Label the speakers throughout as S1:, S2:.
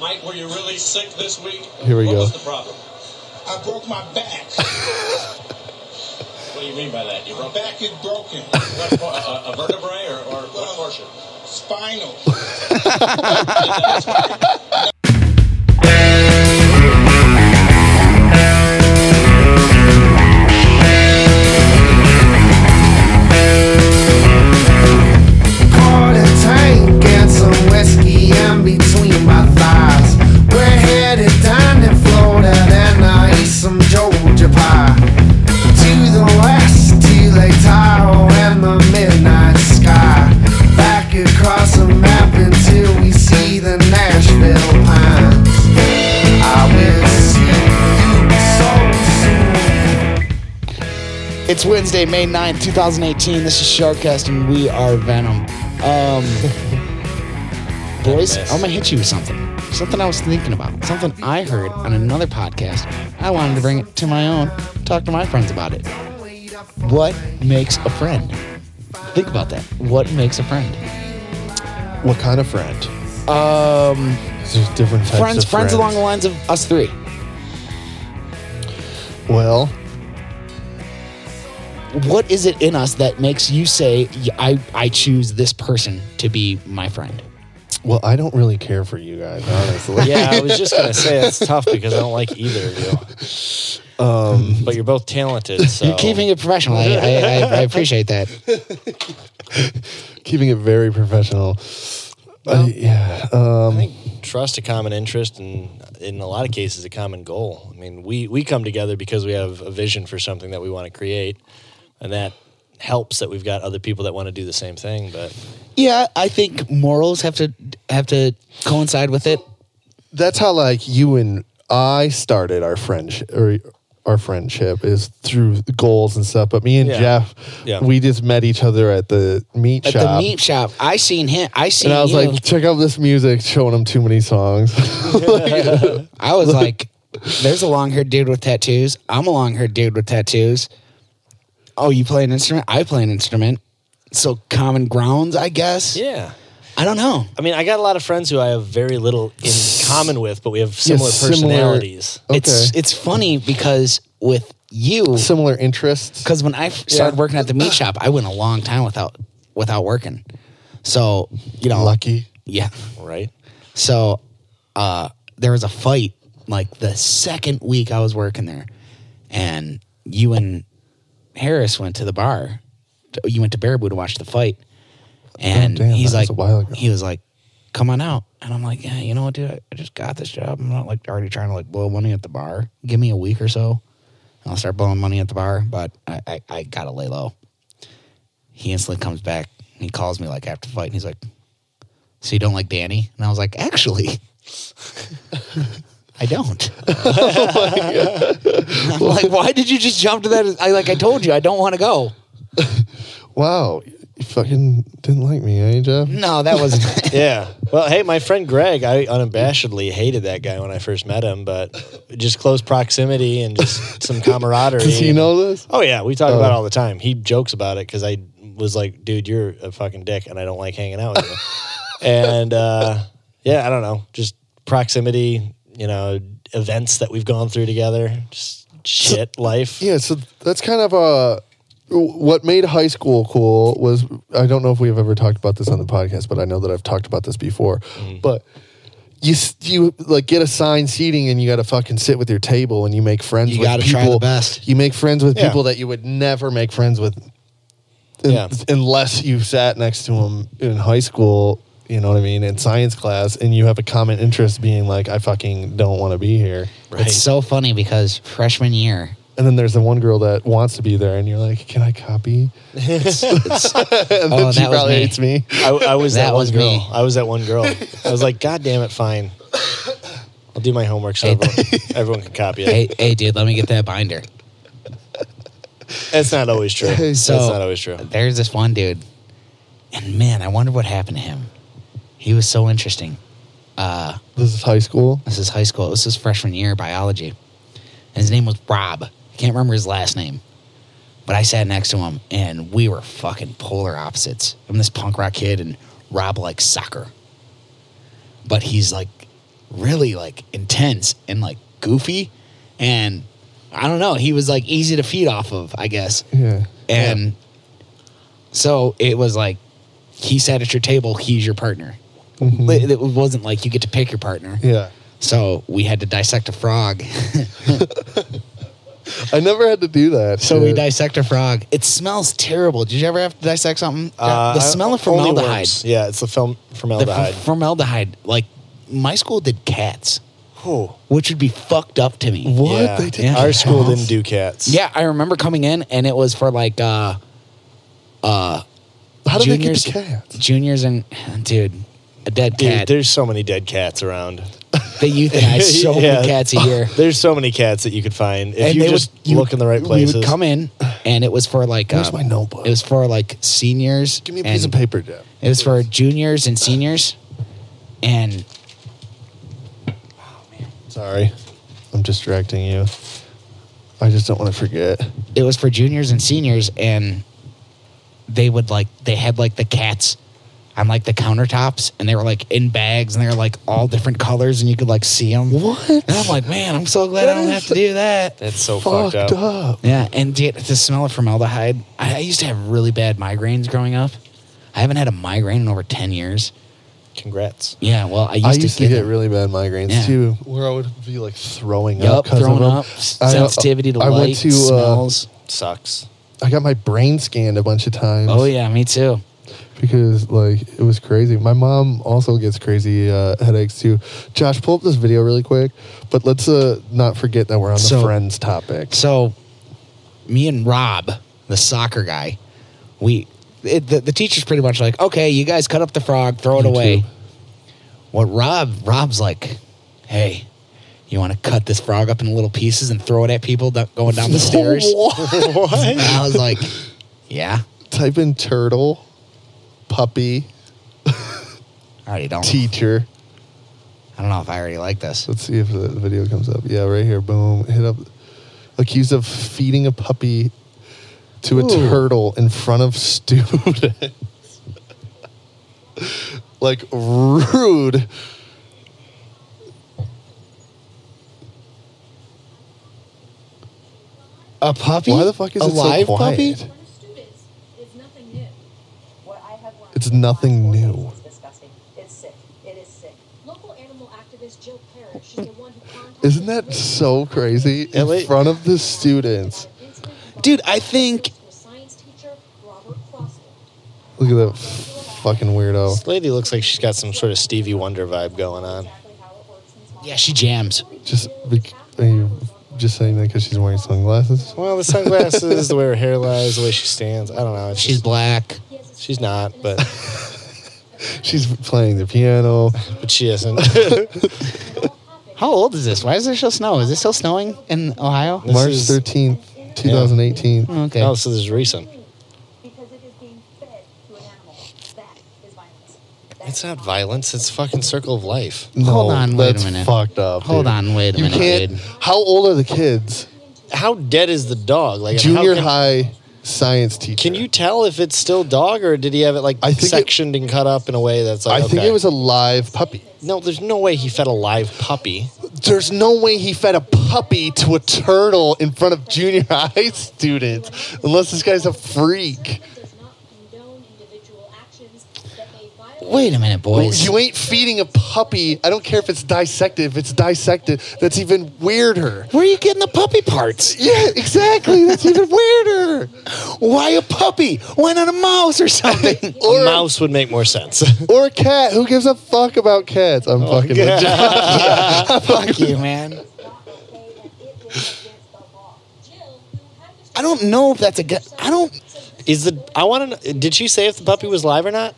S1: Mike, were you really sick this week?
S2: Here we
S1: what
S2: go.
S1: What was the problem?
S3: I broke my back.
S1: What do you mean by that? You
S3: my
S1: broke
S3: back is broken.
S1: what, por- a, a vertebrae or, or what portion?
S3: Spinal.
S4: Pour the tank and some whiskey in between my thighs. We're headed down in Florida, then I eat some Georgia pie. To the west, to Lake Tahoe and the midnight sky. Back across the map until we see the Nashville pines. I will see you so soon.
S5: It's Wednesday, May 9th, 2018. This is Sharkcast, and we are Venom. Um, boys,
S1: mess.
S5: I'm going to hit you with something. Something I was thinking about. Something I heard on another podcast. I wanted to bring it to my own, talk to my friends about it. What makes a friend? Think about that. What makes a friend?
S2: What kind of friend?
S5: Um,
S2: 'Cause There's different types
S5: friends, friends,
S2: of friends.
S5: along the lines of us three.
S2: Well,
S5: What is it in us that makes you say, "Yeah, I, I choose this person to be my friend?
S2: well, I don't really care for you guys, honestly.
S6: Yeah, I was just gonna say it's tough because I don't like either of you. Um, but you're both talented. So
S5: You're keeping it professional. I, I, I, I appreciate that.
S2: Keeping it very professional. Uh, yeah. Um,
S6: I think trust a common interest and in a lot of cases a common goal. I mean, we we come together because we have a vision for something that we want to create, and that helps that we've got other people that want to do the same thing. But
S5: Yeah, I think morals have to have to coincide with it.
S2: that's how like you and I started our friendship or our friendship is through goals and stuff. But me and
S6: Yeah.
S2: Jeff,
S6: Yeah.
S2: we just met each other at the meat
S5: At
S2: shop.
S5: the meat shop, I seen him. I seen.
S2: and I was
S5: you.
S2: like, check out this music, showing him too many songs.
S5: I was like, there's a long haired dude with tattoos. I'm a long haired dude with tattoos. Oh, you play an instrument? I play an instrument. So common grounds, I guess.
S6: yeah.
S5: I don't know.
S6: I mean, I got a lot of friends who I have very little in common with, but we have similar
S2: similar-
S6: personalities.
S5: It's it's funny because with you,
S2: Similar interests.
S5: because when I f- started working at the meat shop, I went a long time without without working. So you know,
S2: Lucky.
S5: yeah.
S6: right?
S5: So uh, there was a fight like the second week I was working there, and you and Harris went to the bar. You went to Baraboo to watch the fight, and
S2: Oh, damn,
S5: he's
S2: that was
S5: like,
S2: a while ago.
S5: he was like, "Come on out," and I'm like, "Yeah, you know what, dude? I, I just got this job. I'm not like already trying to like blow money at the bar. Give me a week or so, and I'll start blowing money at the bar. But I, I, I gotta lay low." He instantly comes back. and He calls me like after the fight, and he's like, so you don't like Danny? And I was like, actually, I don't. I'm like, why did you just jump to that? I like, I told you, I don't want to go.
S2: Wow. You fucking didn't like me, eh, Jeff?
S5: No, that wasn't.
S6: Yeah. Well, hey, my friend Greg, I unabashedly hated that guy when I first met him, but just close proximity and just some camaraderie.
S2: Does he know this?
S6: Oh yeah, we talk about it all the time. He jokes about it because I was like, "Dude, you're a fucking dick, and I don't like hanging out with you." and uh, yeah, I don't know, just proximity, you know, events that we've gone through together, just shit life.
S2: Yeah, so that's kind of a what made high school cool was I don't know if we've ever talked about this on the podcast, but I know that I've talked about this before.
S5: Mm.
S2: But you s- you like get assigned seating and you got to fucking sit with your table and you make friends.
S5: You
S2: with
S5: gotta
S2: people.
S5: try the best.
S2: You make friends with
S6: Yeah.
S2: people that you would never make friends with, un-
S6: Yeah.
S2: unless you sat next to them in high school. You know what I mean? In science class, and you have a common interest being like, I fucking don't want to be here.
S6: Right.
S5: It's so funny because freshman year,
S2: And then there's the one girl that wants to be there, and you're like, "Can I copy?" and then
S5: Oh,
S2: she
S5: that was
S2: probably
S5: me.
S2: hates me.
S6: I, I was that,
S5: That
S6: one
S5: was
S6: girl.
S5: me.
S6: I was that one girl. I was like, God damn it, fine. I'll do my homework so
S5: It-
S6: everyone, everyone can copy it.
S5: hey, hey, dude, let me get that binder.
S6: That's not always true. That's
S5: So-
S6: not always true.
S5: There's this one dude, and man, I wonder what happened to him. He was so interesting.
S2: This is high school.
S5: This is high school. It was his freshman year biology. And his name was Rob. I can't remember his last name. But I sat next to him and we were fucking polar opposites. I'm this punk rock kid and Rob likes soccer. But he's like really like intense and like goofy, and I don't know. He was like easy to feed off of, I guess.
S2: Yeah.
S5: And so it was like he sat at your table. He's your partner.
S2: Mm-hmm.
S5: It it wasn't like you get to pick your partner.
S2: Yeah.
S5: So we had to dissect a frog.
S2: I never had to do that.
S5: so we
S2: shit.
S5: dissect a frog. It smells terrible. Did you ever have to dissect something?
S6: Uh,
S5: the
S6: I-
S5: smell of
S6: only
S5: formaldehyde.
S6: worms. Yeah, it's the film
S5: The
S6: formaldehyde.
S5: f- formaldehyde. Like my school did cats,
S6: Whew.
S5: which would be fucked up to me.
S2: What?
S6: Yeah.
S2: They did
S5: Yeah.
S6: Our school
S2: cats?
S6: didn't do cats.
S5: Yeah, I remember coming in and it was for like uh
S2: How did
S5: juniors,
S2: they get the cats?
S5: juniors and dude, a dead
S6: Dude,
S5: cat.
S6: there's so many dead cats around.
S5: they euthanize so
S6: Yeah.
S5: many cats a year.
S6: There's so many cats that you could find if
S5: and
S6: you
S5: they
S6: just
S5: would, you
S6: look
S5: would-
S6: in the right
S5: we
S6: places.
S5: would come in, and it was for like.
S2: Where's
S5: um,
S2: my notebook?
S5: It was for like seniors.
S2: Give me a piece
S5: and-
S2: of paper, Deb.
S5: It was for juniors and seniors, and
S6: Sorry,
S2: I'm distracting you. I just don't want to forget.
S5: it was for juniors and seniors, and they would like they had like the cats on like the countertops, and they were like in bags, and they were like all different colors, and you could like see them.
S2: What?
S5: And I'm like, man, I'm so glad I don't have to do that.
S6: that's so
S2: Fucked
S6: fucked,
S2: up.
S6: up.
S5: Yeah, and the, the smell of formaldehyde. I, I used to have really bad migraines growing up. I haven't had a migraine in over ten years.
S6: Congrats.
S5: Yeah, well, I used,
S2: I used to get,
S5: them.
S2: really bad migraines
S5: Yeah.
S2: too, where I would be like throwing
S5: Yup,
S2: up. 'cause of
S5: throwing
S2: them.
S5: up,
S2: I- uh,
S5: sensitivity to
S2: I
S5: light,
S2: went to, uh,
S5: smells.
S6: Sucks.
S2: I got my brain scanned a bunch of times.
S5: oh yeah, me too.
S2: because like it was crazy. My mom also gets crazy uh, headaches too. Josh, pull up this video really quick, but let's uh, not forget that we're on the
S5: So-
S2: friends topic.
S5: So, me and Rob, the soccer guy, we it, the, the teacher's pretty much like, okay, you guys cut up the frog, throw it away.
S2: YouTube.
S5: What Rob? Rob's like, hey, you want to cut this frog up in little pieces and throw it at people do- going down the stairs? And I was like, yeah,
S2: Type in turtle, puppy,
S5: I already don't.
S2: teacher.
S5: I don't know if I already like this.
S2: Let's see if the video comes up. Yeah, right here. Boom. Hit up. Accused of feeding a puppy to a turtle in front of students. like rude.
S5: A puppy?
S2: Why the fuck is
S5: a
S2: it so
S5: live
S2: quiet?
S5: puppy?
S7: One of students is nothing new.
S8: What I have learned
S2: It's
S8: in the last
S2: nothing
S8: four
S2: new.
S8: days is disgusting. It's sick. It is sick.
S7: Local animal activist Jill Parrish is the one who contacted.
S2: Isn't that so crazy? In
S6: wait.
S2: front of the students.
S5: Dude, I think-
S7: Science teacher Robert Crossland.
S2: Look at that fucking weirdo.
S6: This lady looks like she's got some sort of Stevie Wonder vibe going on.
S7: Exactly how it works in small
S5: Yeah, she jams.
S2: Just bec- are you just saying that because she's wearing sunglasses?
S6: Well, the sunglasses, the way her hair lies, the way she stands. I don't know. It's
S5: She's
S6: just,
S5: black.
S6: she's not, but
S2: She's playing the piano.
S6: but she isn't.
S5: How old is this? Why is there still snow? Is it still snowing in Ohio?
S6: This
S2: March
S6: is-
S2: thirteenth, two thousand eighteen.
S5: Okay.
S6: oh, so this is recent.
S8: Because it is being fed to an animal. That is violence. That
S6: It's
S8: is
S6: not violence. It's fucking circle of life.
S2: No,
S5: Hold on, wait a
S2: that's
S5: minute.
S2: fucked up.
S5: Hold
S2: dude.
S5: on, wait a
S2: you
S5: minute,
S2: Can't,
S5: dude.
S2: How old are the kids?
S6: How dead is the dog? Like and how
S2: Junior
S6: can-
S2: high science teacher.
S6: Can you tell if it's still dog or did he have it like
S2: I think it-
S6: sectioned and cut up in a way that's
S2: I
S6: like?
S2: think
S6: okay.
S2: it was a live puppy.
S6: No, there's no way he fed a live puppy.
S2: There's no way he fed a puppy to a turtle in front of junior high students, unless this guy's a freak.
S7: It does not condone individual actions that may violate.
S5: Wait a minute, boys.
S2: You ain't feeding a puppy. I don't care if it's dissected. If it's dissected, that's even weirder.
S5: Where are you getting the puppy parts?
S2: Yeah, exactly. That's even weirder.
S5: Why a puppy? Why not a mouse or something?
S6: a mouse would make more sense.
S2: Or a cat. Who gives a fuck about cats? I'm fucking. with you.
S5: Fuck you, man.
S8: not okay and it is against the law.
S7: Jill, who had this
S5: I don't know if that's a good. I don't.
S6: is the I want to? Did she say if the puppy was live or not?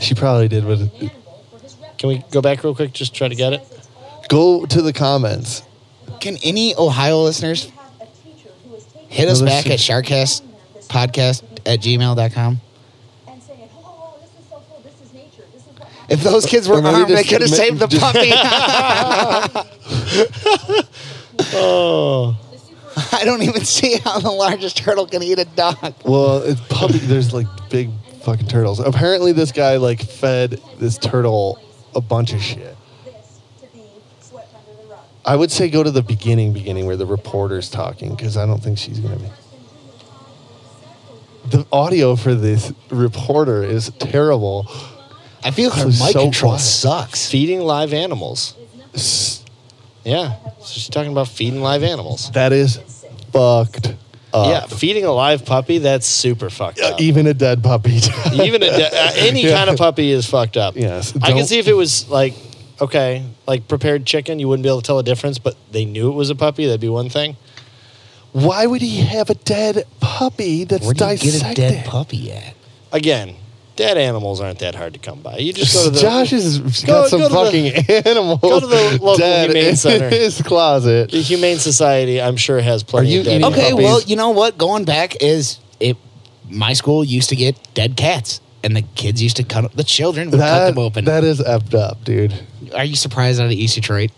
S2: She probably did, but
S7: animal for his rep
S6: Can we go back real quick? Just try to get it.
S7: it's all
S2: go to the comments.
S5: Can any Ohio listeners
S8: You have a teacher who is taking
S5: hit us
S2: No,
S5: back at
S2: that's-
S5: sharkcastpodcast at gmail.com?
S8: and saying, oh, oh, this is so cool. This is nature. This is what happens.
S5: If those kids were
S2: Or maybe
S5: armed, they
S2: just-
S5: could have
S2: ma-
S5: saved the
S2: just-
S5: puppy.
S6: Oh,
S5: I don't even see how the largest turtle can eat a dog.
S2: Well, it's puppy. There's like big fucking turtles. Apparently, this guy like fed this turtle a bunch of shit.
S8: this to be swept under the rug.
S2: I would say go to the beginning, beginning where the reporter's talking, because I don't think she's gonna be. The audio for this reporter is terrible.
S5: I feel her
S2: This is
S5: mic
S2: so
S5: control
S2: quiet.
S5: sucks.
S6: Feeding live animals.
S2: S-
S6: Yeah. So she's talking about feeding live animals.
S2: That is fucked
S6: yeah,
S2: up.
S6: feeding a live puppy, that's super fucked up.
S2: uh, Even a dead puppy.
S6: Even a de- uh, any
S2: Yeah.
S6: kind of puppy is fucked up.
S2: Yes,
S6: I can
S2: don't-
S6: see if it was like okay, like prepared chicken, you wouldn't be able to tell a difference, but they knew it was a puppy, that'd be one thing.
S2: Why would he have a dead puppy that's
S5: Where do you
S2: dissected?
S5: get a dead puppy at?
S6: Again, dead animals aren't that hard to come by. You just go to the
S2: Josh has
S6: Go-
S2: got some
S6: go to
S2: fucking
S6: the-
S2: animals
S6: go to the local
S2: dead
S6: humane
S2: in
S6: center.
S2: his closet.
S6: the humane society. I'm sure has plenty.
S2: Are you
S6: of dead
S2: eating
S6: animals.
S5: Okay,
S2: puppies.
S5: well, you know what? Going back is it. My school used to get dead cats, and the kids used to cut the children would cut
S2: That,
S5: them open.
S2: that is effed up, dude.
S5: Are you surprised out of East Detroit?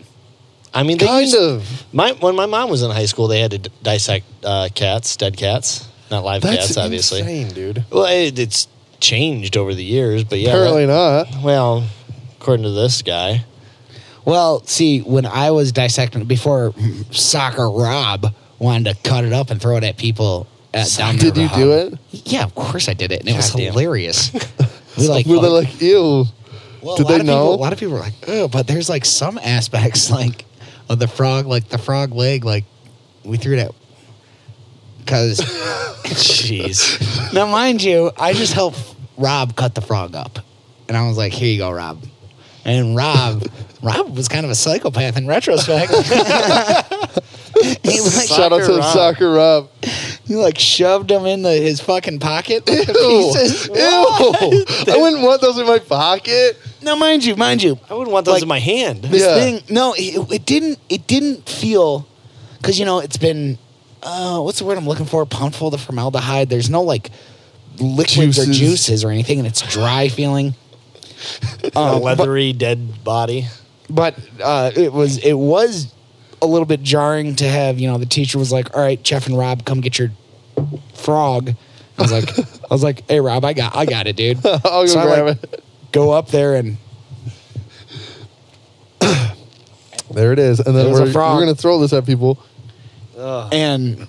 S6: I mean, they
S2: Kind
S6: used-
S2: of.
S6: My when my mom was in high school, they had to d- dissect uh, cats, dead cats, not live
S2: That's
S6: cats, obviously.
S2: insane, dude.
S6: Well, it, it's changed over the years, but yeah.
S2: Apparently
S6: that-
S2: not.
S6: Well, according to this guy,
S5: Well, see, when I was dissecting before soccer, Rob wanted to cut it up and throw it at people. At, down
S2: Did
S5: there
S2: you
S5: by
S2: do
S5: Hub.
S2: it?
S5: Yeah, of course I did it, and it was
S6: Goddamn.
S5: hilarious. we like,
S2: Were they like, ew?
S5: well, a
S2: did
S5: lot
S2: they
S5: of people-
S2: know?
S5: a lot of people were like, oh, but there's like some aspects like of the frog, like the frog leg, like we threw that because
S6: jeez,
S5: now mind you, I just helped Rob cut the frog up, and I was like, here you go, Rob. And Rob, Rob was kind of a psychopath in retrospect. he like
S2: Shout out to
S6: Rob.
S2: Soccer Rob.
S5: he like shoved him in the, his fucking pocket. Like
S2: Ew.
S5: pieces.
S2: Ew. I wouldn't want those in my pocket.
S5: Now, mind you, mind you,
S6: I wouldn't want those
S5: Like-
S6: in my hand.
S5: this
S2: Yeah.
S5: thing. No, it, it didn't. It didn't feel because you know it's been. Uh, what's the word I'm looking for? Pumped full of formaldehyde. There's no like liquids or
S2: Juices.
S5: juices or anything, and it's dry feeling.
S2: um,
S6: a leathery dead body.
S5: but uh, it was it was a little bit jarring to have you know the teacher was like all right jeff and rob come get your frog i was like i was like hey rob i got i got it dude i'll
S2: go grab it.
S5: go up there and
S2: There it is. And then
S5: There's a
S2: we're, we're
S5: frog.
S2: going to throw this at people.
S5: and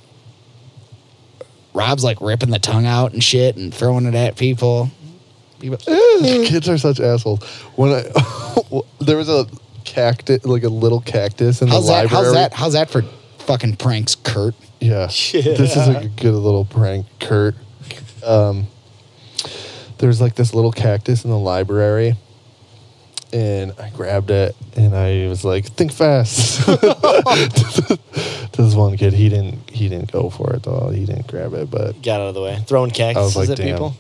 S5: rob's like ripping the tongue out and shit and throwing it at people People-
S2: Kids are such assholes. When I, there was a cactus, like a little cactus in
S5: how's
S2: the
S5: that
S2: library.
S5: how's that how's that for fucking pranks kurt
S2: Yeah. This is a good little prank, Kurt. Um, there's like this little cactus in the library, and I grabbed it and I was like, "Think fast." this one kid, he didn't, he didn't go for it though. He didn't grab it, but
S6: Got out of the way. Throwing cactuses
S2: like,
S6: at
S2: damn.
S6: people.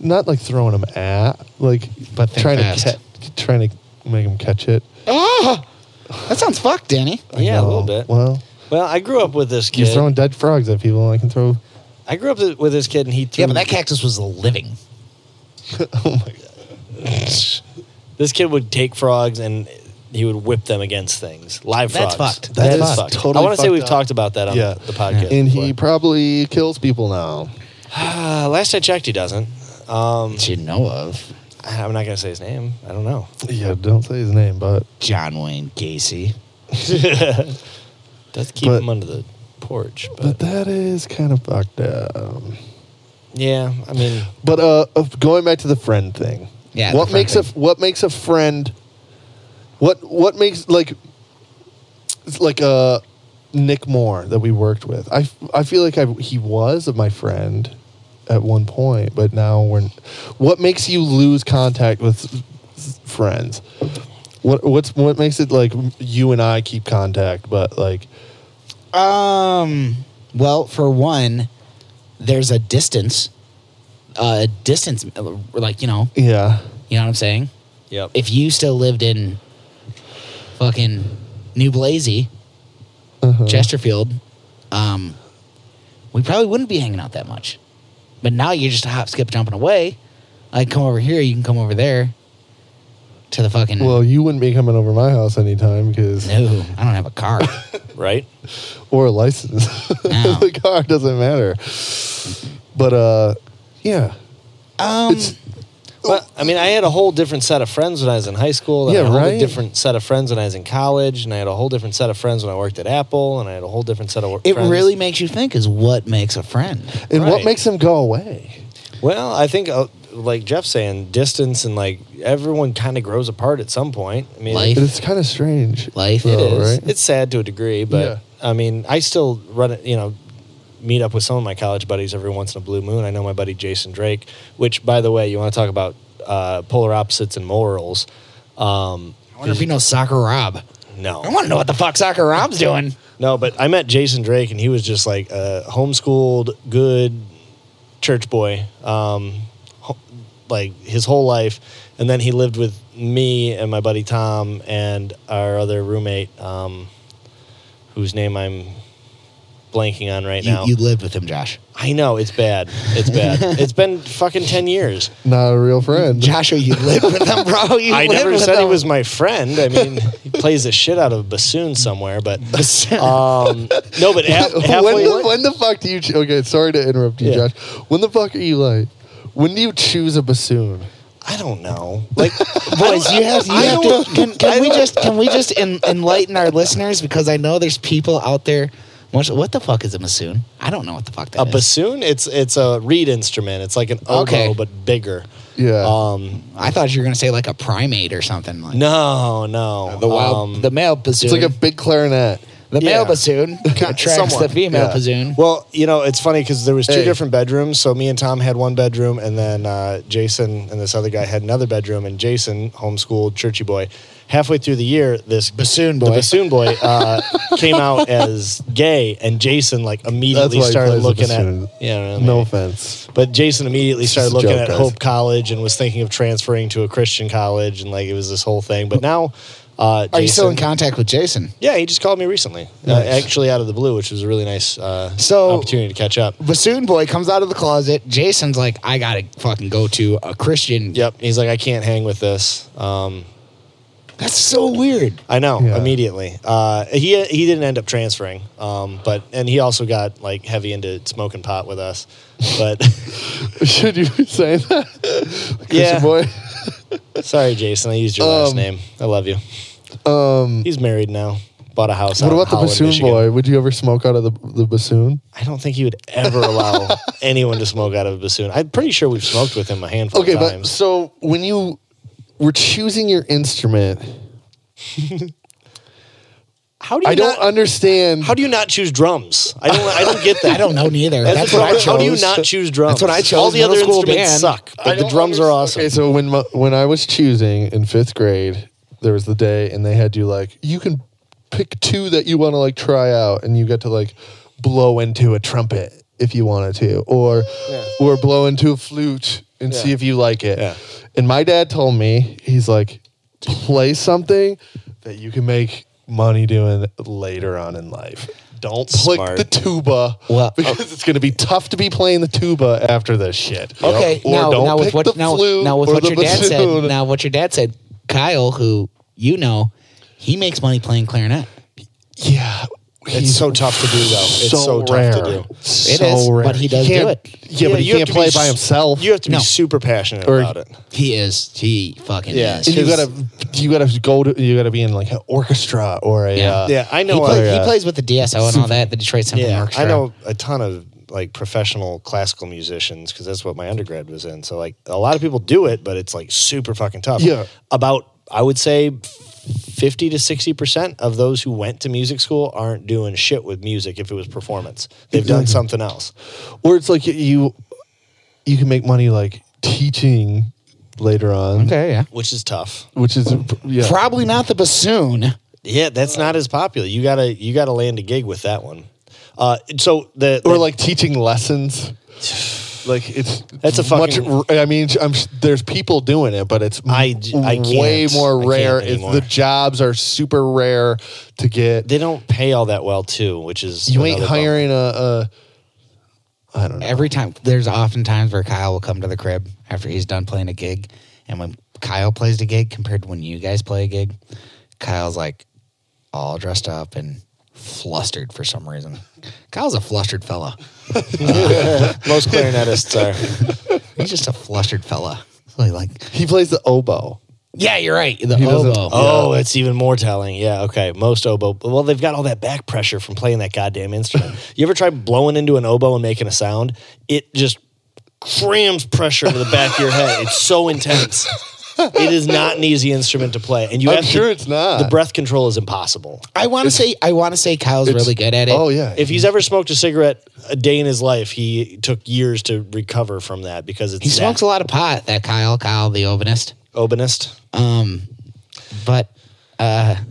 S2: not like throwing him at, like, but
S5: think
S2: trying
S5: fast.
S2: to ca- trying to make him catch it.
S5: that sounds fucked danny
S2: I
S6: Yeah, a
S2: know.
S6: little bit. Well,
S2: Well,
S6: I grew up with this
S2: you're
S6: kid.
S2: throwing dead frogs at people. I can throw.
S6: I grew up th- with this kid, and he threw.
S5: yeah but that cactus was living
S6: This kid would take frogs and he would whip them against things. Live
S5: That's
S6: frogs.
S5: fucked.
S2: That
S5: That's
S2: is
S5: fucked.
S2: totally
S6: I want to say
S2: fucked
S6: we've
S2: up.
S6: talked about that on
S2: Yeah.
S6: the podcast.
S2: And he
S6: before.
S2: probably kills people now.
S6: Uh, last I checked, he doesn't. Um,
S5: that you know of
S6: I'm not gonna say his name. I don't know.
S2: Yeah, don't say his name, but
S5: john wayne gacy
S6: Does keep
S2: But-
S6: him under the porch, but,
S2: but that is kind of fucked up.
S6: yeah, I mean,
S2: But uh, of- going back to the friend thing,
S5: Yeah, the
S2: what
S5: friend
S2: makes a
S5: thing.
S2: what makes a friend? What what makes like it's like uh Nick Moore that we worked with? I I feel like I he was my friend at one point, but now we're. What makes you lose contact with friends? What what's what makes it like you and I keep contact, but like
S5: Um. Well, for one, there's a distance. A distance, uh, like you know,
S2: yeah,
S5: you know what I'm saying.
S6: yep.
S5: If you still lived in fucking New Blazy, Uh-huh. Chesterfield, um, we probably wouldn't be hanging out that much. But now you're just a hop, skip, jumping away. I come over here, you can come over there. To the fucking
S2: Well, you wouldn't be coming over my house anytime because
S5: no, I don't have a car.
S6: right?
S2: or a license.
S5: No.
S2: the car doesn't matter. But uh yeah.
S5: Um,
S6: But I mean, I had a whole different set of friends when I was in high school. And I
S2: Yeah,
S6: had a whole
S2: right.
S6: different set of friends when I was in college, and I had a whole different set of friends when I worked at Apple, and I had a whole different set of. wor-
S5: It
S6: friends.
S5: really makes you think is what makes a friend.
S2: And what
S6: Right.
S2: makes them go away?
S6: Well, I think uh, like Jeff's saying, distance and like everyone kind of grows apart at some point. I mean,
S5: Life.
S6: it-
S2: And it's kind of strange.
S5: Life
S6: it
S2: though,
S6: is.
S2: right?
S6: It's sad to a degree, but I mean, I still run it. You know, meet up with some of my college buddies every once in a blue moon. I know my buddy Jason Drake, which by the way, you want to talk about uh, polar opposites and morals. Um,
S5: I wonder if you know Soccer Rob.
S6: no,
S5: I want to know what the fuck Soccer Rob's doing.
S6: No, but I met Jason Drake, and he was just like a homeschooled, good church boy, um, ho- like his whole life. And then he lived with me and my buddy Tom and our other roommate, um, whose name I'm blanking on right
S5: You,
S6: now.
S5: you lived with him, Josh.
S6: I know it's bad. It's bad. it's been fucking ten years.
S2: Not a real friend.
S5: Joshua, you lived with him, bro. You
S6: I
S5: lived
S6: never
S5: with
S6: said he
S5: him.
S6: was my friend. I mean, he plays the shit out of a bassoon somewhere, but um, no. But half,
S2: when,
S6: halfway,
S2: the, when the fuck do you? Ch- okay, sorry to interrupt you,
S6: Yeah.
S2: Josh. When the fuck are you like? When do you choose a bassoon?
S6: I don't know. Like,
S5: boys. You have, you
S6: I
S5: have to.
S6: don't-
S5: Can, can we just can we just en, enlighten our listeners because I know there's people out there. What, what the fuck is a bassoon? I don't know what the fuck that
S6: a
S5: is.
S6: bassoon, it's it's a reed instrument. It's like an oboe
S5: Okay.
S6: but bigger.
S2: Yeah.
S6: Um.
S5: I thought you were gonna say like a primate or something. Like
S6: No. No.
S5: Uh, the wild,
S6: Um,
S5: the male bassoon.
S2: It's like a big clarinet.
S5: the male
S6: yeah.
S5: bassoon attracts the
S6: somewhat,
S5: female
S2: yeah.
S5: bassoon.
S6: well, you know, it's funny because there was two
S2: Hey.
S6: different bedrooms. So me and Tom had one bedroom, and then uh, Jason and this other guy had another bedroom. And Jason, homeschooled churchy boy, halfway through the year, this
S5: Bassoon
S6: the
S5: boy.
S6: bassoon boy, uh, came out as gay, and Jason like immediately
S2: why he
S6: started
S2: plays the
S6: looking at
S2: bassoon.
S6: you know,
S2: No offense.
S6: But Jason immediately
S2: is
S6: started
S2: a
S6: looking
S2: joke,
S6: at
S2: guys.
S6: Hope College and was thinking of transferring to a Christian college, and like it was this whole thing. But now, uh,
S5: Are you still in
S6: Jason-
S5: contact with Jason?
S6: Yeah, he just called me recently, uh, actually out of the blue, which was a really nice uh,
S5: So-
S6: opportunity to catch up.
S5: Bassoon boy comes out of the closet. Jason's like, I gotta fucking go to a Christian.
S6: Yep, he's like, I can't hang with this. Um,
S5: That's so weird.
S6: I know
S2: Yeah.
S6: immediately. Uh, he he didn't end up transferring, um, but and he also got like heavy into smoking pot with us. But
S2: Should you be saying that? Christian
S6: Yeah.
S2: boy.
S6: sorry, Jason, I used your last
S2: Um,
S6: name. I love you. Um, he's married now. Bought a house.
S2: What
S6: out in
S2: about the
S6: Holland,
S2: bassoon
S6: Michigan.
S2: boy? Would you ever smoke out of the, the bassoon?
S6: I don't think he would ever allow anyone to smoke out of a bassoon. I'm pretty sure we've smoked with him a handful
S2: Okay,
S6: of
S2: but
S6: times.
S2: so when you were choosing your instrument,
S6: how do you
S2: I don't
S6: not,
S2: understand.
S6: how do you not choose drums? I don't I don't get that.
S5: I don't know neither. That's,
S6: That's,
S5: what, I
S6: what
S5: chose.
S6: How do you not choose drums?
S5: That's what I chose.
S6: All the
S5: Middle
S6: other
S5: school
S6: instruments
S5: band.
S6: suck,
S2: I
S6: but the
S2: don't
S6: drums are
S2: understand-
S6: awesome.
S2: Okay, so when my, when I was choosing in fifth grade, there was the day, and they had you like you can pick two that you want to like try out, and you get to like blow into a trumpet if you wanted to, or or blow into a flute and see if you like it.
S6: Yeah.
S2: And my dad told me he's like, play something that you can make money doing later on in life. Don't click
S6: Smart.
S2: the tuba
S5: Well,
S2: because it's going to be tough to be playing the tuba after this shit.
S5: Okay,
S2: Or
S5: now,
S2: don't
S5: now with
S2: pick
S5: what
S2: the
S5: now,
S2: flute
S5: now with
S2: or
S5: what
S2: the
S5: your dad said.
S2: bassoon.
S5: Now what your dad said. Kyle, who you know, he makes money playing clarinet.
S2: yeah,
S6: it's so tough to do though. It's so,
S2: rare.
S6: tough to do.
S5: It
S2: so
S5: is,
S2: rare.
S5: but he does
S2: can't-
S5: do it.
S2: Yeah, but he
S6: you
S2: can't
S6: have to
S2: play
S6: be
S2: by
S6: s-
S2: himself.
S6: You have to
S5: No.
S6: be super passionate
S2: Or-
S6: about it.
S5: He is. He fucking
S6: Yeah,
S5: is.
S2: and you
S6: his-
S2: gotta, you gotta go to, you gotta be in like an orchestra or a.
S5: Yeah.
S2: Uh,
S6: Yeah, I know.
S5: he,
S6: a-
S5: play-
S2: yeah.
S5: he plays with the DSO and all that, the Detroit Symphony
S6: yeah,
S5: Orchestra.
S6: I know a ton of like professional classical musicians because that's what my undergrad was in. So like a lot of people do it, but it's like super fucking tough.
S2: Yeah.
S6: About I would say fifty to sixty percent of those who went to music school aren't doing shit with music if it was performance. They've done
S2: Mm-hmm.
S6: something else.
S2: uh, Or it's like you, you can make money like teaching later on,
S5: Okay, yeah.
S6: Which is tough.
S2: which is yeah.
S5: Probably not the bassoon.
S6: Yeah, that's not as popular. You gotta you gotta land a gig with that one. Uh, so the,
S2: or
S6: the-
S2: like teaching lessons. Like it's
S6: That's a fucking-
S2: much. I mean, I'm there's people doing it, but it's
S6: I- I can't.
S2: way
S6: I
S2: more
S6: can't
S2: rare. It's-
S6: anymore.
S2: the jobs are super rare to get.
S6: they don't pay all that well too, which is
S2: you ain't
S6: another
S2: hiring a, a. I don't know.
S5: Every time, there's often times where Kyle will come to the crib after he's done playing a gig, and when Kyle plays the gig compared to when you guys play a gig, Kyle's like all dressed up and flustered for some reason. Kyle's a flustered fella.
S6: bummer. Most clarinetists are.
S5: He's just a flustered fella. So he like,
S2: He plays the oboe.
S5: yeah, you're right. The
S2: He doesn't-
S5: oboe.
S6: Oh, it's even more telling. Yeah, okay. Most oboe. Well, they've got all that back pressure from playing that goddamn instrument. you ever try blowing into an oboe and making a sound? It just crams pressure into the back of your head. It's so intense. It is not an easy instrument to play, and you
S2: I'm
S6: have to-
S2: sure it's not.
S6: The breath control is impossible.
S5: I want to say I want to say Kyle's
S2: it's-
S5: really good at it.
S2: Oh yeah.
S6: If he's ever smoked a cigarette a day in his life, he took years to recover from that because it's
S5: he smokes a lot of pot. That Kyle, Kyle the ovenist.
S6: oboist.
S5: Um, but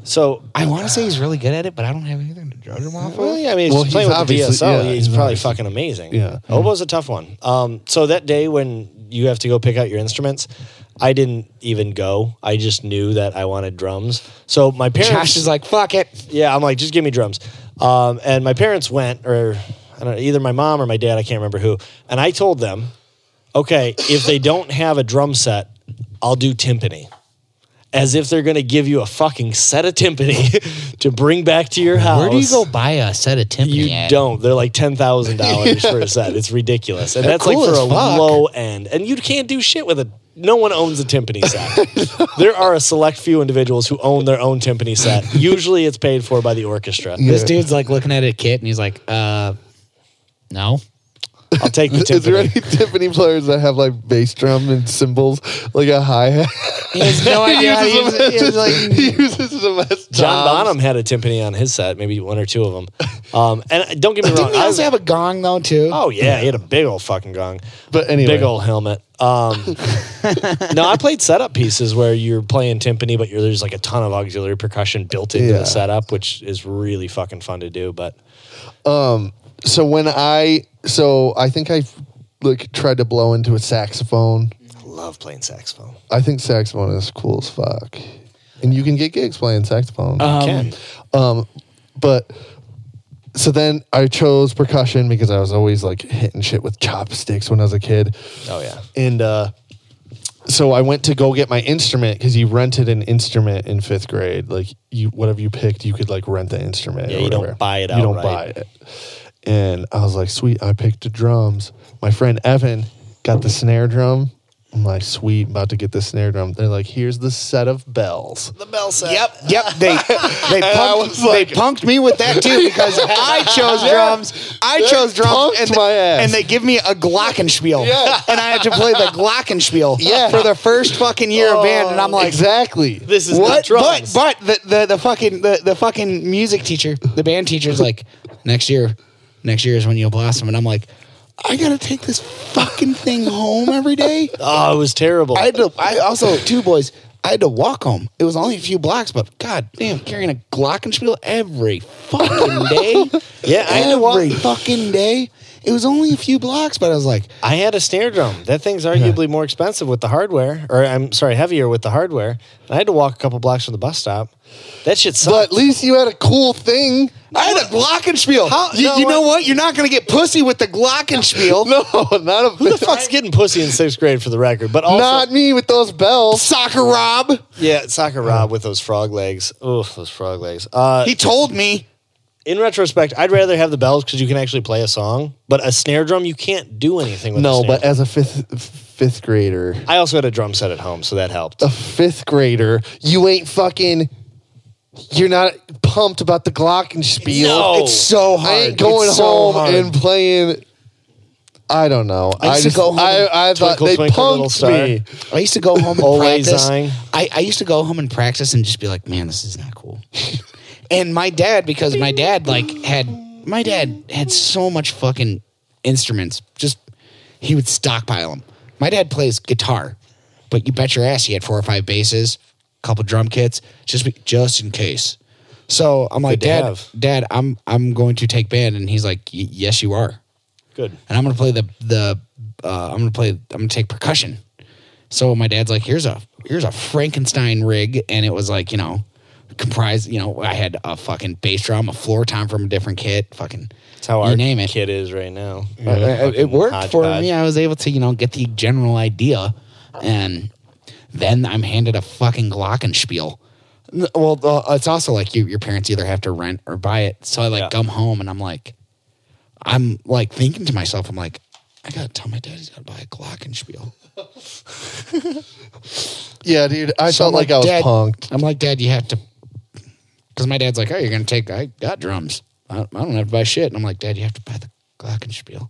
S6: So
S5: I want to say he's really good at it, but I don't have anything to judge him off
S6: Well,
S5: of.
S6: yeah, I mean, if
S2: Well,
S6: he's playing
S2: he's
S6: with the
S2: obviously- yeah,
S6: DSL. he's,
S2: he's
S6: probably
S2: obviously-
S6: fucking amazing.
S2: Yeah.
S6: oboe's a tough one. Um, so that day when you have to go pick out your instruments, I didn't even go. I just knew that I wanted drums. So my parents,
S5: Josh is like, fuck it.
S6: yeah, I'm like, just give me drums. Um, and my parents went, or I don't know, either my mom or my dad, I can't remember who. And I told them, okay, if they don't have a drum set, I'll do timpani. As if they're going to give you a fucking set of timpani to bring back to your house.
S5: Where do you go buy a set of timpani?
S6: You
S5: at?
S6: don't. They're like ten thousand dollars for a set. It's ridiculous, and that's
S5: cool
S6: like for
S5: as
S6: a
S5: fuck.
S6: low end. And you can't do shit with it. No one owns a timpani set. there are a select few individuals who own their own timpani set. Usually, it's paid for by the orchestra.
S5: This dude's like looking at a kit and he's like, uh, no.
S6: I'll take the timpani.
S2: Is there any Tiffany players that have like bass drum and cymbals, like a hi hat?
S5: He has no idea. how to use it. He was like,
S2: he uses them as
S6: John
S2: toms.
S6: Bonham had a timpani on his set, maybe one or two of them. Um, and don't get me wrong.
S5: Didn't he
S6: I-
S5: also have a gong though too?
S6: oh yeah, he had a big old fucking gong.
S2: But anyway,
S6: Big old helmet. Um, no, I played setup pieces where you're playing timpani, but you're, there's like a ton of auxiliary percussion built into
S2: Yeah.
S6: the setup, which is really fucking fun to do. But
S2: so when I so I think I like tried to blow into a saxophone.
S6: I love playing saxophone.
S2: I think saxophone is cool as fuck, and you can get gigs playing saxophone.
S5: Um,
S6: Ken,
S2: but so then I chose percussion because I was always like hitting shit with chopsticks when I was a kid.
S6: oh yeah,
S2: And uh, so I went to go get my instrument because you rented an instrument in fifth grade. Like you, whatever you picked, you could like rent the instrument.
S6: Yeah,
S2: or
S6: you don't
S2: whatever.
S6: buy it
S2: You don't
S6: outright.
S2: buy it. And I was like, sweet, I picked the drums. My friend Evan got the snare drum. I'm like, sweet, about to get the snare drum. They're like, here's the set of bells.
S6: the bell set.
S5: Yep, yep. They they
S2: I
S5: punked,
S2: was
S5: they punked me with that too because I chose drums. I
S2: They
S5: chose drums,
S2: punked my ass.
S5: and they give me a glockenspiel,
S2: Yeah.
S5: and I had to play the glockenspiel
S2: Yeah. Oh,
S5: for the first fucking year of band, and I'm like.
S2: exactly.
S6: This is
S5: What?
S6: not
S5: But
S6: drums.
S5: but the, the, the fucking the, the fucking music teacher, the band teacher's like, next year, next year is when you'll blossom, and I'm like, I gotta take this fucking thing home every day.
S6: oh, it was terrible.
S5: I had to. I also two boys. I had to walk home. It was only a few blocks, but god damn, carrying a glockenspiel every fucking day.
S6: yeah, I had to walk.
S5: every fucking day. It was only a few blocks, but I was like,
S6: I had a snare drum. That thing's arguably more expensive with the hardware, or I'm sorry, heavier with the hardware. And I had to walk a couple blocks from the bus stop. That shit
S2: But
S6: sucked.
S2: at least you had a cool thing.
S5: I had a glockenspiel.
S6: How-
S5: you
S6: no,
S5: you know
S6: what-
S5: what? You're not gonna get pussy with the glockenspiel.
S2: No, not a
S6: the fuck's getting pussy in sixth grade for the record? But also,
S2: not me with those bells.
S5: Soccer Rob.
S6: Yeah, Soccer
S5: Uh-huh.
S6: Rob with those frog legs. Oh, those frog legs. Uh,
S5: He told me.
S6: in retrospect, I'd rather have the bells because you can actually play a song. But a snare drum, you can't do anything with.
S2: No,
S6: a snare
S5: e-
S2: but as a fifth fifth grader,
S6: drum. I also had a drum set at home, so that helped.
S2: a fifth grader, you ain't fucking. You're not pumped about the Glockenspiel.
S6: No.
S5: It's so hard.
S2: I ain't going
S5: It's so
S2: home
S5: hard.
S2: and playing. I don't know. I,
S5: used to
S2: just
S5: go home and
S2: I, I thought
S6: twinkle,
S2: they
S6: twinkle, little
S2: punked
S6: star.
S2: me.
S5: I used to go home and
S6: Always
S5: practice.
S6: eyeing.
S5: I, I used to go home and practice and just be like, man, this is not cool. and my dad, because my dad like had my dad had so much fucking instruments. Just he would stockpile them. My dad plays guitar, but you bet your ass he had four or five basses, a couple drum kits, just be, just in case. So I'm like,
S6: Good to
S5: Dad,
S6: have."
S5: Dad, I'm I'm going to take band, and he's like, "Y- Yes, you are
S6: Good.
S5: and I'm gonna play the the uh, I'm gonna play I'm gonna take percussion. So my dad's like, here's a here's a Frankenstein rig, and it was like you know comprised you know I had a fucking bass drum, a floor tom from a different kit, fucking
S6: That's how
S5: you
S6: our
S5: name it.
S6: kid is right now.
S5: Uh, it- it worked for
S6: hodgepodge.
S5: me. I was able to you know get the general idea, and then I'm handed a fucking glockenspiel. N- Well, uh, it's also like you, your parents either have to rent or buy it. So I like
S6: Yeah.
S5: come home and I'm like, I'm like thinking to myself, I'm like, I gotta tell my dad he's gotta buy a Glockenspiel.
S2: Yeah, dude. I
S5: So I'm
S2: felt like, I was
S5: "Dad-"
S2: punked.
S5: I'm like, Dad, you have to. Because my dad's like, oh, you're going to take, I got drums. I, I don't have to buy shit. And I'm like, Dad, you have to buy the Glockenspiel.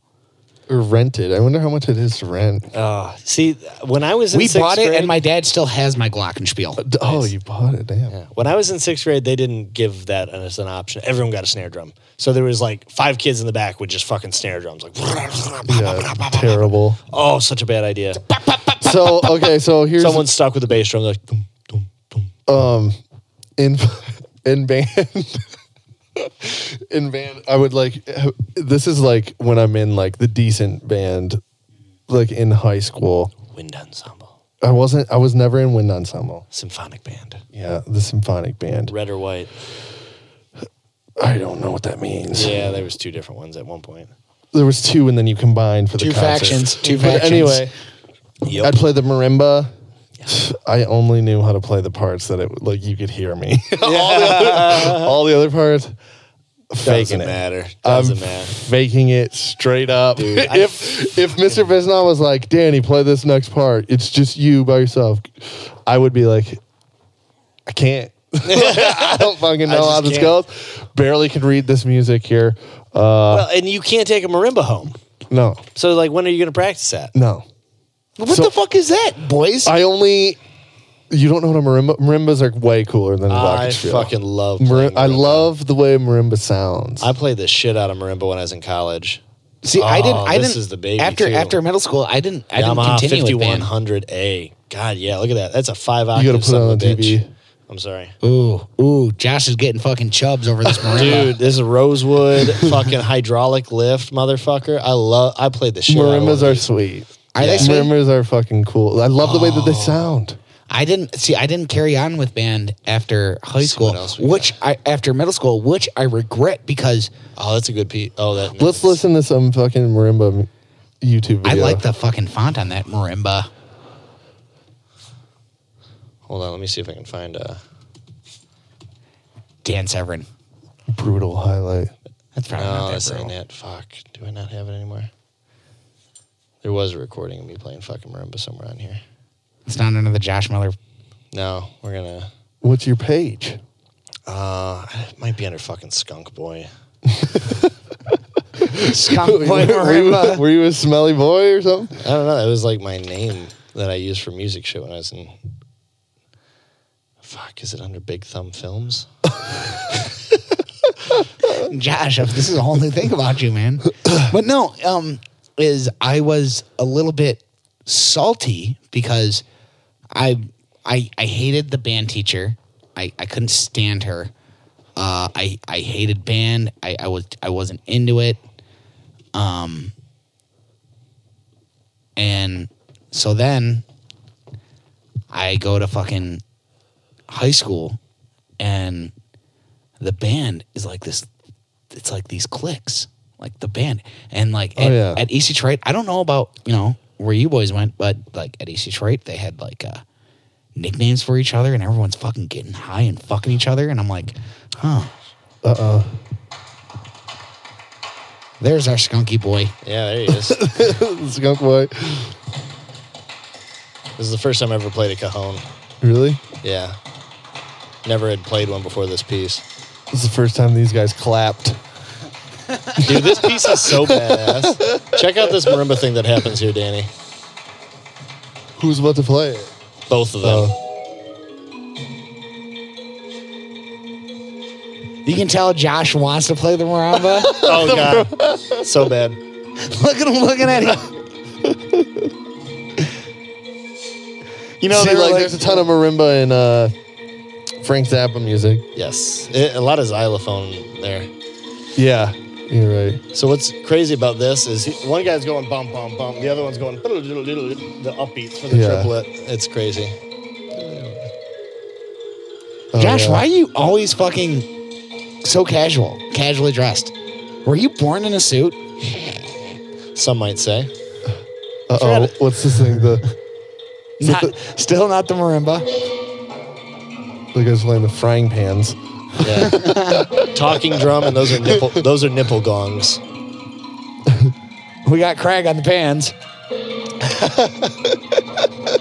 S2: Or rented. I wonder how much it is to rent.
S6: Uh, see, when I was in
S5: Ah. We
S6: sixth
S5: bought it,
S6: grade-
S5: and my dad still has my Glockenspiel.
S2: D- Oh, you bought it. Damn.
S6: Yeah. When I was in sixth grade, they didn't give that as an option. Everyone got a snare drum. So there was like five kids in the back with just fucking snare drums. Like,
S2: Yeah, terrible.
S6: oh, such a bad idea.
S2: So okay, so here's
S6: Someone stuck with a bass drum. Like, dum, dum, dum.
S2: in in band in band i would like this is like when i'm in like the decent band like in high school
S6: wind ensemble,
S2: i wasn't i was never in wind ensemble
S6: symphonic band,
S2: yeah the symphonic band
S6: red or white.
S2: i don't know what that means
S6: Yeah, there was two different ones at one point.
S2: there was two and then you combined for the
S5: Two
S2: concert.
S5: factions, two
S2: but
S5: factions.
S2: anyway
S6: Yep.
S2: i'd play the marimba I only knew how to play the parts that it like you could hear me. all, the other, all the other parts,
S6: Doesn't
S2: faking it.
S6: matter. Doesn't
S2: I'm
S6: matter.
S2: faking it straight up.
S6: I-
S2: if if Mr. Besnon was like, Danny, play this next part. It's just you by yourself. I would be like, I can't. I don't fucking know
S6: just
S2: how this
S6: can't.
S2: goes. Barely can read this music here. Uh,
S6: Well, and you can't take a marimba home.
S2: no,
S6: So like, when are you going to practice that?
S2: no.
S5: What
S2: So-
S5: the fuck is that, boys?
S2: I only. You don't know what a marimba. Marimbas are way cooler than a
S6: I
S2: glockenspiel.
S6: fucking love.
S2: Mar-
S6: playing
S2: I
S6: marimba.
S2: love the way marimba sounds.
S6: I played the shit out of marimba when I was in college.
S5: See, I didn't.
S6: Oh,
S5: I
S6: this
S5: didn't.
S6: is the baby,
S5: after
S6: too.
S5: after middle school, I didn't. I didn't
S6: Yamaha
S5: continue
S6: fifty
S5: with
S6: one
S5: band.
S6: hundred A. God, yeah, look at that. That's a five octave.
S2: gotta put it
S6: son
S2: on
S6: of a
S2: the
S6: bitch.
S2: TV.
S6: I'm sorry,
S5: Ooh, ooh, Josh is getting fucking chubs over this marimba.
S6: dude. This is Rosewood fucking hydraulic lift, motherfucker. I love. I played the shit. out of one of
S2: marimbas are
S6: these.
S2: sweet.
S5: Are they sweet?
S2: Marimbas are fucking cool. I love the way
S6: Oh.
S2: that they sound.
S5: I didn't see. I didn't carry on with band after high school,
S6: what else we
S5: which I after middle school, which I regret because
S6: Oh, that's a good piece. Oh, that.
S2: Let's listen to some fucking marimba m- YouTube video.
S5: I like the fucking font on that marimba.
S6: Hold on. Let me see if I can find. Uh,
S5: Dan Severin.
S2: brutal highlight.
S5: That's probably
S6: no,
S5: not that
S6: that's
S5: brutal.
S6: not it. Fuck. Do I not have it anymore? There was a recording of me playing fucking marimba somewhere on here.
S5: It's not under the Josh Miller.
S6: No, we're gonna.
S2: What's your page?
S6: Uh, it might be under fucking Skunk Boy.
S5: Skunk
S2: were,
S5: Boy
S2: you,
S5: marimba.
S2: were you a smelly boy or something?
S6: I don't know. That was like my name that I used for music shit when I was in. Fuck, is it under Big Thumb Films?
S5: Josh, this is a whole new thing about you, man. But no, um, is I was a little bit salty because I I I hated the band teacher. I, I couldn't stand her. Uh, I I hated band. I, I was I wasn't into it. Um, and so then I go to fucking high school, and the band is like this it's like these clicks like the band and like
S2: Oh,
S5: at,
S2: yeah.
S5: at east detroit i don't know about you know where you boys went but like at east detroit they had like uh nicknames for each other and everyone's fucking getting high and fucking each other and i'm like huh uh-oh there's our skunky boy
S6: Yeah, there he is. this
S2: Skunk boy.
S6: is the first time I ever played a cajon.
S2: Really?
S6: Yeah. Never had played one before this piece.
S2: This is the first time these guys clapped.
S6: Dude, this piece is so badass. Check out this marimba thing that happens here, Danny.
S2: Who's about to play it?
S6: Both of them.
S5: you can tell josh wants to play the marimba
S6: Oh, God. so bad.
S5: look at him looking at him you know
S2: See,
S5: they're
S2: like,
S5: like-
S2: there's a ton of marimba in uh, Frank Zappa music.
S6: Yes. It- a lot of xylophone there.
S2: Yeah, you're right.
S6: So what's crazy about this is he- one guy's going bum bum bum, the other one's going the upbeats for the
S2: Yeah.
S6: triplet. It's crazy.
S2: Oh,
S5: Josh,
S2: yeah.
S5: why are you always fucking so casual, casually dressed? Were you born in a suit?
S6: Some might say.
S2: Uh oh, what's this thing? The
S5: Not, still not the marimba.
S2: the guys playing the frying pans.
S6: Yeah. Talking drum and those are nipple those are nipple gongs.
S5: We got Craig on the pans.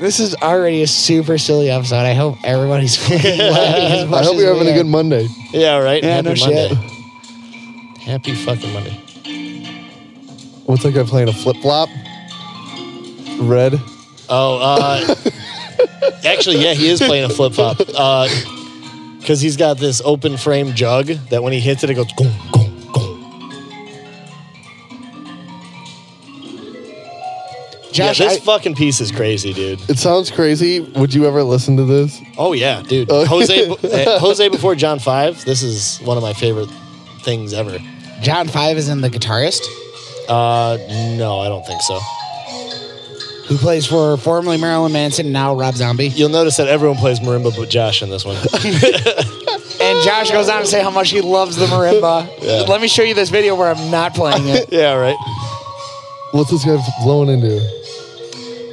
S5: this is already a super silly episode. I hope everybody's fucking laughing as much
S2: I hope
S5: as
S2: you're
S5: we
S2: having a
S5: are.
S2: good Monday.
S6: Yeah, right.
S5: Yeah,
S6: Happy
S5: no
S6: Monday.
S5: shit.
S6: Happy fucking Monday.
S2: What's that guy playing a flip flop? Red.
S6: Oh, uh, actually, yeah, he is playing a flip flop. Uh, because he's got this open frame jug that when he hits it, it goes gong, gong, gong.
S5: Josh,
S6: yeah, this
S5: I-
S6: fucking piece is crazy, dude.
S2: It sounds crazy. Would you ever listen to this?
S6: Oh yeah, dude.
S2: Oh.
S6: Jose, eh, Jose before John Five. This is one of my favorite things ever.
S5: John Five is in the guitarist
S6: Uh, no, I don't think so.
S5: who plays for formerly Marilyn Manson, now Rob Zombie.
S6: You'll notice that everyone plays marimba but Josh in this one.
S5: And Josh goes on to say how much he loves the marimba. Let me show you this video where I'm not playing it.
S6: yeah, right.
S2: What's this guy blowing into?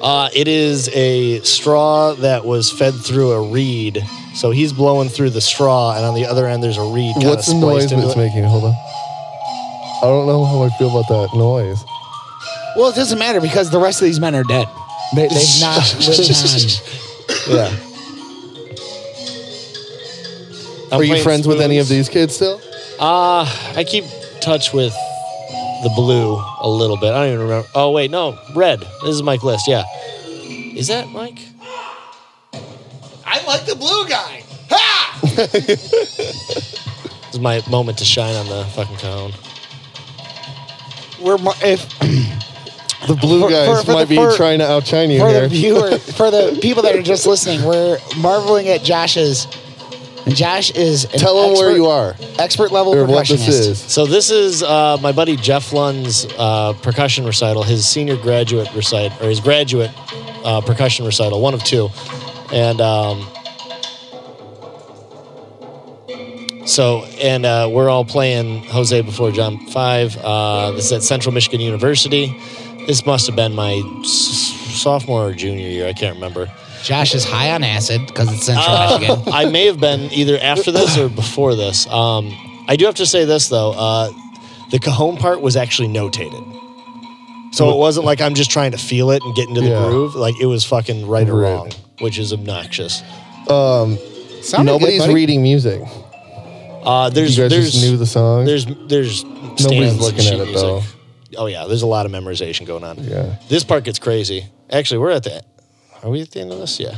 S6: Uh, it is a straw that was fed through a reed. So he's blowing through the straw, and on the other end, there's a reed. kinda
S2: What's the
S6: spliced
S2: noise
S6: into
S2: that's
S6: it.
S2: making? Hold on. I don't know how I feel about that noise.
S5: Well, it doesn't matter because the rest of these men are dead. They, they've not lived on.
S2: Yeah.
S6: I'm
S2: Are you
S6: playing
S2: friends with any of
S6: spoons.
S2: these kids still?
S6: Uh, I keep touch with the blue a little bit. I don't even remember. Oh, wait, no. Red. This is Mike List. Yeah. Is that Mike?
S5: I like the blue guy.
S6: This is my moment to shine on the fucking cone.
S5: We're more, if
S2: The blue
S5: For-
S2: guys
S5: for- for
S2: might be
S5: the- for-
S2: trying to outshine you
S5: for
S2: here.
S5: the viewer, for the people that are just listening, we're marveling at Josh's. And Josh is an
S2: Tell them where
S5: expert-
S2: you are
S5: Expert level
S2: or what this
S5: percussionist.
S2: is.
S6: So this is uh, my buddy Jeff Lund's uh, percussion recital, his senior graduate recite or his graduate uh, percussion recital, one of two, and um, so and uh, we're all playing Jose before John Five. Uh, this is at Central Michigan University. This must have been my s- sophomore or junior year. I can't remember.
S5: Josh is high on acid because it's Central Michigan.
S6: I may have been either after this or before this. Um, I do have to say this though: uh, the cajon part was actually notated, so it wasn't like I'm just trying to feel it and get into the
S2: Yeah.
S6: groove. Like it was fucking right or
S2: Right.
S6: wrong, which is obnoxious.
S5: Sounded good,
S2: Nobody's
S5: buddy.
S2: reading music.
S6: Uh, there's
S2: You guys
S6: there's
S2: just knew the song.
S6: there's there's stands and
S2: looking
S6: sheet
S2: at it,
S6: music.
S2: though.
S6: Oh yeah, there's a lot of memorization going on.
S2: Yeah.
S6: this part gets crazy. Actually, we're at the. Are we at the end of this? Yeah,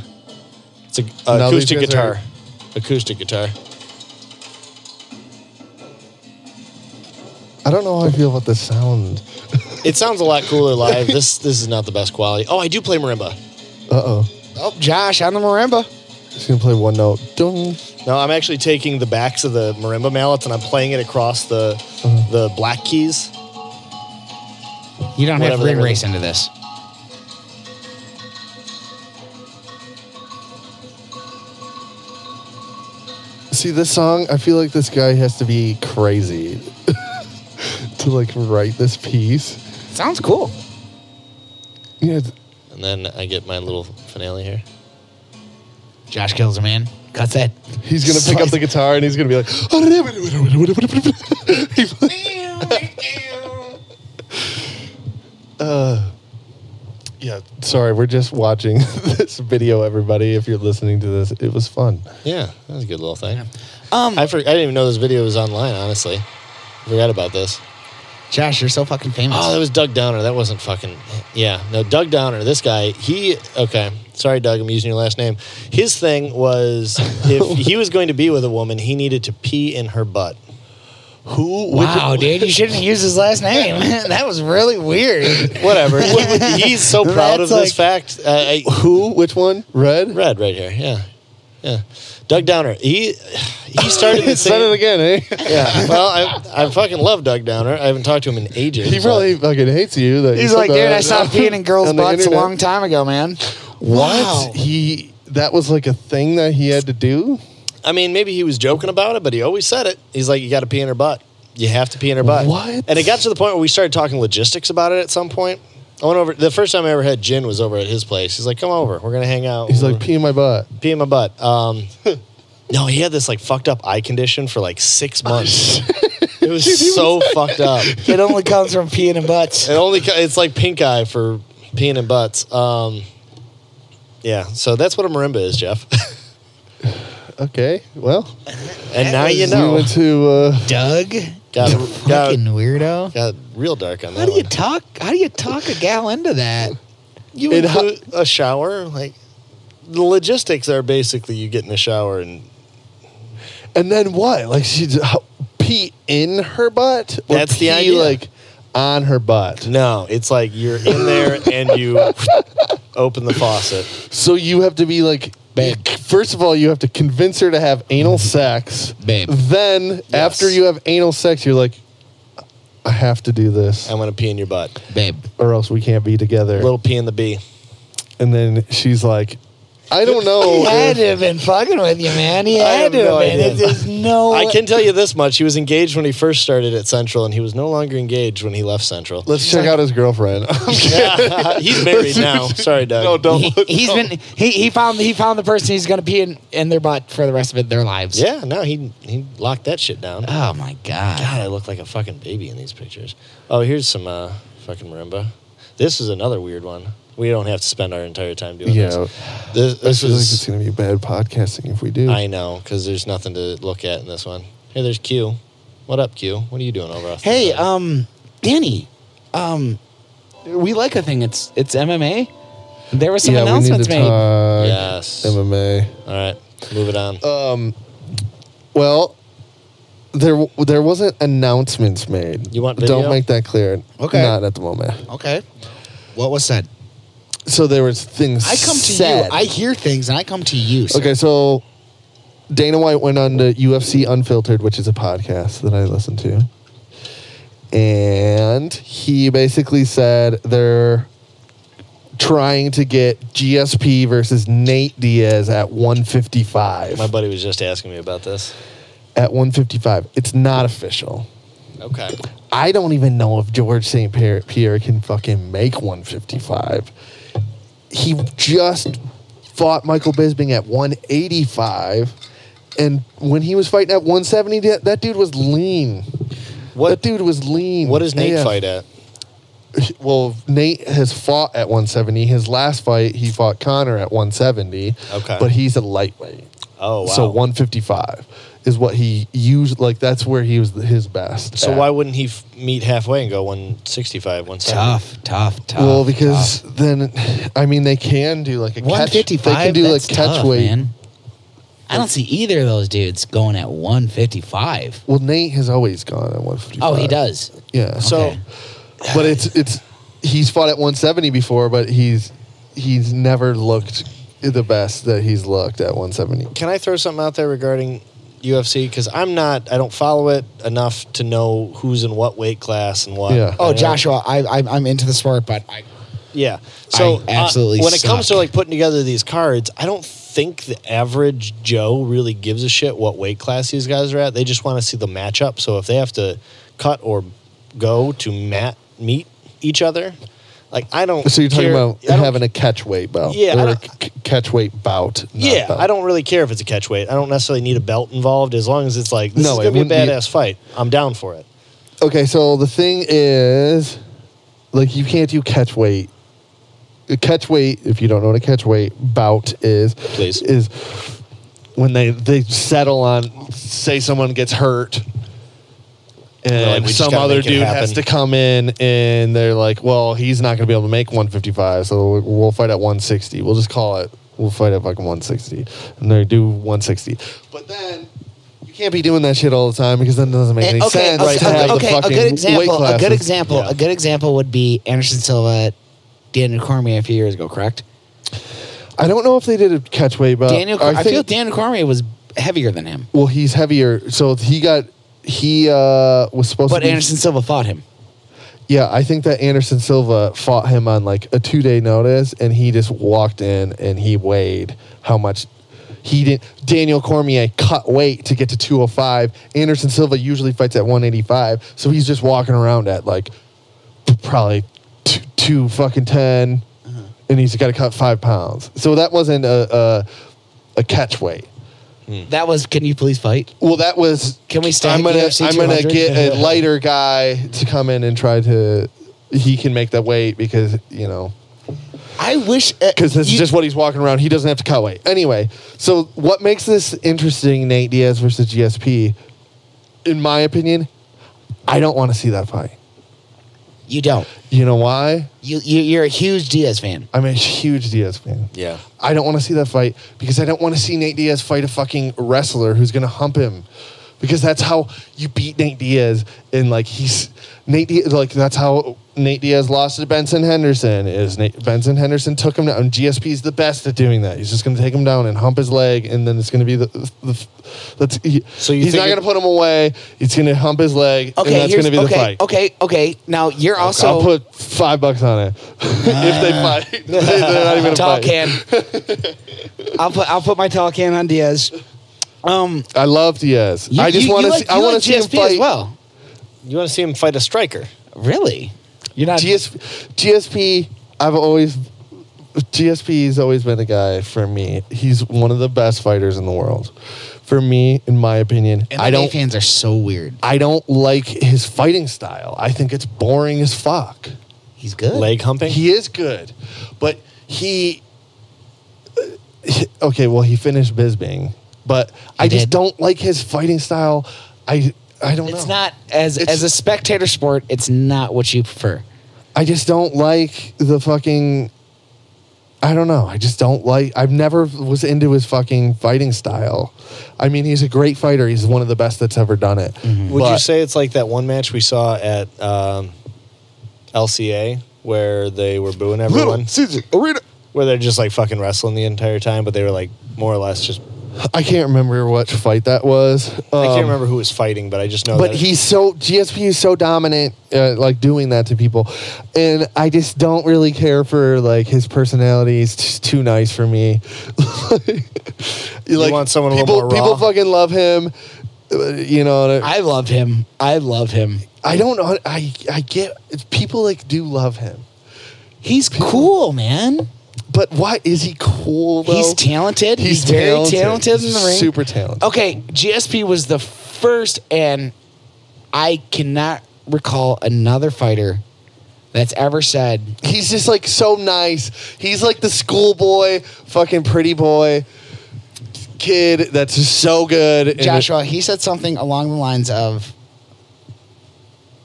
S6: it's a,
S2: No, these
S6: acoustic
S2: guys
S6: guitar.
S2: are-
S6: Acoustic guitar.
S2: I don't know how I feel about the sound.
S6: It sounds a lot cooler live. This this is not the best quality. Oh, I do play marimba.
S2: Uh oh.
S5: Oh, Josh on the marimba.
S2: She's gonna play one note. Dun.
S6: No, I'm actually taking the backs of the marimba mallets and I'm playing it across the the black keys.
S5: You don't have
S6: Whatever
S5: to
S6: that
S5: race
S6: is.
S5: into this.
S2: See this song. I feel like this guy has to be crazy to like write this piece.
S5: Sounds cool.
S2: Yeah. it's-
S6: And then I get my little finale here.
S5: Josh kills a man. Cuts that.
S2: He's gonna pick up the guitar and he's gonna be like, uh, yeah. Sorry, we're just watching this video, everybody. If you're listening to this, it was fun.
S6: Yeah, that was a good little thing.
S5: Um,
S6: I for, I didn't even know this video was online, honestly. Forgot about this.
S5: Josh, you're so fucking famous.
S6: Oh, that was Doug Downer. That wasn't fucking. Yeah, no, Doug Downer. This guy, he okay. Sorry, Doug. I'm using your last name. His thing was if he was going to be with a woman, he needed to pee in her butt.
S2: Who? would-
S5: wow, dude, you shouldn't use his last name. that was really weird.
S6: Whatever. He's so proud of
S5: That's
S6: this fact. Uh, I,
S2: Who? Which one? Red.
S6: Red right here. Yeah. Yeah. Doug Downer. He he started the
S2: Said it
S6: thing.
S2: again, eh?
S6: Yeah. Well, I, I fucking love Doug Downer. I haven't talked to him in ages.
S2: He probably fucking hates you. That you
S5: He's
S2: said
S5: like, dude,
S2: that
S5: I stopped peeing in girls'
S2: on the
S5: butts a
S2: internet."
S5: long time ago, man.
S2: What?
S5: Wow.
S2: He that was like a thing that he had to do?
S6: but- I mean, maybe he was joking about it, but he always said it. He's like, you got to pee in her butt. You have to pee in her butt.
S2: What?
S6: And it got to the point where we started talking logistics about it at some point. I went over the first time I ever had gin was over at his place. He's like, "Come over, we're gonna hang out."
S2: He's like
S6: We're-
S2: pee in my butt.
S6: pee in my butt. Um, no, he had this like fucked up eye condition for like six months. It was so fucked up.
S5: It only comes from peeing in butts.
S6: It only ca- it's like pink eye for peeing in butts. Um, yeah, so that's what a marimba is, Jeff.
S2: Okay, well,
S6: and now you
S2: we
S6: know.
S2: went to uh,
S5: Doug,
S6: Got,
S5: you
S6: got,
S5: fucking weirdo.
S6: got real dark on that.
S5: How do you
S6: one.
S5: talk? How do you talk a gal into that?
S6: you
S2: It ho-
S6: include a shower? Like the logistics are basically you get in a shower and
S2: and then what? Like she j- how- pee in her butt. Or
S6: That's the
S2: pee,
S6: idea.
S2: Like on her butt.
S6: no, it's like you're in there and you open the faucet.
S2: So you have to be like,
S5: Babe.
S2: first of all, you have to convince her to have anal sex.
S5: Babe.
S2: Then after you have anal sex, you're like, I have to do this,
S6: I'm gonna pee in your butt.
S5: Babe,
S2: or else we can't be together.
S6: Little pee in the bee.
S2: And then she's like, I don't know.
S5: he had
S2: if-
S5: to have been fucking with you, man. He had
S6: have
S5: to have
S6: no
S5: been.
S6: idea.
S5: It's just no.
S6: I can tell you this much: he was engaged when he first started at Central, and he was no longer engaged when he left Central.
S2: Let's check out his girlfriend.
S6: He's married now. Sorry, Doug.
S2: no, don't.
S5: He, has been. He, he found he found the person he's going to pee in, in their butt for the rest of it, their lives.
S6: Yeah, no, he he locked that shit down. Uh, God,
S5: Oh my god.
S6: I look like a fucking baby in these pictures. Oh, here's some uh, fucking marimba. This is another weird one. We don't have to spend our entire time doing
S2: Yeah.
S6: this. This,
S2: I
S6: this
S2: feel like it's
S6: is
S2: gonna be bad podcasting if we do.
S6: I know because there's nothing to look at in this one. Hey, there's Q. What up, Q? What are you doing over? off the
S5: Hey,
S6: side?
S5: um, Danny, um, we like a thing. It's it's MMA. There was some
S2: yeah, we need
S5: announcements
S2: to
S5: made.
S2: talk
S6: yes. All
S2: MMA.
S6: right, move it on.
S2: Well, there there wasn't announcements made.
S6: You want
S2: Don't
S6: video?
S2: make that clear.
S5: Okay.
S2: Not at the moment.
S5: Okay. What was said?
S2: So there was things.
S5: I come to
S2: said.
S5: you. I hear things and I come to you. sir.
S2: okay, so Dana White went on to UFC Unfiltered, which is a podcast that I listen to, and he basically said they're trying to get GSP versus Nate Diaz at 155.
S6: My buddy was just asking me about this.
S2: at 155, it's not official.
S6: Okay.
S2: I don't even know if George St. Pierre, Pierre can fucking make 155. He just fought Michael Bisping at 185. And when he was fighting at 170, that, that dude was lean.
S6: What-
S2: that dude was lean.
S6: What does Nate
S2: AF.
S6: fight at?
S2: Well, Nate has fought at 170. His last fight, he fought Connor at 170.
S6: Okay.
S2: But he's a lightweight.
S6: Oh, wow.
S2: So 155 is what he used. Like, that's where he was his best.
S6: So
S2: at.
S6: why wouldn't he f- meet halfway and go 165, 170?
S5: Tough, tough,
S6: Oh,
S5: tough.
S2: Well, because then, I mean, they can do like a catch. They
S5: 155.
S2: can do like
S5: that's
S2: catch
S5: tough,
S2: weight.
S5: man. I don't see either of those dudes going at 155.
S2: Well, Nate has always gone at 155.
S5: Oh, he does.
S2: Yeah. So,
S6: So
S5: Okay.
S2: but it's it's he's fought at 170 before, but he's he's never looked the best that he's looked at 170.
S6: can I throw something out there regarding UFC? Because I'm not, I don't follow it enough to know who's in what weight class and what.
S2: Yeah.
S5: Oh,
S6: I-
S5: Joshua, I, I I'm into the sport, but I
S6: Yeah. So
S5: I absolutely
S6: uh, when it comes
S5: suck.
S6: to like putting together these cards, I don't think the average Joe really gives a shit what weight class these guys are at. They just want to see the matchup. So if they have to cut or go to mat meet each other, like I don't.
S2: So you're talking
S6: care-
S2: about
S6: I don't
S2: having a catch weight belt.
S6: Yeah, I
S2: Or a
S6: don't-
S2: c- catch weight bout. not
S6: Yeah,
S2: belt.
S6: I don't really care if it's a catch weight. I don't necessarily need a belt involved as long as it's like this
S2: No,
S6: is
S2: it
S6: gonna be a
S2: wouldn't be-
S6: badass fight. I'm down for it.
S2: Okay, so the thing is, like, you can't do catch weight. A catch weight, if you don't know what a catch weight bout is,
S6: Please.
S2: is when they they settle on, say, someone gets hurt,
S6: They're
S2: and
S6: like, "We just
S2: some
S6: gotta
S2: other
S6: make it
S2: dude
S6: happen."
S2: has to come in, and they're like, "Well, he's not going to be able to make 155, so we'll fight at 160. We'll just call it. We'll fight at fucking 160, and they do 160. But then." You can't be doing that shit all the time because then it doesn't make any sense.
S5: a-
S2: to have the
S5: okay, a
S2: fucking
S5: good
S2: weight
S5: example. A good
S2: classes.
S5: example.
S6: Yeah.
S5: A good example would be Anderson Silva, Daniel Cormier a few years ago. Correct.
S2: I don't know if they did a catch weight, but
S5: Daniel, Cor- I, feel Daniel Cormier was heavier than him,
S2: Well, he's heavier, so he got he uh was supposed
S5: but
S2: to. be-
S5: Anderson Silva fought him.
S2: yeah, I think that Anderson Silva fought him on like a two day notice, and he just walked in and he weighed how much. He didn't. Daniel Cormier cut weight to get to 205. Anderson Silva usually fights at 185, so he's just walking around at like probably two, two fucking 10 and he's got to cut five pounds. So that wasn't a a, a catch weight.
S5: That was can you please fight?
S2: Well, that was.
S5: Can we E stay
S2: I'm gonna
S5: UFC
S2: I'm gonna
S5: 200?
S2: get a lighter guy to come in and try to. He can make that weight because you know
S5: I wish
S2: because this
S5: you-
S2: is just what he's walking around. He doesn't have to cut weight anyway. So what makes this interesting, Nate Diaz versus GSP, in my opinion, I don't want to see that fight.
S5: you don't.
S2: You know why?
S5: You, you you're a huge Diaz fan.
S2: I'm a huge Diaz fan.
S6: Yeah.
S2: I don't want to see that fight because I don't want to see Nate Diaz fight a fucking wrestler who's going to hump him. Because that's how you beat Nate Diaz, and like he's Nate Diaz, like that's how Nate Diaz lost to Benson Henderson. Is Nate, Benson Henderson took him down? And GSP's the best at doing that. He's just going to take him down and hump his leg, and then it's going to be the, the that's he,
S6: So you
S2: he's
S6: think
S2: not
S6: it-
S2: going to put him away. He's going to hump his leg,
S5: Okay,
S2: and that's going
S5: here's-
S2: to be
S5: okay,
S2: the fight.
S5: okay, okay. Now you're also
S2: I'll put five bucks on it if they fight. They're uh, not even gonna
S5: tall
S2: fight.
S5: can. I'll put I'll put my tall can on Diaz. Um,
S2: I love Diaz.
S5: you-
S2: I just
S5: you-
S2: want
S5: you
S2: to.
S5: like-
S2: see I
S5: you
S2: want
S5: like
S2: to see him
S5: GSP as
S2: fight.
S5: well.
S6: You want to see him fight a striker?
S5: Really? You're not
S2: GS, GSP. I've always GSP's always been a guy for me. He's one of the best fighters in the world. For me, in my opinion,
S5: MMA
S2: I don't.
S5: fans are so weird.
S2: I don't like his fighting style. I think it's boring as fuck.
S5: He's good.
S6: Leg humping?
S2: He is good, but he. uh, Okay, well, he finished Bisbing, but I just
S5: did.
S2: don't like his fighting style. I I don't know.
S5: it's not as
S2: It's-
S5: as a spectator sport. It's not what you prefer.
S2: I just don't like the fucking. I don't know. I just don't like. I've never was into his fucking fighting style. I mean, he's a great fighter. He's one of the best that's ever done it.
S6: Would you
S2: But-
S6: say it's like that one match we saw at um, LCA where they were booing everyone?
S2: Little Caesar Arena?
S6: Where they're just like fucking wrestling the entire time, but they were like more or less just.
S2: I can't remember what fight that was.
S6: I
S2: Um,
S6: can't remember who was fighting, but I just know.
S2: But
S6: that-
S2: he's so GSP is so dominant, uh, like doing that to people, and I just don't really care for like his personality. He's just too nice for me. you
S6: want someone a
S2: people,
S6: little more raw?
S2: People fucking love him. uh, You know, and I,
S5: I love him. I love him.
S2: I don't know. I I get it's- people like do love him,
S5: He's cool, man.
S2: but why is he cool? Though?
S5: He's talented. He's, very talented, in the ring.
S2: Super talented.
S5: Okay, GSP was the first, and I cannot recall another fighter that's ever said
S2: He's just like so nice. He's like the schoolboy, fucking pretty boy kid that's just so good. And
S5: Joshua. He said something along the lines of,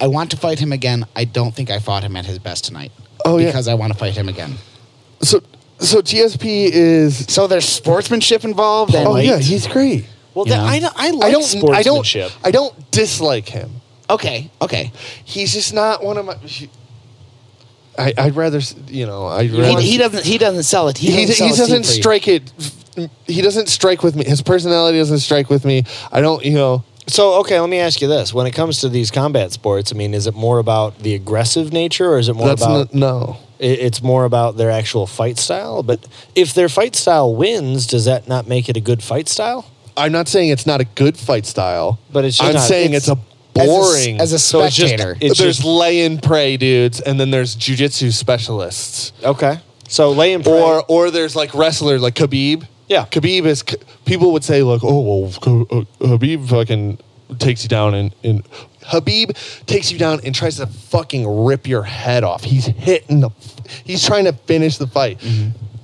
S5: "I want to fight him again. I don't think I fought him at his best tonight.
S2: Oh, yeah.
S5: because I want to fight him again."
S2: it- so so GSP is
S5: So there's sportsmanship involved, and
S2: Oh
S5: like,
S2: yeah, he's great.
S6: well,
S5: you
S6: that,
S5: know.
S6: I, don't- I like
S2: I don't I don't
S6: sportsmanship.
S2: I don't dislike him.
S5: okay, okay.
S2: He's just not one of my I, I'd rather, s- you know, I'd
S5: He,
S2: rather.
S5: he doesn't. He doesn't sell it. He
S2: he,
S5: doesn't, sell
S2: he
S5: it
S2: doesn't
S5: cheap for you.
S2: strike it. mm, He doesn't strike with me. His personality doesn't strike with me. I don't, you know.
S6: So okay, let me ask you this: When it comes to these combat sports, I mean, is it more about the aggressive nature, or is it more
S2: that's not,
S6: about
S2: no.
S6: it- it's more about their actual fight style? But if their fight style wins, does that not make it a good fight style?
S2: I'm not saying it's not a good fight style,
S6: But it's just
S2: I'm
S6: not-
S2: saying it's,
S6: it's-
S2: a boring.
S5: as a
S6: So it's just-
S5: spectator.
S6: it's
S2: there's
S6: just-
S2: lay and prey dudes, and then there's jujitsu specialists,
S6: Okay. So lay and prey.
S2: or or there's like wrestlers like Khabib.
S6: Yeah.
S2: Khabib is people would say like, oh well, K- uh, Khabib fucking takes you down and and Habib takes you down and tries to fucking rip your head off. He's hitting the, he's trying to finish the fight.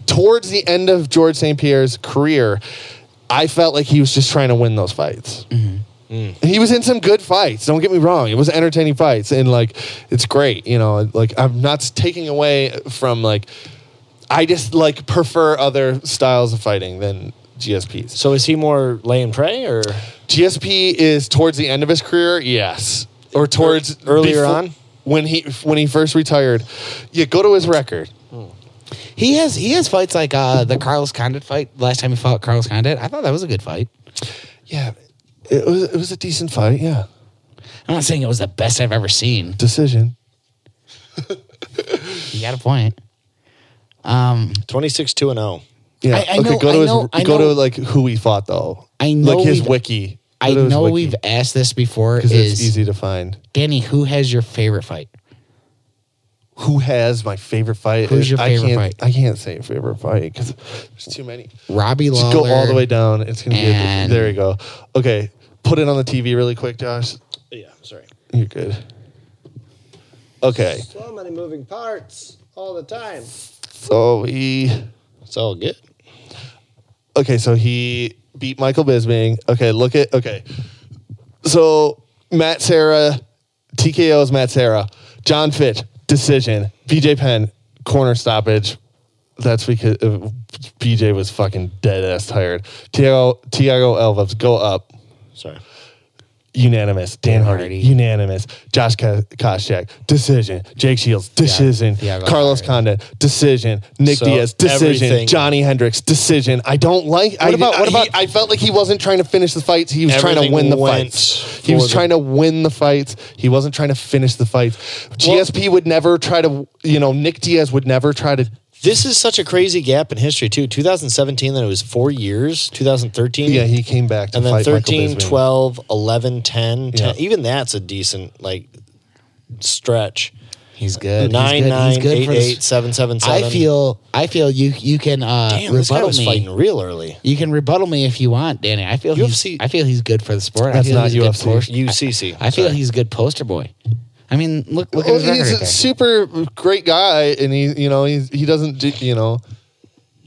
S2: Towards the end of George St. Pierre's career, I felt like he was just trying to win those fights. And he was in some good fights. Don't get me wrong; it was entertaining fights, and like it's great. You know, like I'm not s- taking away from like I just like prefer other styles of fighting than GSP's.
S6: so is he more lay and prey, or
S2: GSP is towards the end of his career, yes, or towards
S6: Ear- earlier
S2: befo-
S6: on?
S2: when he when he first retired. Yeah, go to his record.
S5: He has he has fights like uh, the Carlos Condit fight. Last time he fought Carlos Condit, I thought that was a good fight.
S2: Yeah, it was it was a decent fight. Yeah,
S5: I'm not saying it was the best I've ever seen.
S2: decision.
S5: You got a point.
S6: twenty six two and oh. zero?
S2: Yeah,
S5: I- I know-
S2: go to
S5: I
S2: his,
S5: know- I
S2: go
S5: know-
S2: to like who he fought though.
S5: I know
S2: like his
S5: we've-
S2: wiki.
S5: I
S2: Go to his
S5: know
S2: wiki,
S5: we've asked this before.
S2: 'cause it's
S5: Is
S2: easy to find.
S5: Danny who has your favorite fight?
S2: who has my favorite fight.
S5: Who's your favorite
S2: I can't,
S5: fight?
S2: I can't say favorite fight because there's too many.
S5: Robbie
S2: Just
S5: Lawler.
S2: go all the way down. It's gonna
S5: and-
S2: be. A, there you go. Okay, put it on the TV really quick, Josh.
S6: Yeah, sorry.
S2: You're good. Okay,
S6: So many moving parts all the time.
S2: so he.
S6: It's all good.
S2: Okay, so he beat Michael Bisping. Okay, look at okay. So Matt Sarah, TKO's Matt Sarah, John Fitch decision. BJ Penn corner stoppage. That's because uh, BJ was fucking dead ass tired. Tiago Tiago Alves go up
S6: Sorry.
S2: unanimous. Dan
S5: Dan
S2: Hardy,
S5: Hardy.
S2: unanimous. Josh Ka- Koscheck, decision. Jake Shields, decision.
S5: Yeah, that's
S2: Carlos
S5: right.
S2: Condon, decision. Nick
S6: So
S2: Diaz, decision.
S6: everything-
S2: Johnny Hendricks, decision. I don't like. I,
S6: What about- what
S2: I-
S6: about-
S2: he- I felt like he wasn't trying to finish the fights. He was trying to
S6: Everything
S2: win the
S6: went
S2: fights. He
S6: for
S2: was
S6: the-
S2: trying to win the fights. He wasn't trying to finish the fights. GSP would never try to. You know, Nick Diaz would never try to.
S6: This is such a crazy gap in history, too. 2017, then it was four years. 2013.
S2: Yeah, he came back to
S6: and then
S2: fight
S6: 13,
S2: Michael Bisping.
S6: 12, 11, 10, 10.
S2: Yeah.
S6: Even that's a decent, like, stretch.
S5: He's good.
S6: Nine,
S5: he's good.
S6: nine,
S5: he's good
S6: eight,
S5: for this-
S6: eight, seven, seven,
S5: I
S6: seven.
S5: feel. I feel you. You can uh,
S6: Damn, this guy
S5: rebuttal
S6: was
S5: me.
S6: fighting real early.
S5: You can rebuttal me if you want, Danny. I feel
S6: UFC
S5: he's. I feel he's good for the sport.
S2: That's
S5: I feel
S2: not
S5: he's a good
S2: UFC.
S5: poster-
S6: UCC.
S5: I feel
S6: Sorry.
S5: he's a good poster boy. I mean, look look at
S2: Well,
S5: his record.
S2: Oh, he's
S5: right
S2: a
S5: there.
S2: super great guy, and he, you know, he's, he doesn't, do, you know,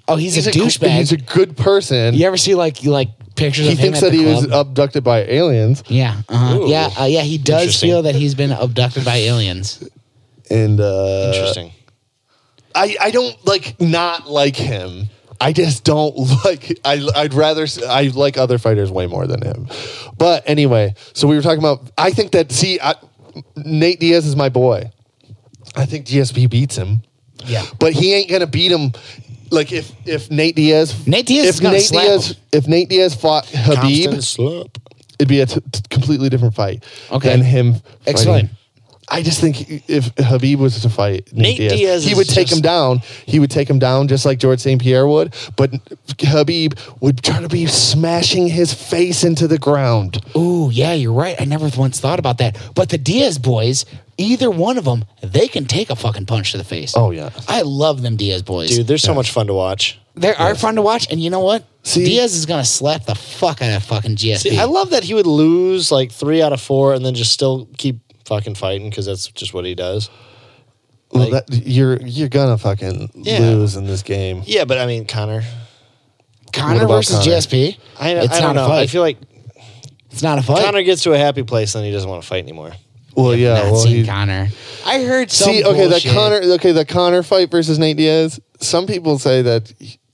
S5: oh, he's, a,
S2: cool-
S5: douchebag.
S2: He's a good person.
S5: you ever see like you like pictures
S2: he
S5: of him
S2: thinks
S5: at
S2: that he
S5: the club?
S2: was abducted by aliens,
S5: yeah, uh-huh.
S6: Ooh.
S5: yeah, uh, yeah. He does
S6: Interesting.
S5: feel that he's been abducted by aliens.
S2: and uh,
S6: Interesting.
S2: I I don't like not like him. I just don't like. I I'd rather s- I like other fighters way more than him. But anyway, so we were talking about. I think that see, I, Nate Diaz is my boy. I think GSP beats him.
S5: Yeah.
S2: but he ain't gonna beat him. Like if if Nate Diaz,
S5: Nate Diaz
S2: if
S5: is gonna slap
S2: Diaz,
S5: him.
S2: if Nate Diaz fought Habib,
S6: Compton slump.
S2: it'd be a t- t- completely different fight
S5: Okay.
S2: than him.
S5: Explain.
S2: fighting. I just think if Habib was to fight Nate,
S6: Nate
S2: Diaz,
S6: Diaz
S2: he
S6: is
S2: would take him
S6: just-
S2: down. He would take him down just like George St. Pierre would, but Habib would try to be smashing his face into the ground.
S5: Ooh, yeah, you're right. I never once thought about that. But the Diaz boys, either one of them, they can take a fucking punch to the face.
S2: Oh, yeah.
S5: I love them Diaz boys.
S6: Dude, they're so much fun to watch.
S5: they are fun to watch, and you know what?
S2: See-
S5: Diaz is gonna slap the fuck out of fucking GSP.
S6: See, I love that he would lose like three out of four and then just still keep fucking fighting because that's just what he does.
S2: Well,
S6: Like-
S2: that, you're you're gonna fucking
S6: Yeah.
S2: lose in this game.
S6: Yeah, but I mean, Connor.
S5: Connor
S2: What about
S5: versus
S2: Conor?
S5: GSP.
S6: I,
S5: it's not
S6: I don't know.
S5: a fight.
S6: I feel like
S5: it's not a fight.
S6: Connor gets to a happy place and then he doesn't want to fight anymore.
S2: Well, yeah.
S5: not
S2: well,
S5: seen
S2: he,
S5: Connor. I heard some
S2: see, okay, the
S5: bullshit.
S2: Connor, okay, the Connor fight versus Nate Diaz. Some people say that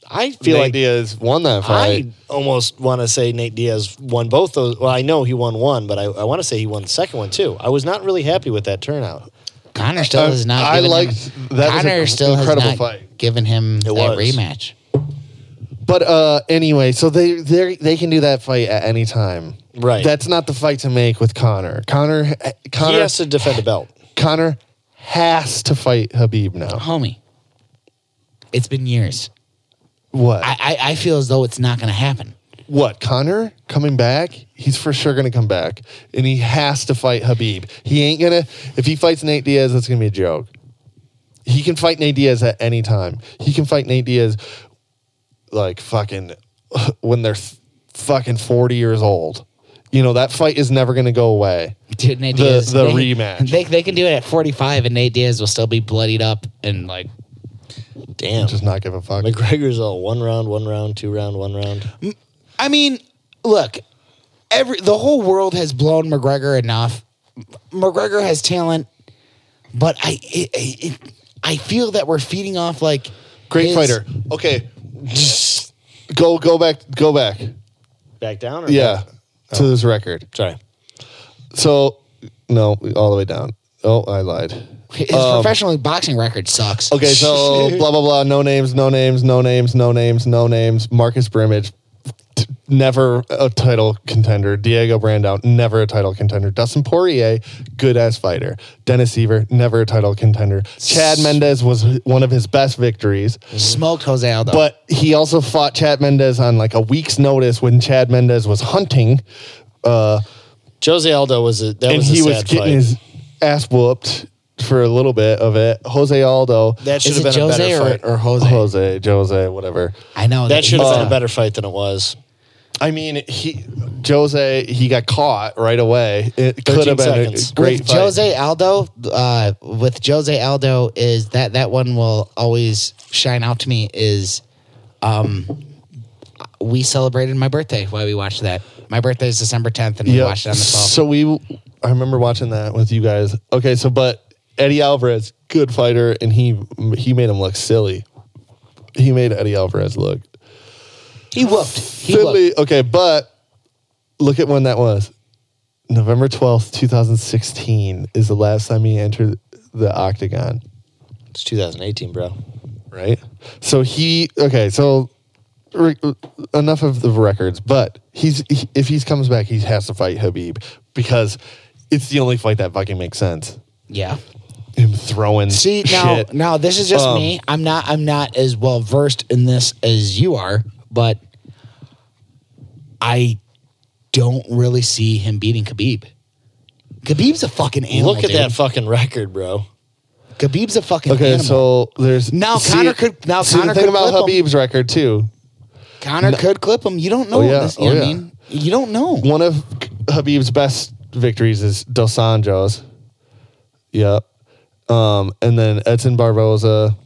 S6: I feel
S2: Nate
S6: like
S2: Diaz won that fight.
S6: I almost want to say Nate Diaz won both those. Well, I know he won one, but I, I want to say he won the second one too. I was not really happy with that turnout.
S5: Connor still
S2: I-
S5: has not.
S2: I
S5: given
S2: liked-
S5: him,
S2: that was
S5: Connor
S2: an
S5: still
S2: incredible
S5: has not
S2: fight.
S5: given him that
S6: was.
S5: rematch.
S2: But uh, anyway, so they they they can do that fight at any time.
S6: Right.
S2: That's not the fight to make with Connor. Connor eh,
S6: He
S2: Connor
S6: has to defend the belt.
S2: Connor has to fight Habib now.
S5: Homie, it's been years.
S2: What?
S5: I, I, I feel as though it's not going to happen.
S2: what? Connor coming back? He's for sure going to come back, and he has to fight Habib. He ain't gonna. If he fights Nate Diaz, that's gonna be a joke. He can fight Nate Diaz at any time. He can fight Nate Diaz, like fucking when they're fucking forty years old. You know that fight is never gonna go away.
S5: Dude, Nate
S2: The-
S5: Diaz,
S2: the
S5: they-
S2: rematch.
S5: They, they can do it at 45, and Nate Diaz will still be bloodied up and like.
S6: Damn.
S2: Just not give a fuck.
S6: McGregor's all one round, one round, two round, one round.
S2: Mm.
S5: I mean, look, every the whole world has blown McGregor enough. McGregor has talent, but I it, it, it- I feel that we're feeding off like
S2: Great
S5: his-
S2: fighter. Okay. go go back go back.
S6: Back down? Or
S2: Yeah. To this record.
S6: Sorry.
S2: So no, all the way down. Oh, I lied.
S5: His
S6: Um,
S5: professional boxing record sucks.
S2: Okay, so blah blah blah. No names, no names, no names, no names, no names. Marcus Brimage, t- never a title contender. Diego Brandao, never a title contender. Dustin Poirier, good ass fighter. Dennis Seaver, never a title contender. Chad Mendez was one of his best victories.
S5: smoked Jose Aldo.
S2: But he also fought Chad Mendez on like a week's notice when Chad Mendez was hunting, uh,
S6: Jose Aldo was a that
S2: and
S6: was a
S2: he
S6: sad
S2: was getting
S6: fight.
S2: his ass whooped for a little bit of it. Jose Aldo.
S6: That should
S5: Is
S6: have
S5: it
S6: been a
S5: Jose
S6: better
S5: or-
S6: fight.
S5: or Jose?
S2: Jose, Jose, whatever.
S5: I know
S6: Oh,
S5: Uh,
S6: that should have
S5: he's-
S6: been a better fight than it was.
S2: I mean, he Jose he got caught right away. It could
S6: 13
S2: have been
S6: seconds.
S2: a great
S5: with
S2: fight.
S5: Jose Aldo. Uh, with Jose Aldo is that that one will always shine out to me. Is um, we celebrated my birthday while we watched that. My birthday is December tenth, and we
S2: Yeah.
S5: watched it on the twelfth.
S2: So we, I remember watching that with you guys. Okay, so but Eddie Alvarez, good fighter, and he he made him look silly. He made Eddie Alvarez look
S5: he whooped. He
S2: silly.
S5: whooped.
S2: Okay, but look at when that was. November twelfth, two thousand sixteen, is the last time he entered the octagon.
S6: It's 2018, bro.
S2: right? So he okay. So re- enough of the records, but he's he, if he comes back, he has to fight Habib because it's the only fight that fucking makes sense.
S5: Yeah.
S2: Him throwing
S5: See now,
S2: shit. Um,
S5: now this is just me. I'm not. I'm not as well versed in this as you are, but I don't really see him beating Khabib. Khabib's a fucking animal.
S6: Look at
S5: dude.
S6: that fucking record, bro.
S5: Khabib's a fucking
S2: Okay,
S5: animal.
S2: so there's
S5: Now
S2: see,
S5: Conor could- now
S2: see
S5: Conor
S2: the thing
S5: could
S2: about
S5: flip him.
S2: Habib's record too.
S5: Connor could clip him. You don't know.
S2: Oh, yeah.
S5: This,
S2: Oh,
S5: you know
S2: yeah.
S5: what I mean, you don't know.
S2: One of Habib's best victories is Dos Anjos. Yep. Um, and then Edson Barboza.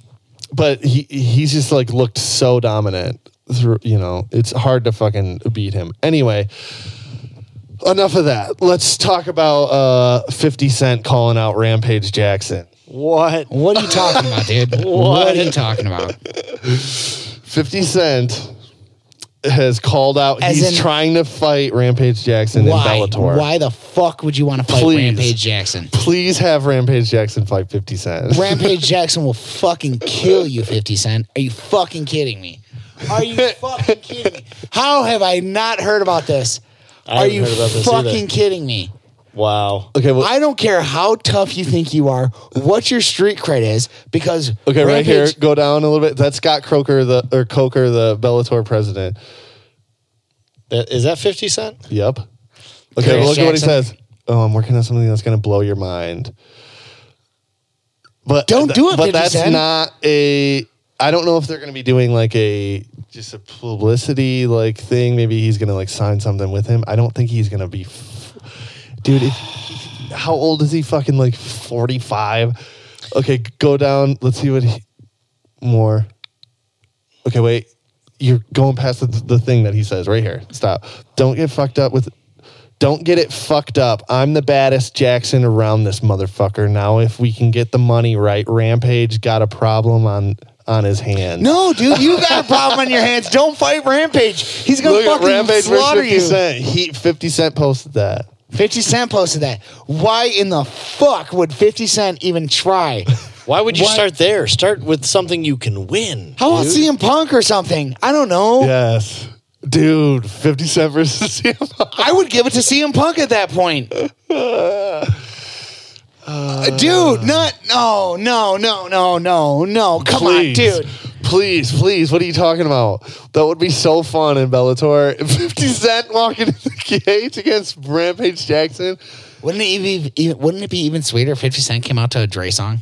S2: But he he's just like looked so dominant through you know, it's hard to fucking beat him. Anyway, enough of that. Let's talk about uh 50 Cent calling out Rampage Jackson.
S6: What?
S5: What are you talking about, dude? what? are you talking about?
S2: 50 Cent has called out
S5: As
S2: he's
S5: in-
S2: trying to fight Rampage Jackson
S5: Why?
S2: in Bellator.
S5: Why the fuck would you want to fight
S2: Please.
S5: Rampage Jackson?
S2: Please have Rampage Jackson fight 50 Cent.
S5: Rampage Jackson will fucking kill you, 50 Cent. Are you fucking kidding me? Are you fucking kidding me? How have I not heard about this? Are
S6: haven't
S5: you
S6: heard about this either.
S5: fucking kidding me?
S6: Wow.
S2: Okay, well,
S5: I don't care how tough you think you are, what your street cred is, because
S2: okay, right here,
S5: Rampage-
S2: go down a little bit. That's Scott Croker, the or Coker, the Bellator president.
S6: That, is that 50 Cent?
S2: Yep. Okay,
S5: Curtis
S2: look at what he
S5: Jackson.
S2: says. Oh, I'm working on something that's going to blow your mind. But
S5: Don't do it,
S2: But
S5: 50
S2: that's
S5: Cent.
S2: not a. I don't know if they're going to be doing like a just a publicity like thing. Maybe he's going to like sign something with him. I don't think he's going to be. f- Dude, if, how old is he? Fucking like 45. Okay, go down. Let's see what he, more. Okay, wait. You're going past the, the thing that he says right here. Stop. Don't get fucked up with. Don't get it fucked up. I'm the baddest Jackson around this motherfucker. Now, if we can get the money right, Rampage got a problem on on his hands.
S5: No, dude, you got a problem on your hands. Don't fight Rampage. He's gonna
S2: look at
S5: fucking
S2: Rampage versus
S5: slaughter
S2: 50
S5: you.
S2: Cent. He 50 Cent posted that.
S5: 50 Cent posted that. Why in the fuck would 50 Cent even try?
S6: Why would you
S5: What?
S6: start there? Start with something you can win.
S5: How about CM Punk or something? I don't know.
S2: Yes, dude. 50 Cent versus CM Punk.
S5: I would give it to CM Punk at that point. Uh, dude, not no, no, no, no, no, no. Come
S2: please,
S5: on, dude.
S2: Please, please, what are you talking about? That would be so fun in Bellator. 50 Cent walking in the cage against Rampage Jackson.
S5: Wouldn't it even, even wouldn't it be even sweeter if 50 Cent came out to a Dre song?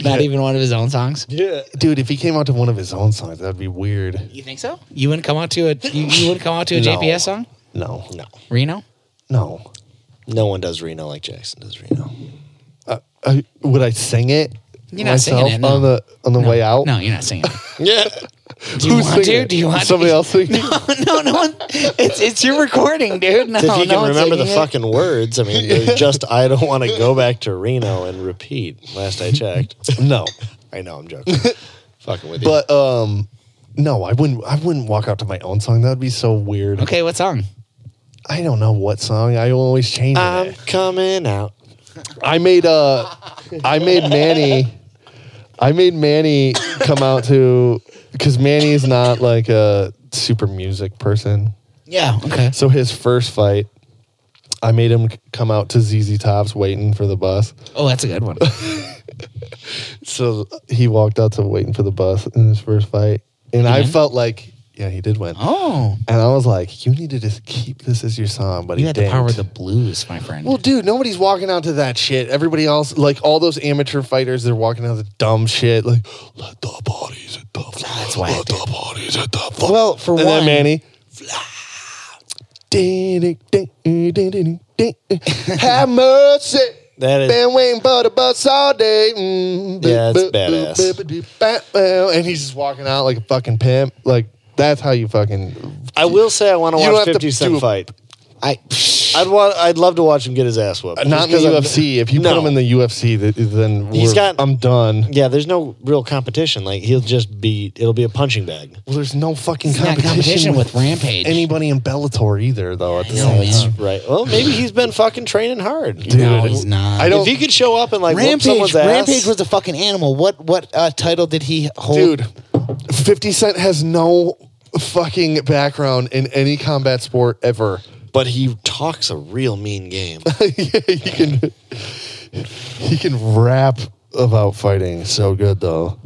S5: Not even one of his own songs.
S2: Yeah. Dude, if he came out to one of his own songs, that'd be weird.
S5: You think so? You wouldn't come out to a you, you wouldn't come out to a
S2: No.
S5: JPS song?
S2: No, no,
S5: Reno?
S2: no.
S6: No one does Reno like Jackson does Reno.
S2: I, would I sing it
S5: You're not singing it, no.
S2: on the on the way out?
S5: No, you're not singing.
S6: Yeah.
S5: Do you
S2: Who's
S5: want
S2: singing
S5: to?
S2: it?
S5: Do you want
S2: somebody
S5: to?
S2: else singing?
S5: no, no one. It's it's your recording, dude. No,
S6: if you
S5: no
S6: can
S5: one's
S6: remember the
S5: taking it.
S6: fucking words, I mean, they're just I don't want to go back to Reno and repeat. Last I checked.
S2: No.
S6: I know I'm joking. fucking with you.
S2: But um no, I wouldn't I wouldn't walk out to my own song. That would be so weird.
S5: Okay, what song?
S2: I don't know what song. I always change it.
S5: Um,
S6: I'm coming out.
S2: I made uh I made Manny I made Manny come out to because Manny's not like a super music person.
S5: Yeah. Okay.
S2: So his first fight, I made him c- come out to ZZ Top's waiting for the bus.
S5: Oh, that's a good one.
S2: So he walked out to waiting for the bus in his first fight. And I felt like Yeah, he did win.
S5: Oh,
S2: And I was like, you need to just keep this as your song, but
S5: you
S2: he
S5: had the power of
S2: didn't.
S5: the blues, my friend.
S2: Well, dude, nobody's walking out to that shit. Everybody else, like all those amateur fighters, they're walking out to dumb shit. Like, let the bodies at the floor.
S5: That's why I
S2: Let
S5: did.
S2: the bodies at the floor.
S5: Well, for
S2: and then
S5: one-
S2: Manny. Have mercy.
S6: That is-
S2: Been waiting for the bus all day. Mm,
S6: Yeah,
S2: boop,
S6: that's
S2: boop, boop, boop, boop, boop. And he's just walking out like a fucking pimp. Like, that's how you fucking.
S6: I will say I want to
S2: You don't
S6: watch
S2: have to
S6: 50 Cent
S2: do a-
S6: fight.
S5: I
S6: I'd want. I'd love to watch him get his ass whooped.
S2: Uh, Not
S6: Just
S2: in the
S6: 'cause I'm-
S2: UFC. If you
S6: No.
S2: put him in the UFC, th- then
S6: He's
S2: we're-
S6: got-
S2: I'm done.
S6: yeah, there's no real competition. Like he'll just be. It'll be a punching bag.
S2: Well, there's no fucking
S5: it's not
S2: competition,
S5: competition
S2: with,
S5: with Rampage.
S2: anybody in Bellator either, though. At the
S5: I know,
S2: same
S5: man.
S2: time,
S6: Right. Well, maybe he's been fucking training hard.
S5: no, he's not.
S2: I don't-
S6: If he could show up and like whoop
S5: Rampage.
S6: someone's ass,
S5: Rampage was a fucking animal. What what uh, title did he hold?
S2: dude, Fifty Cent has no fucking background in any combat sport ever.
S6: but he talks a real mean game.
S2: he can he can rap about fighting so good though,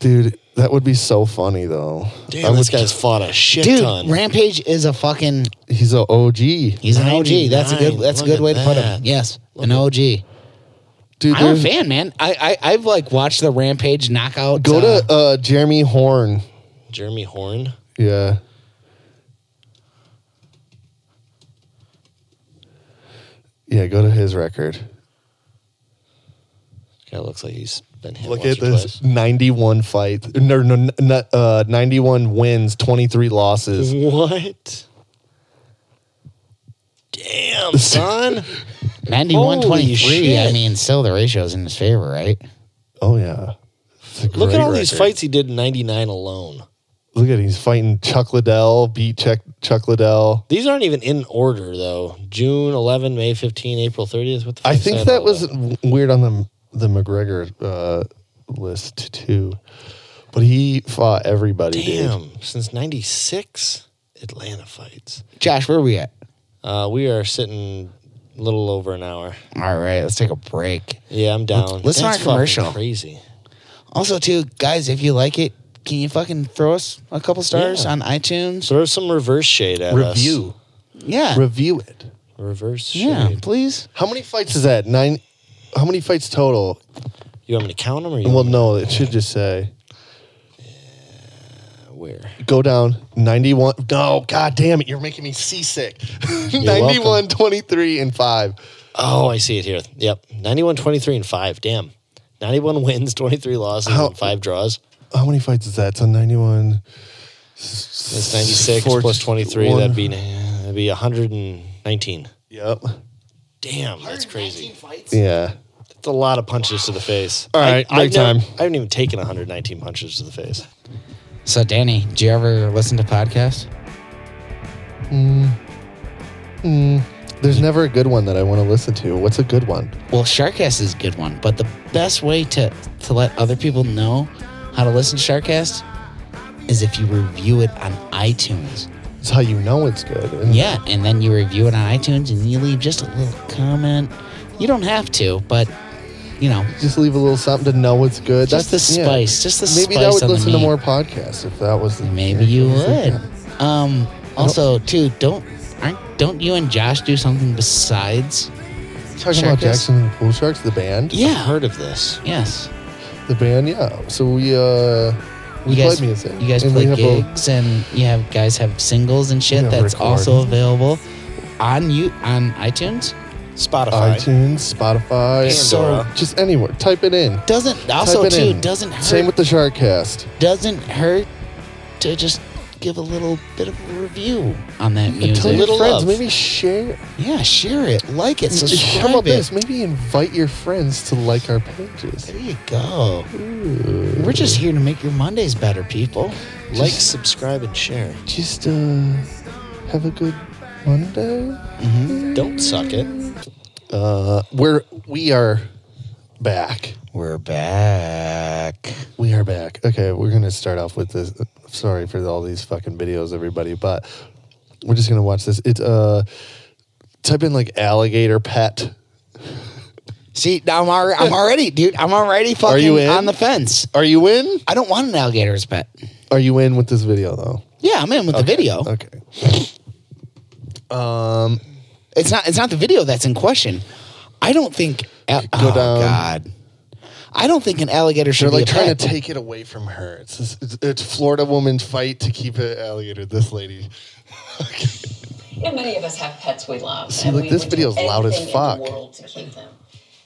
S2: dude. That would be so funny though.
S6: Damn,
S2: I
S6: this
S2: would-
S6: guy's fought a shit
S5: Dude,
S6: ton.
S5: Rampage is a fucking.
S2: He's a OG.
S5: He's an OG. That's a good.
S6: 99.
S5: That's a
S6: Look
S5: good
S6: at
S5: way to put him.
S6: that.
S5: Yes, an OG.
S2: Dude,
S5: I'm a
S2: there's-
S5: fan, man. I, I I've like watched the Rampage knockout.
S2: Go
S5: uh,
S2: to uh, Jeremy Horn.
S6: Jeremy Horn.
S2: Yeah. Yeah, go to his record.
S6: Guy looks like he's been hit.
S2: Look
S6: once
S2: at
S6: or
S2: this:
S6: twice.
S2: ninety-one fights, no, no, no, uh, ninety-one wins, twenty-three
S6: Mm-hmm.
S2: losses.
S6: What? Damn, son.
S5: 91
S6: Holy
S5: 23. I
S6: shit.
S5: mean, still the ratio's in his favor, right?
S2: Oh yeah, It's a
S6: Look
S2: great
S6: at all these
S2: record.
S6: fights he did in '99 alone.
S2: Look at he's fighting Chuck Liddell, beat Chuck Chuck Liddell.
S6: These aren't even in order though. June 11, May 15, April 30th. What the?
S2: I
S6: fuck's
S2: think that
S6: all
S2: was
S6: about?
S2: w- weird on the the McGregor uh, list too, but he fought everybody. Dude.
S6: damn since '96 Atlanta fights.
S5: Josh, where are we at?
S6: Uh, we are sitting a little over an hour.
S5: All right, let's take a break.
S6: Yeah, I'm down.
S5: Let's not
S6: That's fucking
S5: commercial.
S6: Crazy.
S5: Also, too, guys, if you like it, can you fucking throw us a couple stars
S6: Yeah.
S5: on iTunes?
S6: Throw some reverse shade at us.
S2: Review,
S5: Yeah.
S2: review it.
S6: Reverse shade.
S5: yeah, please.
S2: How many fights is that? Nine. How many fights total?
S6: You want me to count them or you
S2: Well,
S6: want me
S2: no, it should just say
S6: to where?
S2: go down 91. No, god damn it, you're making me seasick. 91,
S6: welcome.
S2: 23, and 5.
S6: Oh, I see it here. Yep. 91, 23, and 5. Damn. 91 wins, 23 losses,
S2: How-
S6: and 5 draws.
S2: How many fights is that? So 91.
S6: That's 96
S2: Four-
S6: plus 23.
S2: one-
S6: That'd be that'd be 119.
S2: Yep.
S6: Damn, that's crazy.
S2: Yeah.
S6: That's a lot of punches to the face.
S2: All right,
S6: I, I've
S2: break
S6: never-
S2: time.
S6: I haven't even taken 119 punches to the face.
S5: So, Danny, do you ever listen to podcasts?
S2: There's never a good one that I want to listen to. What's a good one?
S5: Well, Sharkcast is a good one, but the best way to, to let other people know how to listen to Sharkcast is if you review it on iTunes.
S2: It's how you know it's good. And
S5: Yeah, and then you review it on iTunes and you leave just a little comment. You don't have to, but you know,
S2: Just leave a little something to know it's good.
S5: Just
S2: That's
S5: the
S2: yeah.
S5: spice, just the
S2: Maybe
S5: spice
S2: I would
S5: on the
S2: listen to
S5: meat.
S2: more podcasts if that was the
S5: maybe you would. Um, also, too, don't aren't don't you and Josh do something besides?
S2: Talking about
S5: Sharkus?
S2: Jackson and the Pool Sharks, the band.
S5: Yeah,
S6: Heard of this.
S5: yes.
S2: The band, yeah. So we uh we play
S5: You guys,
S2: music.
S5: you guys
S2: and we
S5: play
S2: have a-
S5: gigs, and you have guys have singles and shit
S2: Yeah,
S5: that's
S2: record.
S5: also available on you on iTunes.
S6: Spotify.
S2: iTunes, Spotify,
S5: So-
S2: just anywhere. Type it in.
S5: Doesn't also
S2: Type it
S5: too
S2: in.
S5: doesn't hurt,
S2: Same with the Sharkcast.
S5: doesn't hurt to just give a little bit of a review on that
S2: And
S5: music.
S2: Tell your
S6: Little
S2: friends.
S6: love.
S2: Maybe share.
S5: Yeah, share it, like it, subscribe
S2: How about
S5: it.
S2: this? Maybe invite your friends to like our pages.
S5: There you go. We're just here to make your Mondays better, people.
S6: Like, subscribe, and share.
S2: Just uh, have a good Monday.
S6: Don't suck it.
S2: Uh, we're we are back.
S5: We're back.
S2: We are back. Okay, we're gonna start off with this. Sorry for all these fucking videos, everybody, but we're just gonna watch this. It's uh, type in like alligator pet.
S5: See, now I'm already, I'm already, dude. I'm already fucking
S2: you in?
S5: on the fence.
S2: Are you in?
S5: I don't want an alligator's pet.
S2: Are you in with this video though?
S5: Yeah, I'm in with the video.
S2: Okay.
S5: It's not. It's not the video that's in question. I don't think. Al-
S2: down.
S5: oh God. I don't think an alligator should
S2: They're like
S5: be a
S2: trying to
S5: pet.
S2: take it away from her. It's this, it's, it's Florida woman fight to keep an alligator. This lady.
S9: Yeah, many of us have pets we love.
S2: See,
S9: and
S2: look,
S9: we
S2: this
S9: would
S2: video's
S9: do
S2: loud as
S9: anything in
S2: fuck.
S9: The world to keep them.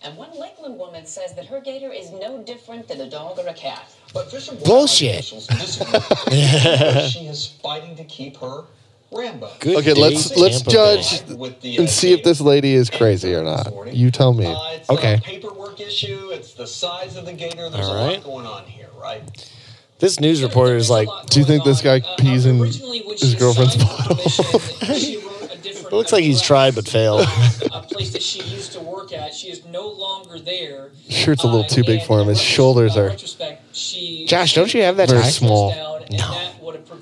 S9: And one Lakeland woman says that her gator is no different than a dog or a cat.
S1: But Fish and Wildlife
S5: Bullshit.
S1: officials disagree because she is fighting to keep her Rambo.
S6: Good
S2: Okay,
S6: day,
S2: let's let's
S6: Tampa
S2: judge
S6: Bay.
S1: With the, uh,
S2: and see if this lady is crazy or
S1: this morning.
S2: not. You tell me.
S1: Uh, it's
S5: Okay.
S1: a paperwork issue. It's the size of the gator. There's
S6: All
S1: a
S6: right.
S1: lot going on here, right?
S6: This news reporter is like,
S2: Do you think this guy
S9: Uh,
S2: pees in his girlfriend's bottle?
S6: it looks like he's tried but failed.
S10: a place that she used to work at. She is no longer there.
S2: Shirt's a little
S10: Uh,
S2: too big
S10: and
S2: for him.
S10: in
S2: His
S10: retros-
S2: shoulders
S10: uh,
S2: are-
S10: retrospect, she
S5: Josh, don't you have that
S2: Very
S5: tie?
S2: small.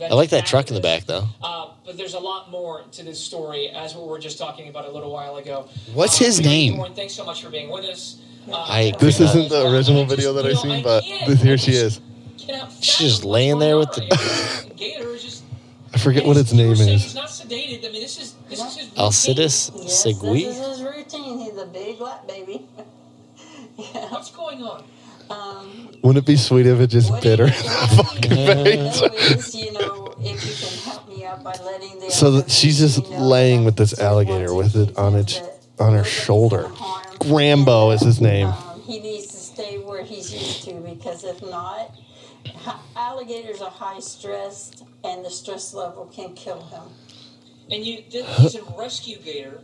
S6: I like that truck in the back though.
S10: Uh, but there's a lot more to this story, as we were just talking about a little while ago.
S5: What's
S10: Uh,
S5: his
S10: Peter
S5: name?
S10: Thorne, thanks so much for being with us. Uh,
S6: I-
S2: This
S6: Yeah.
S2: isn't the original video that I
S10: just- you know,
S2: seen, but
S10: can't-
S2: here she
S10: I
S2: is.
S10: just cannot
S6: She's
S10: fathom
S6: just
S10: what's
S6: laying there
S10: going
S6: with
S10: on
S6: the-
S10: right now. gator is just.
S2: I forget
S10: and
S2: what
S10: he's-
S2: its name
S10: you were saying
S2: is.
S10: He's not sedated. I mean, this is this is his. routine.
S6: Alcides
S9: Yes, this
S6: Segui.
S9: is his routine. He's a big lap baby.
S10: What's going on?
S2: Wouldn't it be sweet if it just
S9: What
S2: bit her?
S9: he does
S2: face.
S9: is, you know, if you can help me out by letting the
S2: So that
S9: other
S2: she's just
S9: you know,
S2: laying with this
S9: so once
S2: alligator with
S9: he
S2: it on
S9: sees
S2: its
S9: that
S2: on her
S9: nobody's gonna
S2: shoulder.
S9: harm
S2: Rambo is his name.
S9: Um, he needs to stay where he's used to because if not, h- alligators are high stressed and the stress level can kill him.
S10: And you, this is a rescue gator.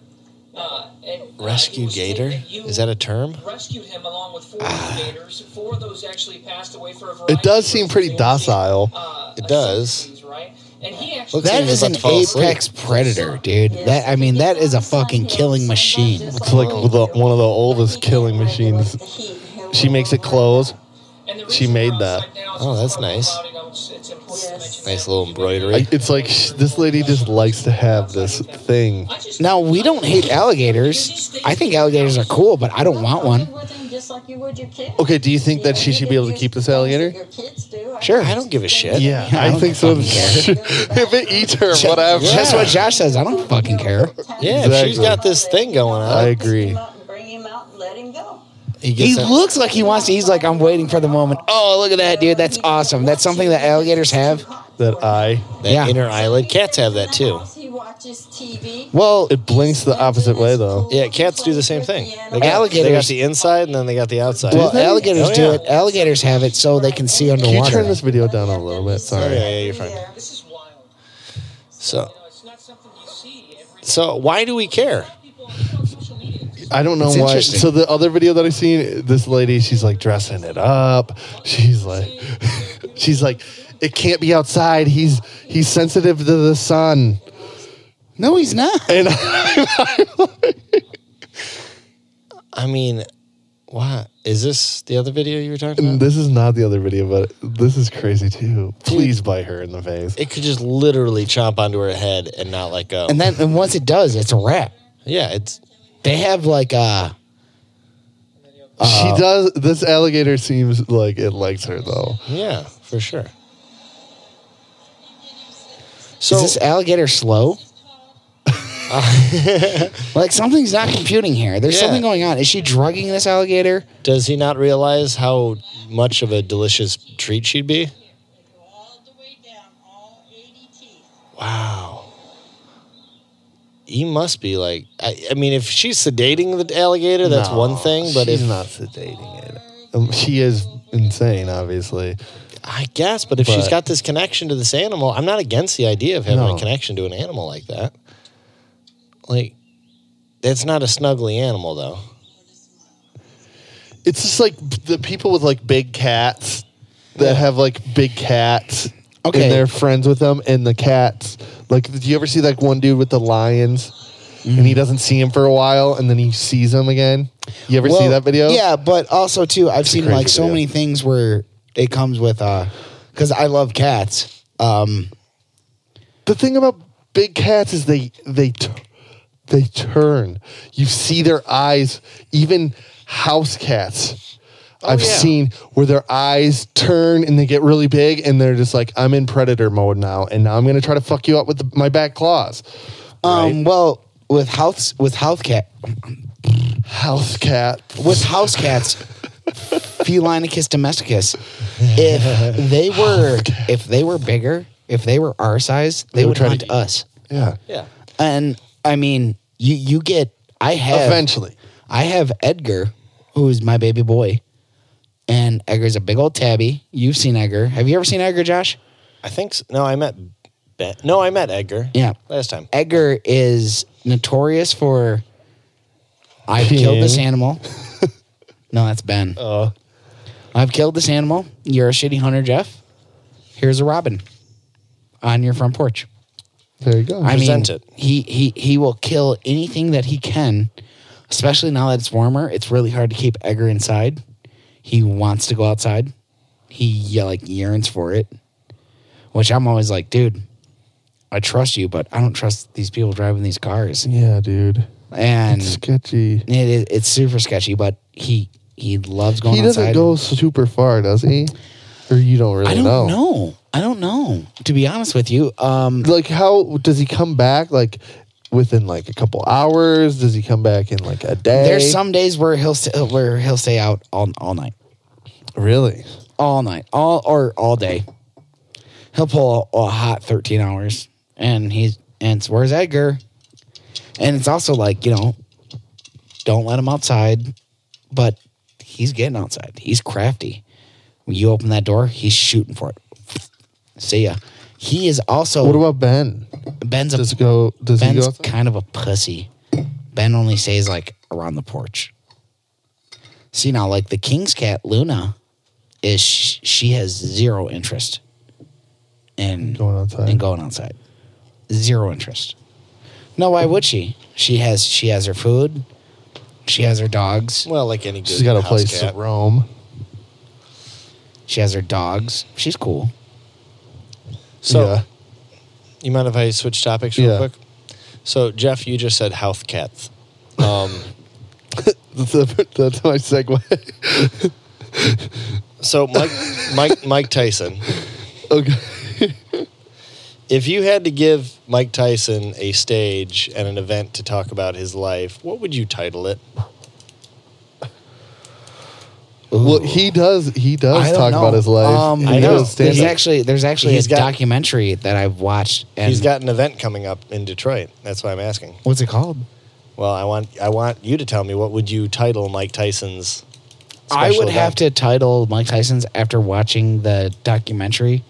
S10: Uh, and, uh, it
S6: Rescue
S10: was stated
S6: gator?
S10: you
S6: Is that a term? Ah.
S10: rescued him along with four other gators. Four of those actually passed away for a variety.
S2: It does
S10: of
S2: seem
S10: reasons,
S2: pretty
S10: including,
S2: docile.
S10: uh,
S6: It does.
S10: substance use, Right? And he actually
S6: Looks
S5: That
S6: like he's
S5: is
S6: about
S5: an
S6: to fall asleep.
S5: apex predator, dude. That I mean, that is a fucking killing machine.
S2: It's like the, one of the oldest killing machines. She makes it close.
S10: and the
S2: She
S10: reason
S2: made
S10: we're outside
S2: that.
S10: now is
S6: Oh,
S10: it's
S6: that's
S10: probably
S6: nice.
S10: cloudy, though. It's- it's important to
S9: Yes.
S10: mention
S6: Nice
S10: that.
S6: little
S2: I,
S6: embroidery.
S2: it's like sh- this lady just likes to have this thing.
S10: I just-
S5: Now we don't hate alligators. I think alligators are cool, but I don't want one.
S9: Just like you would your kid.
S2: Okay, do you think that
S9: You know,
S2: she
S9: you
S2: should
S9: get
S2: be able to
S9: used
S2: keep this
S9: things that
S2: alligator?
S9: Your kids do. I
S5: Sure.
S6: I don't give a shit.
S2: Yeah,
S5: I
S2: I
S5: don't
S2: think so.
S5: fucking care.
S2: if it eats her,
S5: Ju-
S2: whatever.
S5: That's what Josh says. I don't fucking care.
S6: Yeah, if she's
S2: Exactly.
S6: got this thing going on.
S2: I agree.
S9: Come out and bring him out and let him go.
S6: he
S5: He
S6: gets that-
S5: looks like he wants to. He's like, I'm waiting for the moment. Oh, look at that, dude. That's awesome. That's something that alligators have.
S2: That eye.
S6: that
S5: Yeah.
S6: inner eyelid. Cats have that too.
S9: He watches TV.
S5: Well,
S2: It blinks the opposite way though.
S6: Yeah, cats do the same thing. They got, They got
S5: Alligators-
S6: the inside and then they got the outside.
S5: well, alligators
S6: Oh,
S5: do
S6: yeah.
S5: it. Alligators have it so they can see
S2: Can you turn
S5: underwater.
S2: this video down a little bit?
S6: Oh, yeah,
S2: Sorry.
S6: yeah, you're fine.
S10: This is wild.
S6: So,
S10: You know, it's not something you see every day.
S6: so why do we care?
S10: People on social media.
S2: I don't know
S5: It's
S2: why.
S5: interesting.
S2: So the other video that I seen, this lady, she's like dressing it up. She's like, she's like, it can't be outside. He's he's sensitive to the sun.
S5: No, he's not.
S2: And
S6: I mean, why is this the other video you were talking about?
S2: this is not the other video, but this is crazy too. Please bite her in the face.
S6: It could just literally chomp onto her head and not let go.
S5: And then and once it does, it's a wrap.
S6: yeah, it's
S5: They have like uh
S2: Uh, she does. This alligator seems like it likes her though.
S6: yeah for sure. So
S5: is this alligator slow? like something's not computing here. There's
S6: Yeah.
S5: something going on. Is she drugging this alligator?
S6: does he not realize how much of a delicious treat she'd be?
S8: All the way down, all 80 teeth.
S6: Wow. He must be like, I, I mean, if she's sedating the alligator, that's
S2: No,
S6: one thing. But
S2: she's
S6: if
S2: not sedating it, um, she is insane. Obviously,
S6: I guess, but if she's
S2: But-
S6: got this connection to this animal, I'm not against the idea of having
S2: No.
S6: a connection to an animal like that. Like, that's not a snuggly animal, though.
S2: it's just like b- the people with like big cats that have like big cats.
S5: Okay.
S2: and they're friends with them, and the cats. Like, do you ever see like one dude with the lions, and
S5: Mm.
S2: he doesn't see him for a while, and then he sees him again? You ever see
S5: Well,
S2: that video?
S5: Yeah, but also too, I've seen
S2: crazy
S5: like so
S2: video.
S5: many things where it comes with uh because I love cats. Um
S2: the thing about big cats is they they t- they turn. You see their eyes. Even house cats. I've
S6: yeah.
S2: seen where their eyes turn and they get really big and they're just like, I'm in predator mode now, and now I'm gonna try to fuck you up with the, my back claws.
S5: Um, well, with house with house cat
S2: House cat.
S5: with house cats, Felinicus domesticus. If they were if they were bigger, if they were our size,
S2: Oh
S5: they,
S2: They would
S5: would
S2: try to
S5: hunt
S2: eat.
S5: us.
S2: Yeah.
S6: Yeah.
S5: And I mean, you you get I have
S2: Eventually.
S5: I have Edgar, who's my baby boy, and Edgar's a big old tabby. You've seen Edgar. Have you ever seen Edgar, Josh?
S6: I think s no. I met Ben. No, I met Edgar.
S5: Yeah.
S6: last time.
S5: Edgar is notorious for I've killed this animal. no, that's Ben.
S2: Uh.
S6: Oh.
S5: I've killed this animal. You're a shitty hunter, Jeff. Here's a robin on your front porch.
S2: There you go.
S5: I mean,
S6: Present it.
S5: he he he will kill anything that he can. Especially now that it's warmer, it's really hard to keep Edgar inside. He wants to go outside. He yeah, like yearns for it, which I'm always like, dude, I trust you, but I don't trust these people driving these cars.
S2: yeah, dude.
S5: And
S2: It's sketchy.
S5: it, it, it's super sketchy, but he he loves going
S2: He doesn't
S5: outside.
S2: go super far, does he? Or you don't really
S5: I don't know. I don't know. To be honest with you, um,
S2: Like, how does he come back? Like, within like a couple hours? Does he come back in like a day?
S5: there's some days where he'll st- where he'll stay out all all night.
S2: really.
S5: all night, all or all day. He'll pull a, a hot thirteen hours, and he's and it's, where's Edgar? And it's also like you know, don't let him outside, but he's getting outside. He's crafty. When you open that door, he's shooting for it. See ya. He is also
S2: What about Ben?
S5: Ben's a
S2: Does it go? Does he
S5: Ben's
S2: go? outside?
S5: kind of a pussy. Ben only stays like around the porch. See now, like the king's cat Luna, is sh- she has zero interest in
S2: Going outside.
S5: In going outside, zero interest. No, why would she? She has she has her food. She has her dogs.
S6: Well, like any good.
S2: She's got a
S6: house
S2: place
S6: cat.
S2: to roam.
S5: She has her dogs. She's cool.
S6: So,
S2: yeah.
S6: you mind if I switch topics real
S2: Yeah.
S6: quick? So, Jeff, you just said house cats. Um,
S2: That's, that's my segue.
S6: so, Mike, Mike, Mike Tyson.
S2: okay.
S6: If you had to give Mike Tyson a stage and an event to talk about his life, what would you title it?
S2: Well, he does. He does
S5: I don't
S2: talk
S5: know.
S2: about his life.
S5: Um,
S2: He
S6: I know.
S2: does stand
S5: There's
S2: up.
S5: actually there's actually
S6: He's
S5: a
S6: got-
S5: documentary that I've watched. And
S6: He's got an event coming up in Detroit. That's why I'm asking.
S5: what's it called?
S6: Well, I want I want you to tell me what would you title Mike Tyson's.
S5: I
S6: special
S5: would have
S6: event?
S5: to title Mike Tyson's after watching the documentary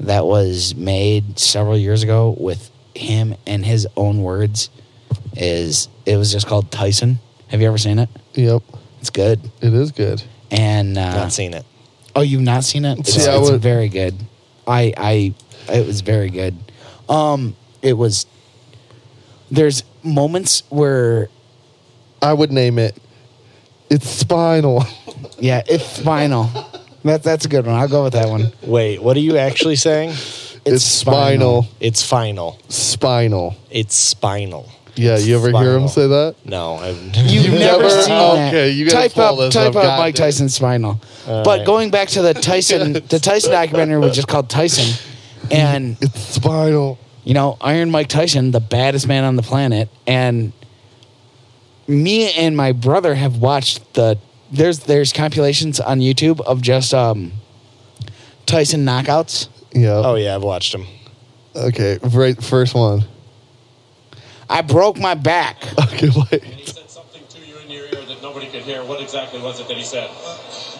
S5: that was made several years ago with him and his own words. Is it was just called Tyson? Have you ever seen it?
S2: Yep.
S5: It's good.
S2: It is good.
S5: And uh,
S6: not seen it.
S5: oh, you've not seen it? It's,
S2: See, I
S5: it's
S2: would-
S5: very good. I I it was very good. Um, it was. There's moments where
S2: I would name it. It's spinal.
S5: yeah, it's final. That that's a good one. I'll go with that one. It's,
S6: Wait, what are you actually saying?
S2: It's spinal.
S6: It's final.
S2: Spinal.
S6: It's spinal.
S2: Yeah. You ever hear him
S6: Spinal.
S2: say that?
S6: No, I've
S5: You've never,
S2: never-
S5: seen
S2: okay,
S5: that.
S2: you gotta
S5: type
S2: pull
S5: up,
S2: this
S5: type
S2: up,
S5: up Mike
S2: goddamn.
S5: Tyson's final. but
S6: right.
S5: going back to the Tyson, the Tyson documentary was just called Tyson, and
S2: It's spinal.
S5: you know Iron Mike Tyson, the baddest man on the planet, and me and my brother have watched the there's there's compilations on YouTube of just um Tyson knockouts.
S2: Yeah.
S6: Oh yeah, I've watched him.
S2: Okay. Right. First one.
S5: I broke my back.
S2: Okay. Wait.
S11: He said something to you in your ear that nobody could hear. What exactly was it that he said?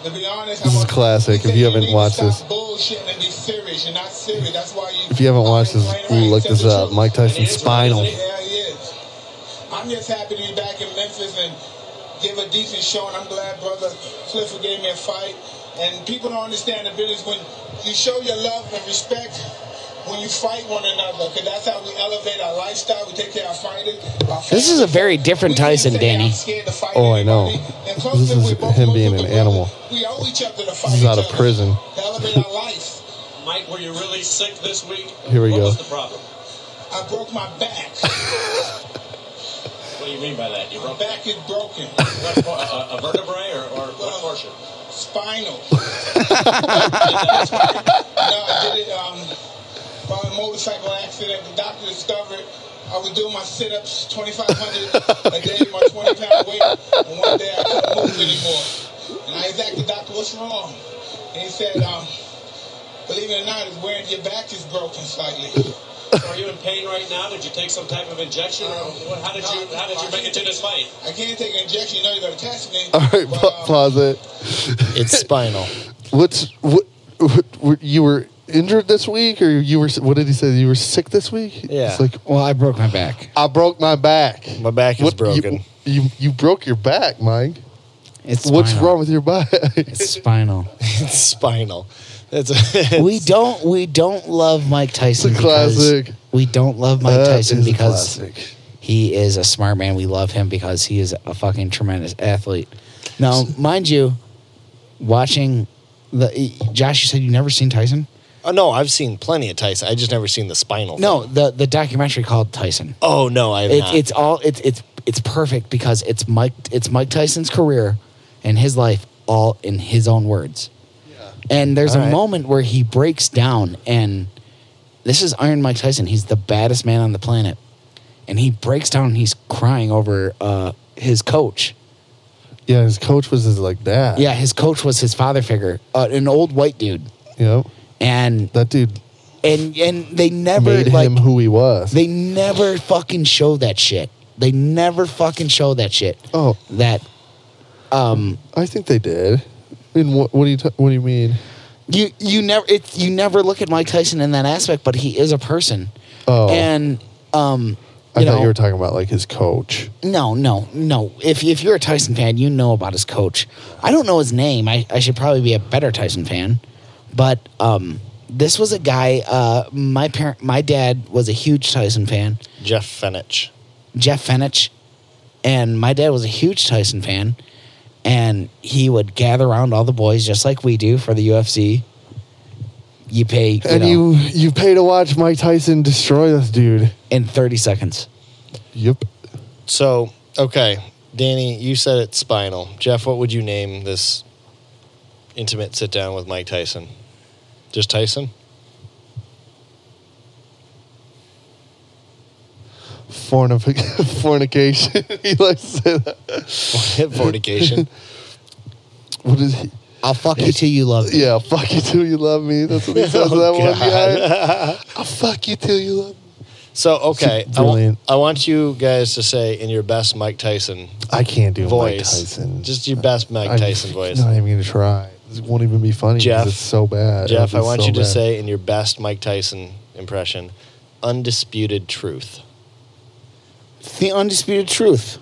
S3: To be honest,
S2: This
S3: I
S2: is
S3: want-
S2: classic.
S3: he
S2: If
S3: said
S2: you haven't
S3: need to
S2: watched
S3: stop
S2: this-
S3: bullshitting and be serious. You're not serious. That's why you.
S2: If you haven't watched this,
S3: Right, right.
S2: look
S3: Tell
S2: this
S3: the
S2: up.
S3: truth.
S2: Mike Tyson spinal.
S3: Yeah, he is. I'm just happy to be back in Memphis and give a decent show, and I'm glad brother Clifford gave me a fight. And people don't understand the business when you show your love and respect when you fight one another, because that's how we elevate our lifestyle. We take care of our fighters. our
S5: This is a very different
S3: we can't
S5: Tyson,
S3: say
S5: Danny.
S3: I'm scared to fight
S2: Oh, I know.
S3: anybody. And
S2: This
S3: plus,
S2: is
S3: we're both
S2: him being
S3: local
S2: an
S3: brothers.
S2: animal.
S3: We owe each other to fight
S2: This is
S3: each
S2: out of
S3: other,
S2: prison.
S3: to elevate our life.
S11: Mike, were you really sick this week?
S2: Here we
S11: what
S2: go.
S11: What was the problem?
S3: I broke my back.
S11: What do you mean by that? You broke
S3: back is broken.
S11: what, por- uh, a, a vertebrae or, or what portion?
S3: Spinal. no, I did it um, by a motorcycle accident. The doctor discovered I was doing my sit-ups, 2,500 a day, my 20-pound weight, and one day I couldn't move anymore. And I asked the doctor, "What's wrong?" And he said, um, "Believe it or not, it's where your back is broken slightly."
S11: Are you in pain right now? Did you take some type of injection? Or what, how did you How did you make it to this fight?
S3: Um, I can't take an injection. You know you're gonna test me. um,
S2: All right, pa- pause it.
S6: It's spinal.
S2: What's what, what, what? You were injured this week, or you were? What did he say? You were sick this week.
S6: Yeah.
S2: It's like
S5: Well, I broke my back.
S2: I broke my back.
S6: My back is
S2: What-
S6: broken.
S2: You, you you broke your back, Mike.
S5: It's
S2: What's
S5: spinal.
S2: wrong with your back?
S5: It's spinal.
S6: it's spinal. That's a,
S5: we don't we don't love Mike Tyson.
S2: It's a
S5: because-
S2: classic.
S5: We don't love Mike
S2: That
S5: Tyson
S2: is a
S5: because
S2: classic.
S5: he is a smart man. We love him because he is a fucking tremendous athlete. Now, mind you, watching the Josh, you said you never seen Tyson.
S6: oh no, I've seen plenty of Tyson. I just never seen the spinal. thing.
S5: No, the the documentary called Tyson.
S6: Oh no, I have
S5: It,
S6: not.
S5: it's all it's it's it's perfect because it's Mike it's Mike Tyson's career and his life all in his own words. And there's
S6: All
S5: a
S6: right.
S5: moment where he breaks down and this is Iron Mike Tyson. He's the baddest man on the planet. And he breaks down and he's crying over uh, his coach.
S2: yeah, his coach was just like that.
S5: Yeah, his coach was his father figure, uh, an old white dude.
S2: Yep.
S5: And
S2: That dude
S5: and and they never
S2: made
S5: like,
S2: him who he was.
S5: They never fucking show that shit. They never fucking show that shit.
S2: oh,
S5: That um
S2: I think they did. I mean, what, what do you ta- what do you mean?
S5: you you never it you never look at Mike Tyson in that aspect, but he is a person.
S2: Oh.
S5: And um
S2: I
S5: you
S2: thought
S5: know,
S2: you were talking about like his coach.
S5: no, no, no. If if you're a Tyson fan, you know about his coach. I don't know his name. I, I should probably be a better Tyson fan. But um this was a guy uh my parent my dad was a huge Tyson fan.
S6: Jeff Fenich.
S5: Jeff Fenich, and my dad was a huge Tyson fan, and he would gather around all the boys just like we do for the UFC. You pay, you
S2: and
S5: know,
S2: you you pay to watch Mike Tyson destroy this dude.
S5: in thirty seconds.
S2: Yep.
S6: So okay, Danny, you said it's spinal. Jeff, what would you name this intimate sit down with Mike Tyson? Just Tyson?
S2: Fornic- fornication. he likes to say that.
S6: Fornication.
S2: What is he?
S5: I'll fuck you till you love me.
S2: Yeah, I'll fuck you till you love me. That's what he says to that
S6: Oh,
S2: one
S6: God.
S2: guy. I'll fuck you till you love me.
S6: So okay, I,
S2: Brilliant.
S6: want, I want you guys to say in your best Mike Tyson
S2: I can't do
S6: voice,
S2: Mike Tyson.
S6: just your best Mike Tyson
S2: I'm
S6: voice.
S2: Not even gonna try. It won't even be funny. 'cause
S6: Jeff.
S2: it's so bad.
S6: Jeff, I
S2: It's
S6: want
S2: so
S6: you to
S2: bad.
S6: say in your best Mike Tyson impression, "Undisputed truth."
S5: The undisputed truth.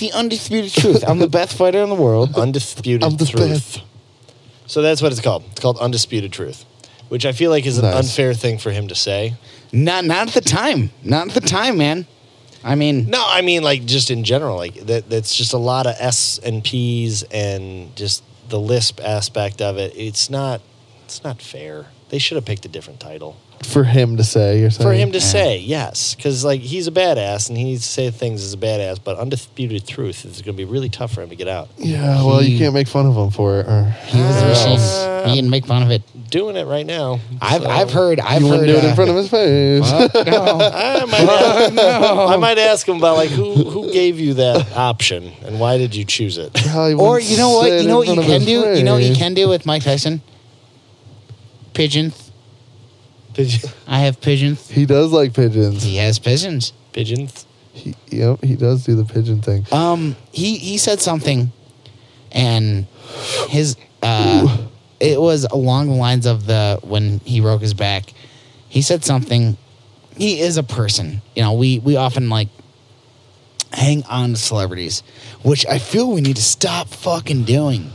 S5: The undisputed truth. I'm the best fighter in the world.
S6: Undisputed
S2: I'm the
S6: truth. So that's what it's called. It's called undisputed truth, which I feel like is an
S2: Nice.
S6: unfair thing for him to say.
S5: Not not at the time. Not at the time, man. I mean,
S6: No, I mean like just in general, like that. That's just a lot of S and P's and just the lisp aspect of it. It's not. It's not fair. They should have picked a different title.
S2: for him to say. You're saying
S6: for him to say yes because like he's a badass and he needs to say things as a badass but undisputed truth is going to be really tough for him to get out
S2: Yeah, well, you
S5: He-
S2: can't make fun of him for it. Or
S5: he was a
S6: Uh,
S5: machine. He didn't make fun of it.
S6: doing it right now
S5: I've
S6: so-
S5: I've heard. I've
S2: you
S5: heard.
S2: wouldn't do it
S5: uh,
S2: in front of his face.
S6: I might, ask, I might ask him about like who who gave you that option and why did you choose it
S2: Probably
S5: uh, Or
S2: wouldn't
S5: you know
S2: say
S5: what?
S2: it in
S5: You know what you
S2: front of
S5: can
S2: his
S5: do. You know what you
S2: face.
S5: can do with Mike Tyson. Pigeons.
S6: Did you-
S5: I have pigeons.
S2: He does like pigeons.
S5: He has pigeons.
S6: pigeons
S2: He, yep, he does do the pigeon thing.
S5: Um, he he said something, and his uh, it was along the lines of the when he broke his back. He said something. He is a person. You know, we we often like hang on to celebrities, which I feel we need to stop fucking doing.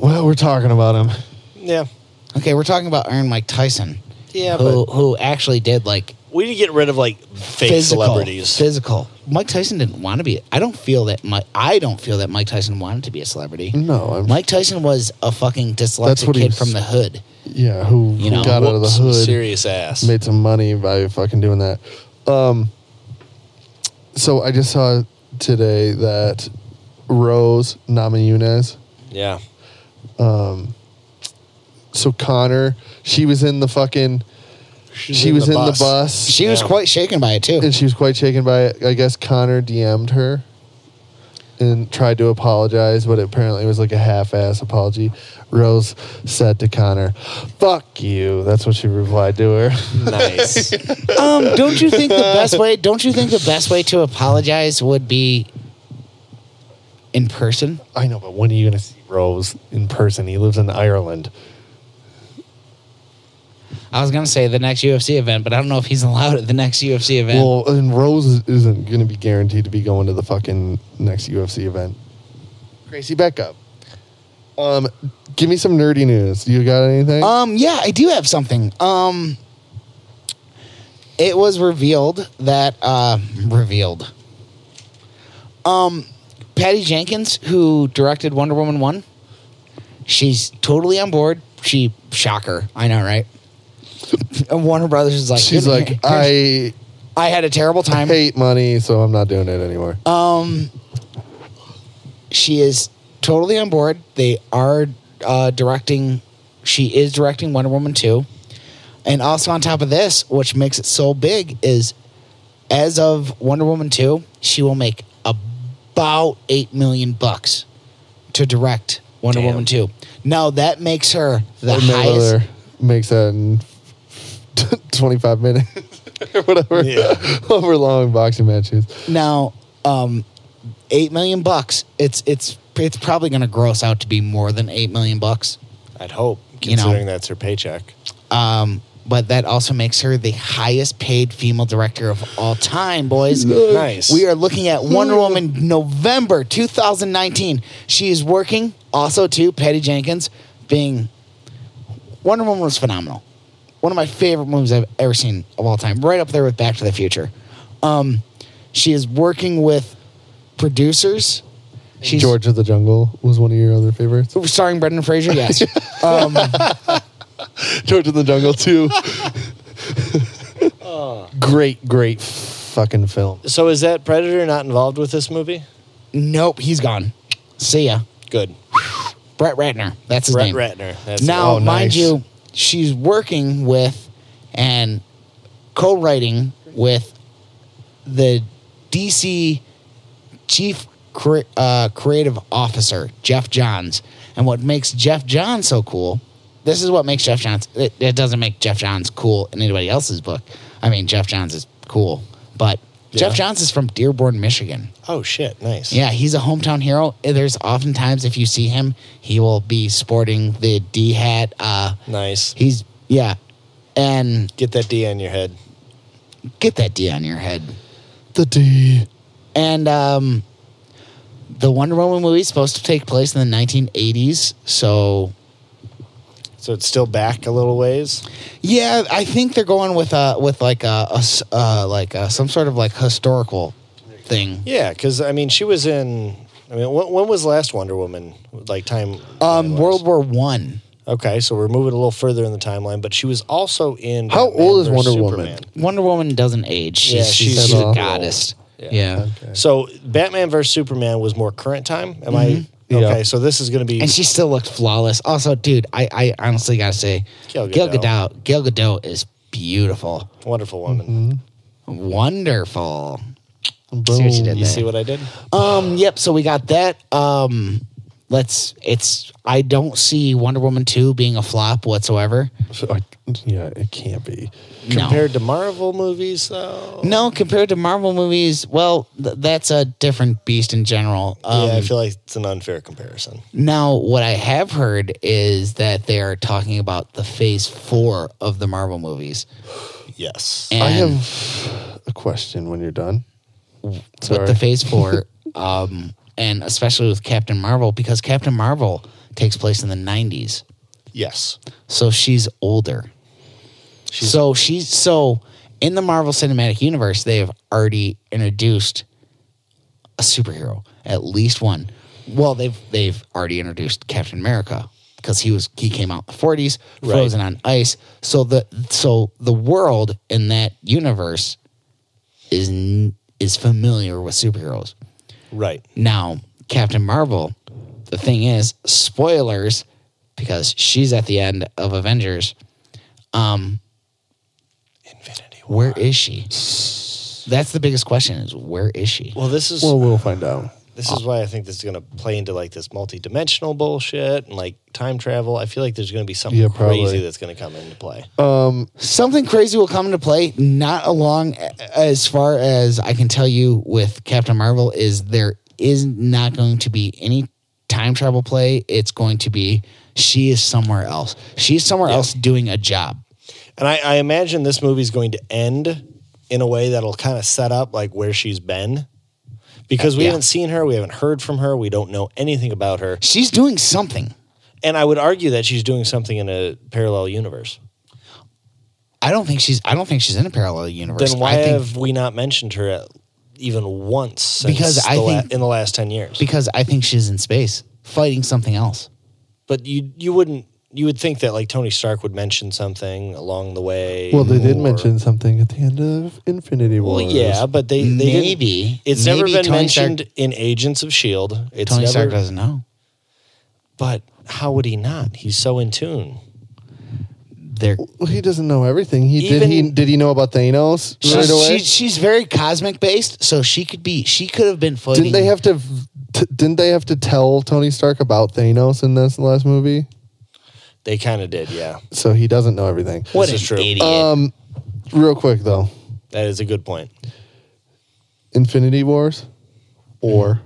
S2: Well, we're talking about him.
S6: yeah
S5: Okay, we're talking about Iron Mike Tyson.
S6: yeah
S5: who
S6: but
S5: who actually did like
S6: we need to get rid of like fake
S5: physical,
S6: celebrities
S5: Physical. Mike Tyson didn't want to be. I don't feel that. Mike, I don't feel that Mike Tyson wanted to be a celebrity.
S2: No, I'm
S5: Mike Tyson was a fucking
S2: That's
S5: dyslexic
S2: what he
S5: kid
S2: was-
S5: from the hood.
S2: yeah, who
S5: You know,
S2: got out of the
S6: Whooped some
S2: hood,
S6: serious ass
S2: made some money by fucking doing that. Um, so I just saw today that Rose Namajunas,
S6: Yeah.
S2: um, so Connor, she was in the fucking, she was in the bus.
S5: She was quite shaken by it too.
S2: and she was quite shaken by it. I guess Connor DM'd her and tried to apologize, but apparently it was like a half-ass apology. Rose said to Connor, "Fuck you." That's what she replied to her.
S6: Nice.
S5: um, don't you think the best way? Don't you think the best way to apologize would be in person?
S2: I know, but when are you gonna see Rose in person? He lives in Ireland.
S5: I was gonna say the next UFC event, but I don't know if he's allowed at the next UFC event.
S2: Well, and Rose is- isn't gonna be guaranteed to be going to the fucking next UFC event. Crazy Beckup. Um, give me some nerdy news. You got anything?
S5: Um, yeah, I do have something. Um, it was revealed that uh, revealed. Um, Patty Jenkins, who directed Wonder Woman one, she's totally on board. She shocker, I know, right? and Warner Brothers is like,
S2: She's like, I
S5: I had a terrible time.
S2: hate money, so I'm not doing it anymore.
S5: Um, she is totally on board. They are uh, directing. She is directing Wonder Woman two, and also on top of this, which makes it so big is, as of Wonder Woman two, she will make about eight million bucks to direct Wonder
S6: Damn.
S5: Woman two. Now that makes her the
S2: Or
S5: highest.
S2: Miller makes that in 25 minutes or whatever.
S6: Yeah.
S2: Over long boxing matches.
S5: Now, um, eight million bucks. It's it's it's probably going to gross out to be more than eight million bucks.
S6: I'd hope,
S5: You know.
S6: considering that's her paycheck.
S5: Um, but that also makes her the highest paid female director of all time, boys.
S6: Nice.
S5: We are looking at Wonder Woman November 2019. She is working also too, Patty Jenkins being Wonder Woman was phenomenal. One of my favorite movies I've ever seen of all time, right up there with Back to the Future. Um, she is working with producers. She's
S2: George of the Jungle was one of your other favorites.
S5: starring Brendan Fraser. Yes. um,
S2: George of the Jungle, too. great, great fucking film.
S6: So is that Predator not involved with this movie?
S5: nope, he's gone. See ya.
S6: Good.
S5: Brett Ratner. That's his
S6: Brett
S5: name.
S6: Ratner. That's
S5: Now,
S2: oh,
S5: mind
S2: nice.
S5: you, she's working with and co-writing with the DC chief cre- uh, creative officer Jeff Johns. And what makes Jeff Johns so cool? This is what makes Jeff Johns. It, it doesn't make Jeff Johns cool in anybody else's book. I mean, Jeff Johns is cool, but Jeff
S6: Yeah.
S5: Johns is from Dearborn, Michigan.
S6: oh shit, nice.
S5: Yeah, he's a hometown hero. There's oftentimes if you see him, he will be sporting the D hat. Uh,
S6: Nice.
S5: he's yeah, and
S6: Get that D on your head.
S5: get that D on your head.
S2: The D.
S5: And um, the Wonder Woman movie is supposed to take place in the 1980s. So
S6: So it's still back a little ways.
S5: yeah, I think they're going with uh with like a, a s- uh, like uh some sort of like historical thing.
S6: Yeah, because I mean, she was in. I mean, when, when was the last Wonder Woman? Like time.
S5: Um,
S6: timeline-wise?
S5: World War One.
S6: Okay, so we're moving a little further in the timeline, but she was also in.
S2: How
S6: Batman
S2: old is
S6: versus
S2: Wonder Woman?
S5: Wonder Woman doesn't age. She's,
S6: Yeah,
S5: she's,
S6: she's
S5: she's a
S2: old.
S5: goddess. yeah.
S6: So Batman versus Superman was more current time. Am I okay?
S2: Yeah.
S6: So this is going to be.
S5: and she still looked flawless. Also, dude, I, I honestly gotta say, Gil
S6: Gal
S5: Gadot. Gil Gadot,
S6: Gadot.
S5: is beautiful,
S6: wonderful woman.
S5: wonderful. See what you did
S6: You
S5: there.
S6: see what I did?
S5: Um, yep. So we got that. Um, let's. It's. I don't see Wonder Woman two being a flop whatsoever.
S2: So I, yeah, it can't be.
S5: No,
S6: Compared to Marvel movies, though.
S5: no. Compared to Marvel movies, well, th- that's a different beast in general. Um,
S6: yeah, I feel like it's an unfair comparison.
S5: Now, what I have heard is that they are talking about the Phase four of the Marvel movies.
S6: Yes.
S5: And
S2: I have a question when you're done. Sorry.
S5: with the Phase Four, um, and especially with Captain Marvel because Captain Marvel takes place in the '90s,
S6: yes.
S5: so she's older. so she's so in the Marvel Cinematic Universe, they have already introduced a superhero, at least one. Well, they've they've already introduced Captain America because he was he came out in the 40s,
S6: Right.
S5: frozen on ice. So the so the world in that universe is n- is familiar with superheroes.
S6: Right.
S5: Now, Captain Marvel, the thing is, spoilers, because she's at the end of Avengers. Um Infinity Where is she? That's the biggest question is where is she?
S6: Well, this is
S2: Well, we'll find out.
S6: this is why I think this is going to play into like this multi-dimensional bullshit and like time travel. I feel like there's going to be something
S2: Yeah, probably.
S6: crazy that's going to come into play.
S2: Um,
S5: Something crazy will come into play. Not along a- as far as I can tell you with Captain Marvel is there is not going to be any time travel play. It's going to be she is somewhere else. She's somewhere else doing a job.
S6: And I, I imagine this movie's going to end in a way that'll kind of set up like where she's been. Because we
S5: Yeah.
S6: haven't seen her, we haven't heard from her, we don't know anything about her.
S5: She's doing something.
S6: And I would argue that she's doing something in a parallel universe.
S5: I don't think she's. I don't think she's in a parallel universe.
S6: Then why
S5: I think,
S6: have we not mentioned her at, even once since
S5: Because
S6: the
S5: I
S6: la-
S5: think-
S6: in the last 10 years?
S5: because I think she's in space fighting something else.
S6: but you you wouldn't you would think that like Tony Stark would mention something along the way.
S2: well, they did
S6: or-
S2: mention something at the end of Infinity War.
S6: Well, yeah, but they, they didn't-
S5: Maybe.
S6: it's never
S5: Maybe
S6: been
S5: Tony Stark-
S6: mentioned in Agents of Shield. E It's
S5: Tony
S6: never,
S5: Stark doesn't know.
S6: But how would he not? He's so in tune.
S5: They're,
S2: Well, he doesn't know everything. He did.
S6: Even-
S2: He did he know about Thanos right
S5: she's,
S2: away?
S5: she's, she's very cosmic based, so she could be. She could have been fighting.
S2: didn't they have to? T- didn't they have to tell Tony Stark about Thanos in this last movie?
S6: They kind of did, yeah.
S2: So he doesn't know everything.
S5: What
S6: This is
S5: an
S6: true.
S5: idiot.
S2: Um, real quick though,
S6: That is a good point.
S2: Infinity Wars, or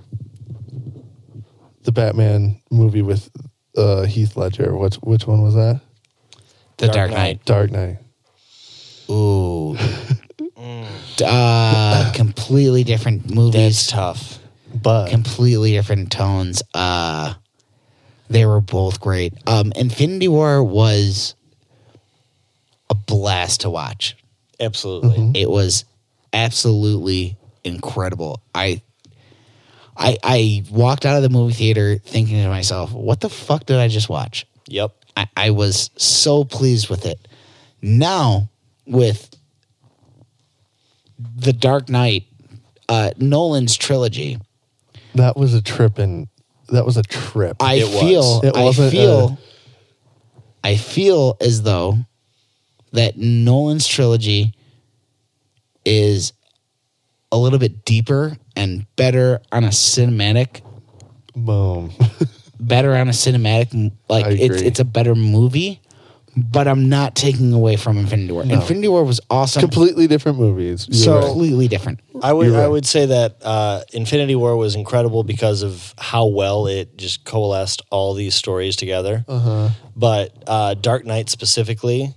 S2: the Batman movie with uh, Heath Ledger. What's which one was that?
S5: the Dark, Knight.
S2: Dark Knight.
S5: Ooh. uh, completely different
S6: That's
S5: movies. Uh,
S6: tough.
S2: But
S5: completely different tones. Uh, they were both great. Um, Infinity War was a blast to watch.
S6: Absolutely.
S2: Mm-hmm.
S5: It was absolutely incredible. I I I walked out of the movie theater thinking to myself, what the fuck did I just watch?
S6: Yep.
S5: I, I was so pleased with it. Now with the Dark Knight, uh, Nolan's trilogy,
S2: that was a trip, and that was a trip.
S5: I
S6: It was.
S5: feel
S2: It
S5: I
S2: wasn't, uh,
S5: feel I feel as though that Nolan's trilogy is a little bit deeper and better on a cinematic
S2: Boom.
S5: better on a cinematic m- like
S2: I
S5: it's
S2: agree.
S5: it's a better movie but I'm not taking away from Infinity War. Infinity War was awesome.
S2: Completely different movies. You're
S5: so
S2: right.
S5: completely different.
S6: I would
S2: You're right.
S6: I would say that uh, Infinity War was incredible because of how well it just coalesced all these stories together. Uh-huh. But uh, Dark Knight specifically,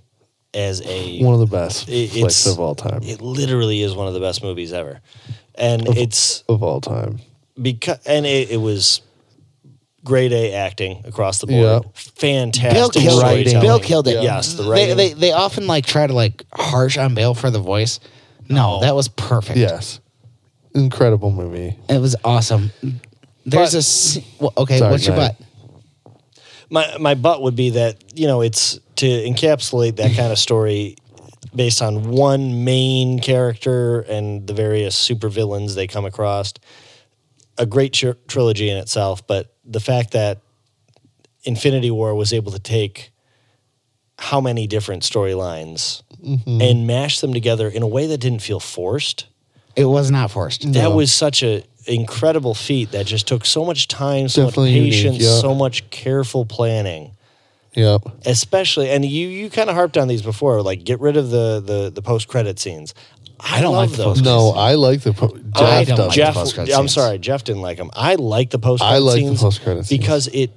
S6: as a
S2: one of the best
S6: It-
S2: flicks
S6: it's-
S2: of all time.
S6: it literally is one of the best movies ever, and it's
S2: of all time.
S6: because and it, it was grade A acting across the board.
S2: Yeah.
S6: Fantastic
S5: Bill killed
S6: storytelling.
S5: it. Bill killed it.
S6: Yes, the
S5: they,
S6: writing.
S5: they they often like try to like harsh on Bill for the voice. No, that was perfect.
S2: Yes. Incredible movie.
S5: It was awesome. There's
S6: But-
S5: a s- well, okay.
S2: Sorry,
S5: what's your
S2: Matt.
S5: butt?
S6: my my butt would be that you know it's to encapsulate that kind of story based on one main character and the various supervillains they come across. A great tr- trilogy in itself, but the fact that Infinity War was able to take how many different storylines
S2: Mm-hmm.
S6: and mash them together in a way that didn't feel forced.
S5: It was not forced.
S6: That was such a incredible feat that just took so much time, so
S2: Definitely
S6: much
S2: unique,
S6: patience,
S2: yeah.
S6: so much careful planning
S2: Yep.
S6: especially and you you kind of harped on these before like get rid of the the, the post credit scenes i,
S5: don't
S6: love
S5: like the
S6: those
S5: post-credit
S2: No, I like the po- Jeff
S5: I don't
S2: does.
S5: like
S6: jeff
S5: the post-credit
S6: i'm
S5: scenes.
S6: sorry jeff didn't like them i like the post
S2: I
S6: credit
S2: like the
S6: scenes
S2: post-credit scenes.
S6: because it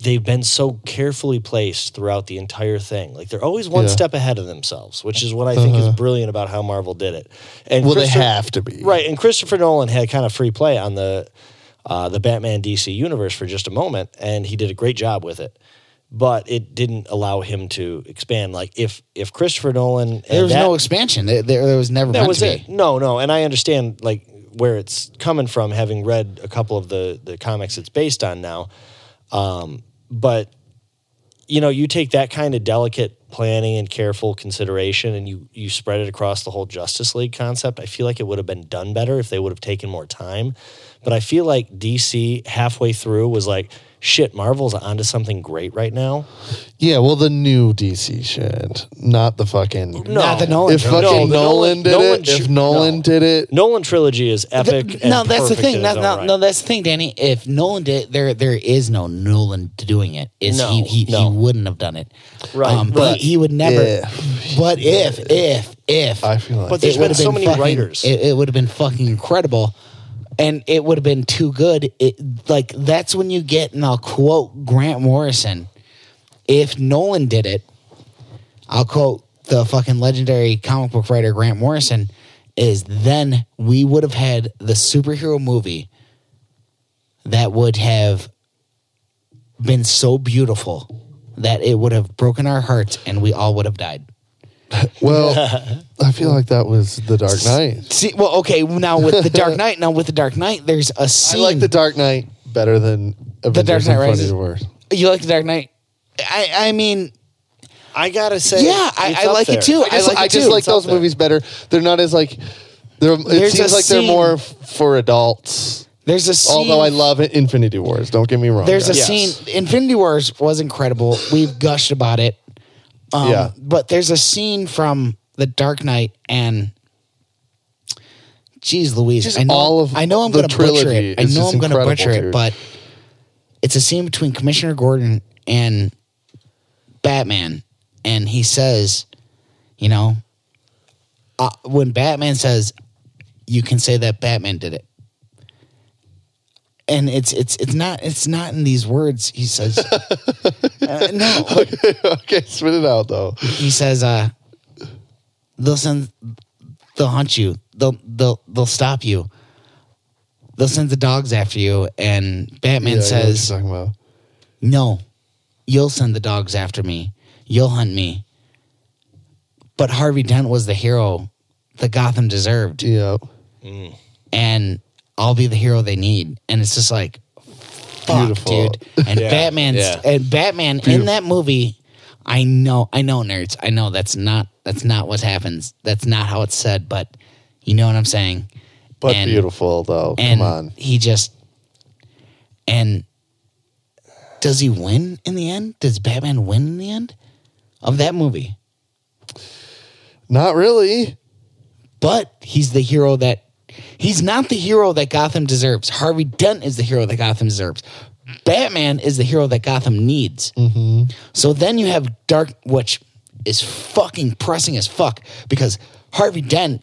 S6: they've been so carefully placed throughout the entire thing like they're always one
S2: Yeah. Uh-huh.
S6: step ahead of themselves which is what i think is brilliant about how marvel did it and
S2: Well, they
S6: Christopher-
S2: have to be.
S6: Right, and Christopher Nolan had kind of free play on the uh, the Batman DC universe for just a moment, and he did a great job with it. But it didn't allow him to expand. Like if if Christopher Nolan and
S5: There was
S6: that,
S5: no expansion. There, there, there was never
S6: that
S5: meant
S6: was
S5: to
S6: it.
S5: be.
S6: No, no, and I understand like where it's coming from, having read a couple of the the comics it's based on now. Um, but you know, you take that kind of delicate planning and careful consideration and you you spread it across the whole Justice League concept, I feel like it would have been done better if they would have taken more time. But I feel like DC halfway through was like, shit, Marvel's onto something great right now.
S2: Yeah, well, the new DC shit, not the fucking no,
S6: Not the Nolan
S2: If
S6: trilogy.
S2: fucking
S6: No, the
S2: Nolan,
S6: Nolan-
S2: did
S6: Nolan
S2: it,
S6: sh-
S2: if Nolan
S6: no.
S2: did it,
S6: Nolan trilogy is epic.
S5: Th-
S6: and
S5: no, that's the
S6: perfect
S5: thing.
S6: in
S5: That's
S6: its own
S5: not,
S6: right.
S5: no, that's the thing, Danny. If Nolan did, there there is no Nolan doing it. Is
S6: No,
S5: he he,
S6: no.
S5: he wouldn't have done it. Um,
S6: Right,
S5: but
S6: but-
S5: he, he would never. But if
S2: Yeah.
S5: if if
S2: I feel like
S6: But there's
S5: it would
S6: been
S5: have
S6: so many
S5: fucking-
S6: writers.
S5: It, it would have been fucking incredible, and it would have been too good. It, like that's when you get, and I'll quote Grant Morrison: "If Nolan did it, I'll quote the fucking legendary comic book writer Grant Morrison: is then we would have had the superhero movie that would have been so beautiful." That it would have broken our hearts and we all would have died.
S2: well, I feel like that was the Dark Knight.
S5: See, well, okay. Now with the Dark Knight, now with the Dark Knight, there's a
S2: I
S5: scene.
S2: like the Dark Knight better than Avengers
S5: Hmm. Knight
S2: Infinity
S5: Rises.
S2: War.
S5: you like the Dark Knight. I, I mean,
S6: I gotta say,
S5: Yeah, I-
S6: it's
S5: I
S6: up
S5: like it
S6: there.
S5: too.
S2: I just, I
S5: like it
S2: just
S5: too.
S2: like
S5: It's up
S2: those
S6: there.
S2: movies better. They're not as like. They're, it
S5: There's a
S2: seems like
S5: scene-
S2: they're more f- for adults.
S5: There's a scene.
S2: Although I love Infinity Wars, don't get me wrong.
S5: There's a
S2: guys.
S6: Yes.
S5: scene. Infinity Wars was incredible. We've gushed about it. Um,
S2: Yeah.
S5: But there's a scene from The Dark Knight and. Jeez Louise,
S2: Just
S5: I know
S2: all of
S5: I know I'm
S2: the
S5: going to butcher
S2: trilogy
S5: it. I
S2: is
S5: know
S2: just
S5: I'm going to
S2: incredible,
S5: butcher it,
S2: dude.
S5: but it's a scene between Commissioner Gordon and Batman, and he says, you know, uh, when Batman says, you can say that Batman did it. And it's it's it's not it's not in these words. He says, uh, no.
S2: okay, spit it out though.
S5: He says, uh, they'll send, they'll hunt you. They'll they'll they'll stop you. They'll send the dogs after you. And Batman
S2: Yeah, I know what
S5: says,
S2: you're talking about.
S5: no, you'll send the dogs after me. You'll hunt me. But Harvey Dent was the hero that Gotham deserved.
S2: Yeah,
S5: and I'll be the hero they need. And it's just like, fuck,
S2: Beautiful.
S5: dude. And
S6: Yeah,
S5: Batman's
S6: yeah.
S5: and Batman in
S2: Beautiful.
S5: that movie. I know, I know, nerds. I know that's not that's not what happens. That's not how it's said. But you know what I'm saying.
S2: but
S5: And-
S2: beautiful though.
S5: And
S2: Come on.
S5: he just and does he win in the end? Does Batman win in the end of that movie?
S2: Not really.
S5: but he's the hero that he's not the hero that Gotham deserves. Harvey Dent is the hero that Gotham deserves. Batman is the hero that Gotham needs. So then you have Dark, which is fucking pressing as fuck because Harvey Dent,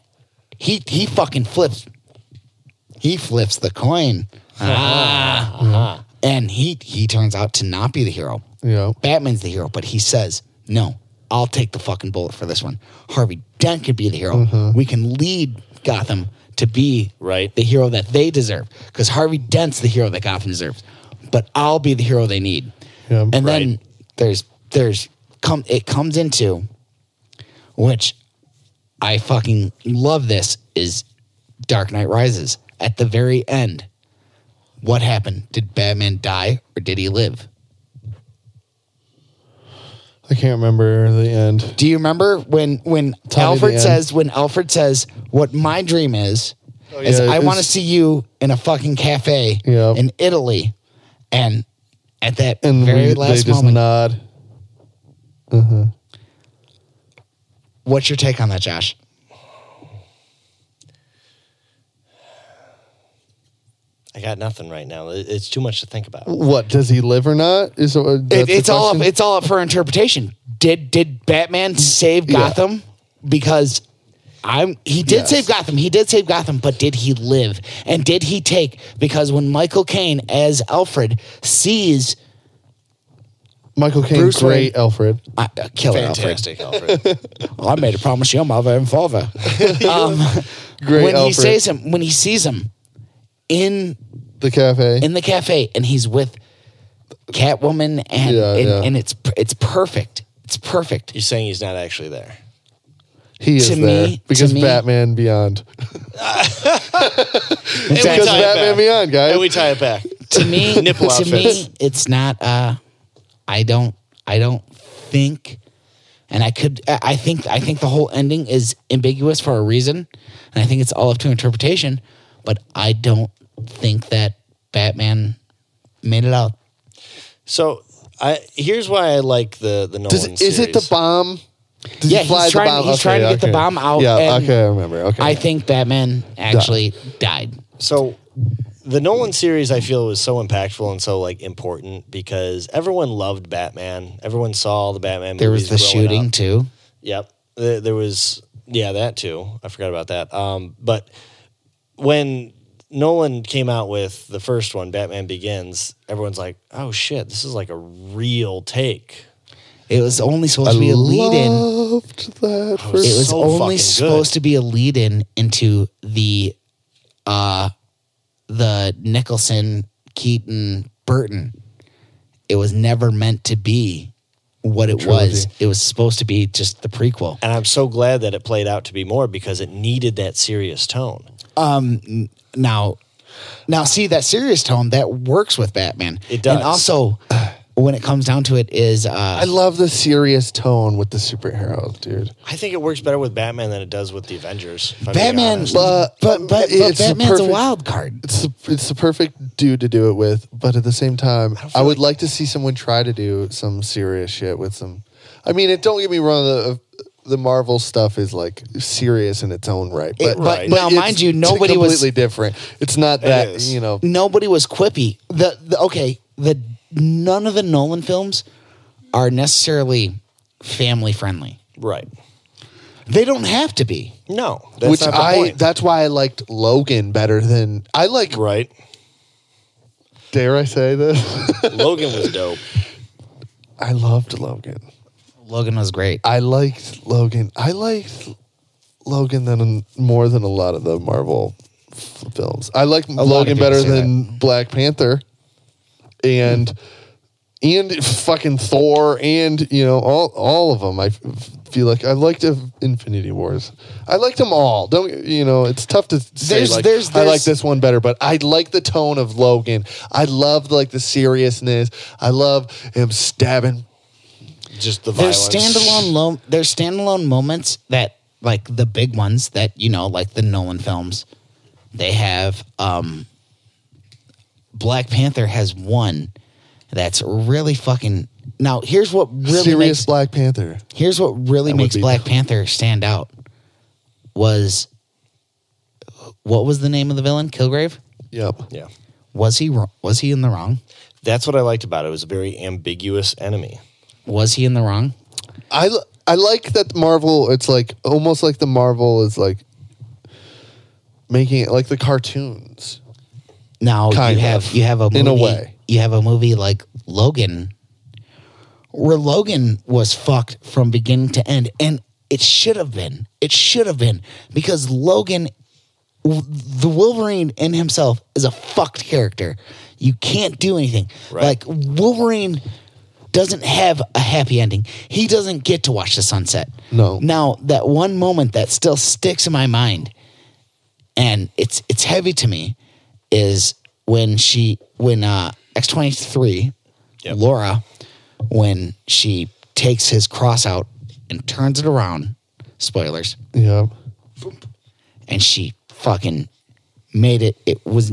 S5: he he fucking flips, he flips the coin, Ah. and he he turns out to not be the hero.
S2: Yeah.
S5: Batman's the hero, but he says, no, I'll take the fucking bullet for this one. Harvey Dent could be the hero. We can lead Gotham to be
S6: Right.
S5: the hero that they deserve because Harvey Dent's the hero that Gotham deserves, but I'll be the hero they need.
S2: Yeah,
S5: and then
S6: right.
S5: there's, there's, come, it comes into, which I fucking love this, is Dark Knight Rises. At the very end, what happened? Did Batman die or did he live?
S2: I can't remember the end.
S5: Do you remember when when
S2: Tell me the
S5: Alfred
S2: end.
S5: says when Alfred says what my dream is is
S2: Oh, yeah,
S5: I want to
S2: it's-
S5: see you in a fucking cafe
S2: Yeah.
S5: in Italy, and at that
S2: And
S5: very
S2: we, they
S5: last
S2: just
S5: moment,
S2: nod.
S5: what's your take on that, Josh?
S6: I got nothing right now. It- It's too much to think about.
S2: What does he live or not? Is uh, that's
S5: It,
S2: the
S5: it's all up,
S2: question?
S5: it's all up for interpretation. Did did Batman save
S2: Yeah.
S5: Gotham? Because I'm he did
S2: Yes.
S5: save Gotham. He did save Gotham, but did he live? And did he take? Because when Michael Caine as Alfred sees
S2: Michael Caine,
S5: Bruce
S2: great Alfred.
S5: uh, a killer Alfred,
S6: Fantastic, Alfred.
S5: Well, I made a promise to your mother and father. um,
S2: Great
S5: when he
S2: Alfred.
S5: sees him, when he sees him in
S2: the cafe.
S5: in the cafe, and he's with Catwoman, and
S2: Yeah,
S5: and,
S2: yeah.
S5: and it's it's perfect. It's perfect.
S6: You're saying he's not actually there.
S2: he is
S5: to
S2: there
S5: me- to
S2: because
S5: me-
S2: Batman Beyond.
S6: And we
S2: Because
S6: tie it
S2: Batman
S6: back.
S2: Beyond, guys.
S6: And we tie it back.
S5: To me,
S6: Nipple
S5: to me,
S6: outfits.
S5: it's not. Uh, I don't. I don't think. And I could, I- I think, I think the whole ending is ambiguous for a reason, and I think it's all up to interpretation. But I don't think that Batman made it out.
S6: So I here's why I like the the Nolan
S2: Does, it- is it the
S6: series.
S2: bomb? Does
S5: yeah,
S2: he fly
S5: he's
S2: the
S5: trying,
S2: bomb?
S5: he's
S2: Okay,
S5: trying to get
S2: okay.
S5: the bomb out.
S2: Yeah,
S5: and
S2: okay, I remember. Okay,
S5: I think Batman actually died.
S6: So the Nolan series I feel was so impactful and so like important because everyone loved Batman. Everyone saw the Batman
S5: There was
S6: movies
S5: the
S6: growing
S5: shooting
S6: up.
S5: too.
S6: Yep. There, there was yeah, that too. I forgot about that. Um but when Nolan came out with the first one, Batman Begins, everyone's like, "Oh shit, this is like a real take."
S5: It was only supposed
S2: I
S5: to be a lead in.
S2: loved that.
S6: I
S2: for-
S5: It was
S6: so fucking
S5: only
S6: good.
S5: supposed to be a lead in into the uh the Nicholson Keaton Burton. It was never meant to be what it was. It was supposed to be just the prequel.
S6: And I'm so glad that it played out to be more because it needed that serious tone.
S5: Um now now see that serious tone that works with Batman.
S6: It does.
S5: And also when it comes down to it is
S2: I
S5: uh
S2: love the serious tone with the superheroes, dude.
S6: I think it works better with Batman than it does with the Avengers. if I'm being
S5: Batman
S6: honest.
S5: but but, but,
S2: it's the
S5: Batman's a
S2: perfect-
S5: wild card.
S2: It's the, it's the perfect dude to do it with, but at the same time, I, would like to see someone try to do some serious shit with some. I mean, it don't get me wrong. The, uh, the Marvel stuff is like serious in its own right, but, but-
S6: Right.
S2: but
S5: Now,
S2: it's
S5: mind you,
S2: t-
S5: nobody was-
S2: completely different. It's not that
S6: is.
S2: you know.
S5: nobody was quippy. The, the okay, the none of the Nolan films are necessarily family friendly.
S6: right?
S5: They don't have to be.
S6: No, that's
S2: which
S6: not the
S2: I
S6: point.
S2: that's why I liked Logan better than I like.
S6: right.
S2: Dare I say this?
S6: Logan was dope.
S2: I loved Logan.
S5: Logan was great.
S2: I liked Logan. I liked Logan than more than a lot of the Marvel f- films. I like
S5: of
S2: Logan
S5: people
S2: better
S5: say
S2: than Black Panther, and and fucking Thor, and you know all all of them. I f- feel like I liked uh, Infinity Wars. I liked them all. Don't you know? It's tough to say.
S5: There's-
S2: like,
S5: there's-
S2: I like
S5: there's-
S2: this one better, but I like the tone of Logan. I love like the seriousness. I love him stabbing
S6: Just the
S5: There's
S6: violence.
S5: standalone lo- there's standalone moments that like the big ones that you know, like the Nolan films. They have um Black Panther has one that's really fucking now here's what really
S2: serious
S5: makes,
S2: Black Panther.
S5: Here's what really
S2: That would
S5: makes
S2: be-
S5: Black Panther stand out was what was the name of the villain? Kilgrave?
S2: Yep.
S6: Yeah,
S5: Was he wro- was he in the wrong?
S6: that's what I liked about it. It was a very ambiguous enemy.
S5: Was he in the wrong?
S2: I l- I like that Marvel. It's like almost like the Marvel is like making it like the cartoons.
S5: Now
S2: Kind
S5: you have
S2: of.
S5: you have a movie,
S2: In a way.
S5: you have a movie like Logan where Logan was fucked from beginning to end and it should have been. It should have been because Logan w- the Wolverine in himself is a fucked character. You can't do anything.
S6: Right.
S5: Like Wolverine doesn't have a happy ending. He doesn't get to watch the sunset.
S2: No.
S5: Now that one moment that still sticks in my mind, and it's it's heavy to me, is when she when uh X twenty three,
S6: Yep.
S5: Laura, when she takes his cross out and turns it around. Spoilers
S2: Yeah.
S5: and she fucking made it. It was,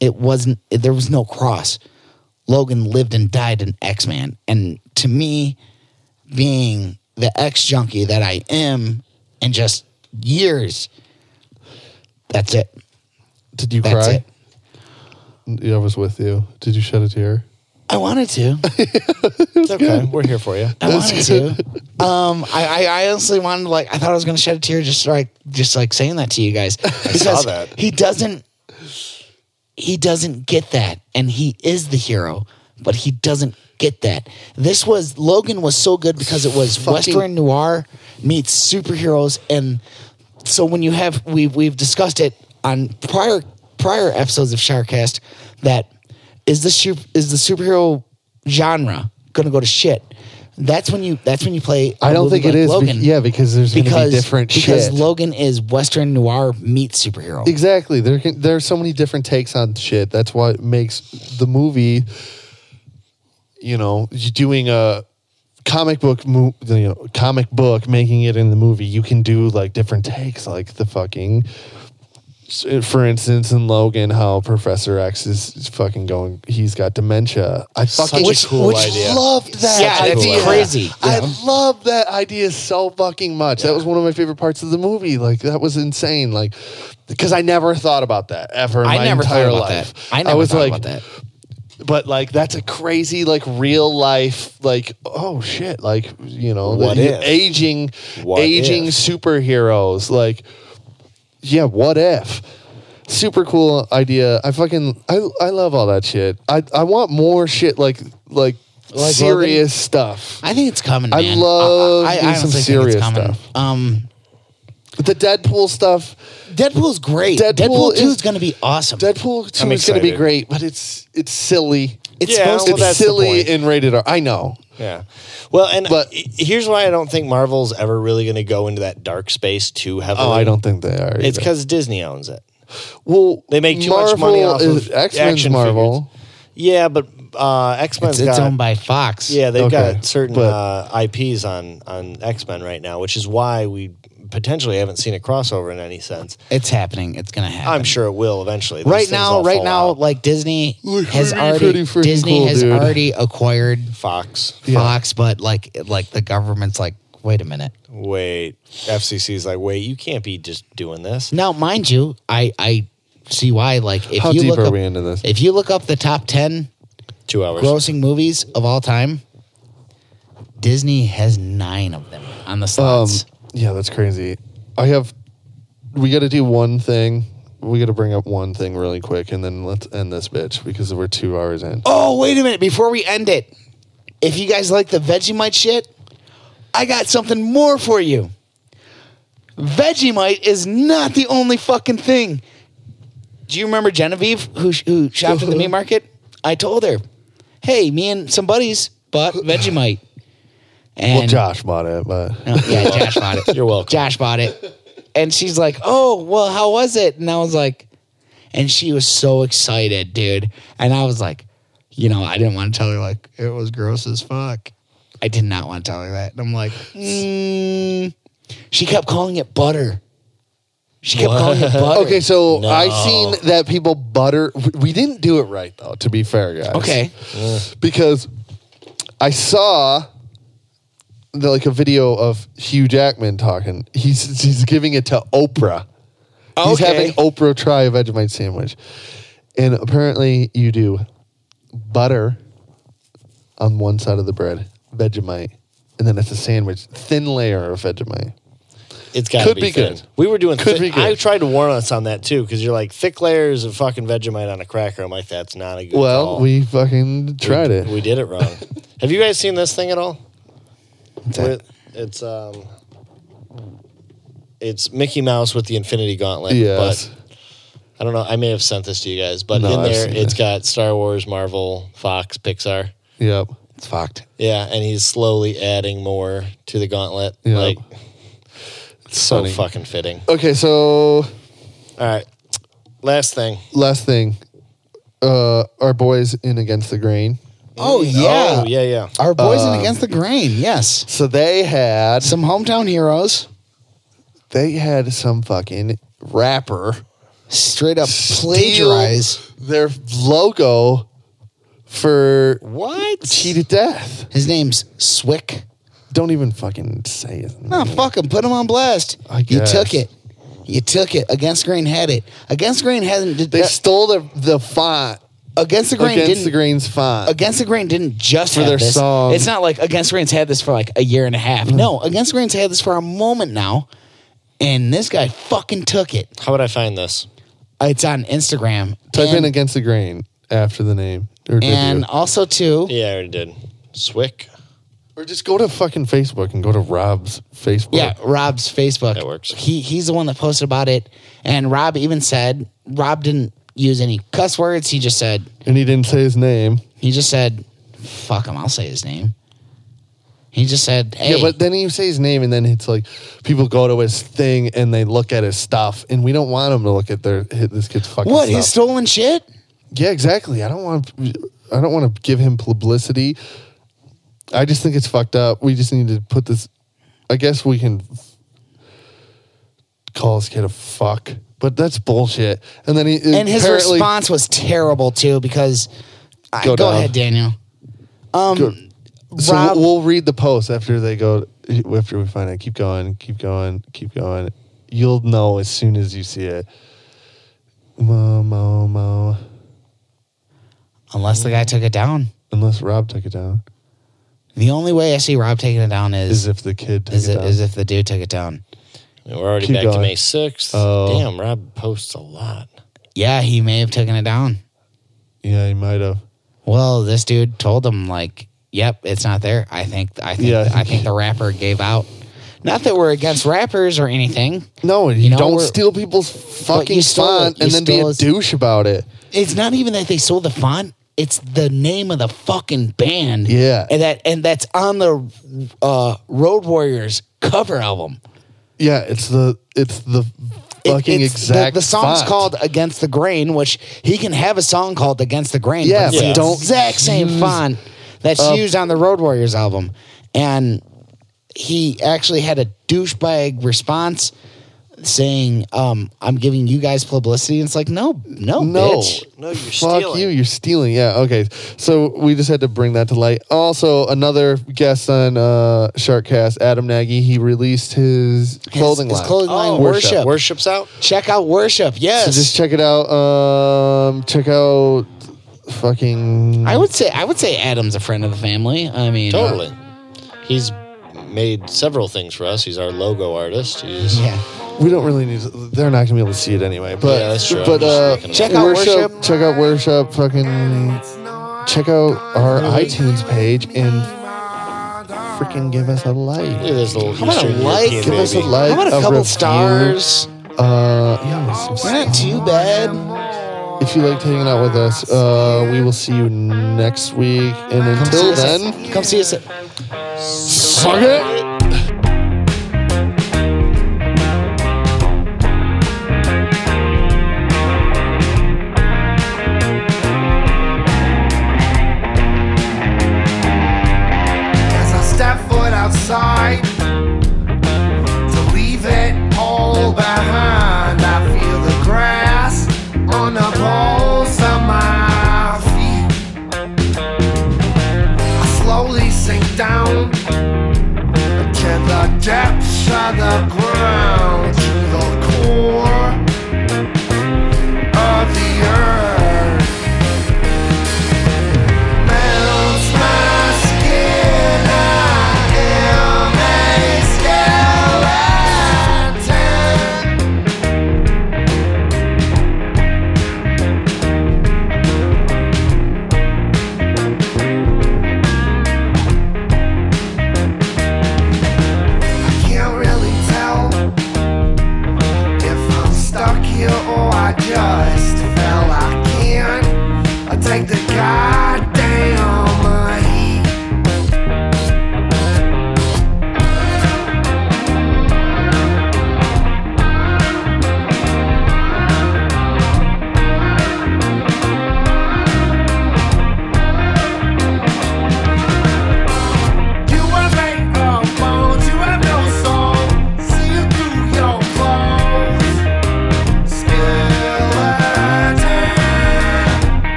S5: it wasn't. It, there was no cross. Logan lived and died in X Man, and to me, being the X junkie that I am, in just years, that's it.
S2: Did you
S5: That's
S2: cry? Yeah, I was with you. Did you shed a tear?
S5: I wanted to.
S6: It's okay. We're here for you.
S5: I wanted to. Um, I, I, I honestly wanted like I thought I was gonna shed a tear just like just like saying that to you guys because
S6: that.
S5: he doesn't he doesn't get that and he is the hero but he doesn't get that. This was Logan was so good because it was Western noir meets superheroes and so when you have we we've discussed it on prior prior episodes of Showercast that is the su- is the superhero genre going to go to shit? That's when you that's when you play. I
S2: I don't think it is. be- yeah, because there's going to be
S5: because
S2: different
S5: because
S2: shit.
S5: Logan is Western noir meets superhero.
S2: exactly. There can, there are so many different takes on shit. That's what makes the movie. You know, you doing a comic book mo- you know comic book making it in the movie you can do like different takes like the fucking for instance in Logan how Professor X is is fucking going he's got dementia I
S6: Such
S2: fucking
S6: a Which- cool
S2: which
S6: idea.
S2: loved that
S5: Yeah, that's
S2: idea.
S5: crazy.
S2: I
S5: Yeah.
S2: love that idea so fucking much that was one of my favorite parts of the movie like that was insane like because I never thought about that ever in
S5: I
S2: my
S5: never thought
S2: entire
S5: about
S2: life
S5: that. I never
S2: was
S5: thought
S2: like
S5: about that.
S2: but like that's a crazy like real life like oh shit like you know
S6: What
S2: the-
S6: if?
S2: aging
S6: What
S2: aging
S6: if?
S2: superheroes like yeah what if super cool idea i fucking i i love all that shit i i want more shit like like,
S5: Logan?
S2: serious stuff
S5: I think it's coming.
S2: I
S5: man.
S2: love me some
S5: honestly think it's
S2: serious
S5: coming.
S2: stuff.
S5: Um,
S2: the deadpool stuff
S5: Deadpool's great.
S2: Deadpool
S5: Deadpool, two
S2: is-
S5: is going to be awesome.
S2: deadpool 2
S6: I'm
S2: is going to be
S6: excited.
S2: great but it's it's silly
S5: It's
S6: Yeah,
S5: supposed
S6: well,
S5: to
S2: it's
S5: be.
S6: that's the
S2: silly
S6: point.
S2: and rated r i know
S6: Yeah. Well, and
S2: But-
S6: but here's why I don't think Marvel's ever really going to go into that dark space too heavily.
S2: oh i don't think they are
S6: It's
S2: either.
S6: because Disney owns it.
S2: Well,
S6: They make too much money off of
S2: X-Men's
S6: action
S2: Marvel.
S6: Yeah, but uh, X Men's
S5: It's, it's
S6: got
S5: owned by Fox.
S6: yeah they've
S2: Okay,
S6: got certain
S2: but-
S6: uh, IPs on on X Men right now, which is why we potentially haven't seen a crossover in any sense.
S5: it's happening. It's going to happen.
S6: I'm sure it will eventually. These
S5: right
S6: things
S5: now,
S6: all
S5: right
S6: fall
S5: now,
S6: out.
S5: like Disney
S2: Look,
S5: has
S2: pretty,
S5: already
S2: pretty freaking
S5: Disney
S2: cool,
S5: has
S2: dude.
S5: already acquired
S6: Fox.
S5: Fox, but like like the government's like, wait a minute.
S6: Wait, FCC's like, wait, you can't be just doing this.
S5: Now, mind you, I I see why. Like, if
S2: How
S5: you
S2: deep
S5: look
S2: are
S5: up,
S2: we into this?
S5: if you look up the top ten
S6: Two hours.
S5: grossing movies of all time, Disney has nine of them on the
S2: Um,
S5: slots.
S2: yeah, that's crazy. I have. We got to do one thing. We got to bring up one thing really quick, and then let's end this bitch because we're two hours in.
S5: oh, wait a minute! Before we end it, if you guys like the Vegemite shit, I got something more for you. Vegemite is not the only fucking thing. Do you remember Genevieve who who shopped at the meat market? I told her, "Hey, me and some buddies bought Vegemite." And
S2: well, Josh bought it, but
S5: No, yeah, Josh bought it.
S6: You're welcome.
S5: Josh bought it. And she's like, Oh, well, how was it? And I was like, And she was so excited, dude. And I was like, You know, I didn't want to tell her, like, it was gross as fuck. I did not want to tell her that. And I'm like, mm. She kept calling it butter. She kept calling it butter.
S2: okay. So I seen that people butter. We didn't do it right though. To be fair, guys.
S5: Okay.
S2: because I saw the, like a video of Hugh Jackman talking. He's he's giving it to Oprah. He's
S5: Okay.
S2: having Oprah try a Vegemite sandwich, and apparently you do butter on one side of the bread, Vegemite, and then it's a sandwich, thin layer of Vegemite.
S6: It's got
S2: Could
S6: to
S2: be
S6: be thin.
S2: good.
S6: We were doing.
S2: Could
S6: thi-
S2: be good.
S6: I tried to warn us on that too, because you're like thick layers of fucking Vegemite on a cracker. I'm like, that's not a good.
S2: Well,
S6: call.
S2: we fucking tried it.
S6: We did it wrong. Have you guys seen this thing at all?
S5: that?
S6: Where- It's um, it's Mickey Mouse with the Infinity Gauntlet.
S2: yes.
S6: But I don't know. I may have sent this to you guys, but
S2: No,
S6: in
S2: I've
S6: there
S2: seen
S6: it's
S2: this.
S6: got Star Wars, Marvel, Fox, Pixar.
S2: Yep.
S5: It's fucked.
S6: Yeah, and he's slowly adding more to the gauntlet.
S2: Yeah.
S6: Like
S2: It's
S6: so fucking fitting.
S2: Okay, so
S6: All right. Last thing.
S2: last thing, uh, our boys in against the grain.
S5: Oh, yeah.
S6: Oh, yeah, yeah.
S5: Our boys in against the grain. Yes.
S2: So they had
S5: Some hometown heroes.
S2: they had some fucking rapper
S5: Straight up plagiarize.
S2: steal their logo for
S6: What?
S2: Cheat to Death.
S5: His name's Swick.
S2: Don't even fucking say it.
S5: No, fuck him. Put him on blast.
S2: I
S5: You
S2: guess.
S5: took it. You took it. Against Green had it. Against Green hasn't. Did,
S2: They
S5: uh,
S2: stole the, the font
S5: against the Green
S2: against
S5: didn't.
S2: the grain's font.
S5: Against the Grain didn't just
S2: For
S5: have
S2: their
S5: this.
S2: song. Mm.
S5: It's not like Against the Grain's had this for like a year and a half. No, Against the Grain's had this for a moment now, and this guy fucking took it.
S6: How would I find this?
S5: It's on Instagram.
S2: Type
S5: and,
S2: in against the grain after the name. Or, did
S5: and
S2: you?
S5: also too.
S6: Yeah, I already did. Swick.
S2: or just go to fucking Facebook and go to Rob's Facebook.
S5: Yeah, Rob's Facebook.
S6: That works.
S5: He he's the one that posted about it, and Rob even said Rob didn't use any cuss words. He just said
S2: And he didn't say his name.
S5: He just said, "Fuck him." I'll say his name. He just said, "Hey,
S2: Yeah, but then you say his name, and then it's like people go to his thing and they look at his stuff, and we don't want them to look at their hit this kid's fucking
S5: what?
S2: stuff.
S5: His stolen shit?
S2: Yeah, exactly. I don't want I don't want to give him publicity. I just think it's fucked up. We just need to put this. I guess we can f- call this kid a fuck, but that's bullshit. And then he
S5: and his
S2: apparently-
S5: response was terrible too because I-
S2: Go
S5: go,
S2: down.
S5: ahead daniel um
S2: Good. So
S5: Rob-
S2: we'll we'll read the post after they go. After we find it, keep going, keep going, keep going. You'll know as soon as you see it. Mo mo mo.
S5: unless the guy took it down
S2: Unless Rob took it down,
S5: the only way i see rob taking it down is
S2: is if the kid took
S5: is,
S2: it,
S5: it,
S2: down.
S5: is if the dude took it down
S6: We're already
S2: Keep
S6: back to
S2: going.
S6: May 6th.
S2: Oh.
S6: Damn, Rob posts a lot.
S5: yeah he may have taken it down
S2: yeah, he might have.
S5: well this dude told him like yep it's not there i think i think
S2: Yeah, I
S5: i
S2: think-
S5: think the rapper gave out not that we're against rappers or anything
S2: No, and you,
S5: You know,
S2: don't
S5: we're-
S2: steal people's
S5: you
S2: fucking
S5: stole it.
S2: font
S5: You
S2: and then be
S5: stole
S2: a
S5: us-
S2: douche about it.
S5: it's not even that they sold the font it's the name of the fucking band
S2: Yeah.
S5: and that and that's on the uh road warriors cover album
S2: Yeah, it's the it's the
S5: It-
S2: fucking
S5: it's-
S2: exact.
S5: the, the song's
S2: font.
S5: called against the grain which he can have a song called against the grain
S2: Yeah,
S5: it's
S2: but
S5: the
S2: don't
S5: exact same
S2: use
S5: font that's
S2: a-
S5: used on the road warriors album and he actually had a douchebag response saying um i'm giving you guys publicity and it's like no no
S2: No,
S5: bitch.
S6: No, you're
S2: fuck
S6: stealing.
S2: you, you're stealing. Yeah, okay. So we just had to bring that to light. Also, another guest on uh, Sharkcast, Adam Nagy, he released his clothing
S5: his
S2: line. Oh.
S5: clothing line, Worship.
S6: Worship's out.
S5: check out worship yes
S2: So just check it out. Um, check out fucking.
S5: I would say I would say Adam's a friend of the family. I mean, uh,
S6: Totally. He's made several things for us. He's our logo artist. He's
S5: Yeah.
S2: We don't really need. To, they're not gonna be able to see it anyway. But
S6: Yeah, that's true. I'm
S2: But
S6: just
S2: uh,
S6: making it
S5: Check out Worship.
S2: Check out worship. Fucking check out our iTunes page and freaking give us a
S6: Look at
S2: like.
S6: this little
S5: How about a
S6: Eastern
S5: like?
S6: European
S2: Give us a
S6: baby.
S2: like.
S5: How about a couple
S2: review.
S5: stars?
S2: Uh, yeah, some
S5: It's not too bad.
S2: If you liked hanging out with us, uh, we will see you next week. And
S5: see
S2: until
S5: us at-
S2: then,
S5: come see us at
S2: suck it.
S4: as I step foot outside to leave it all behind. I feel the grass on the balls of my feet. I slowly sink down to the depths of the ground, to the core of the earth melts my skin. I am a skeleton. I can't really tell if I'm stuck here or I just fell. I can't. I take the goddamn heat. You were made of bones. You have no soul. See you through your clothes. Skeleton.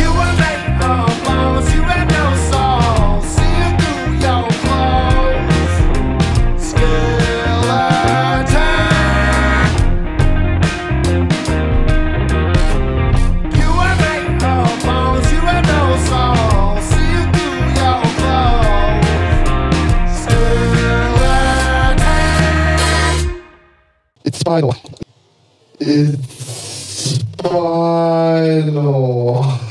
S4: You were made of bones. You have no soul. See you through your clothes. Skeleton. You are made of bones. You have no soul. See you through your clothes. Skeleton.
S2: It's spinal. It's spinal.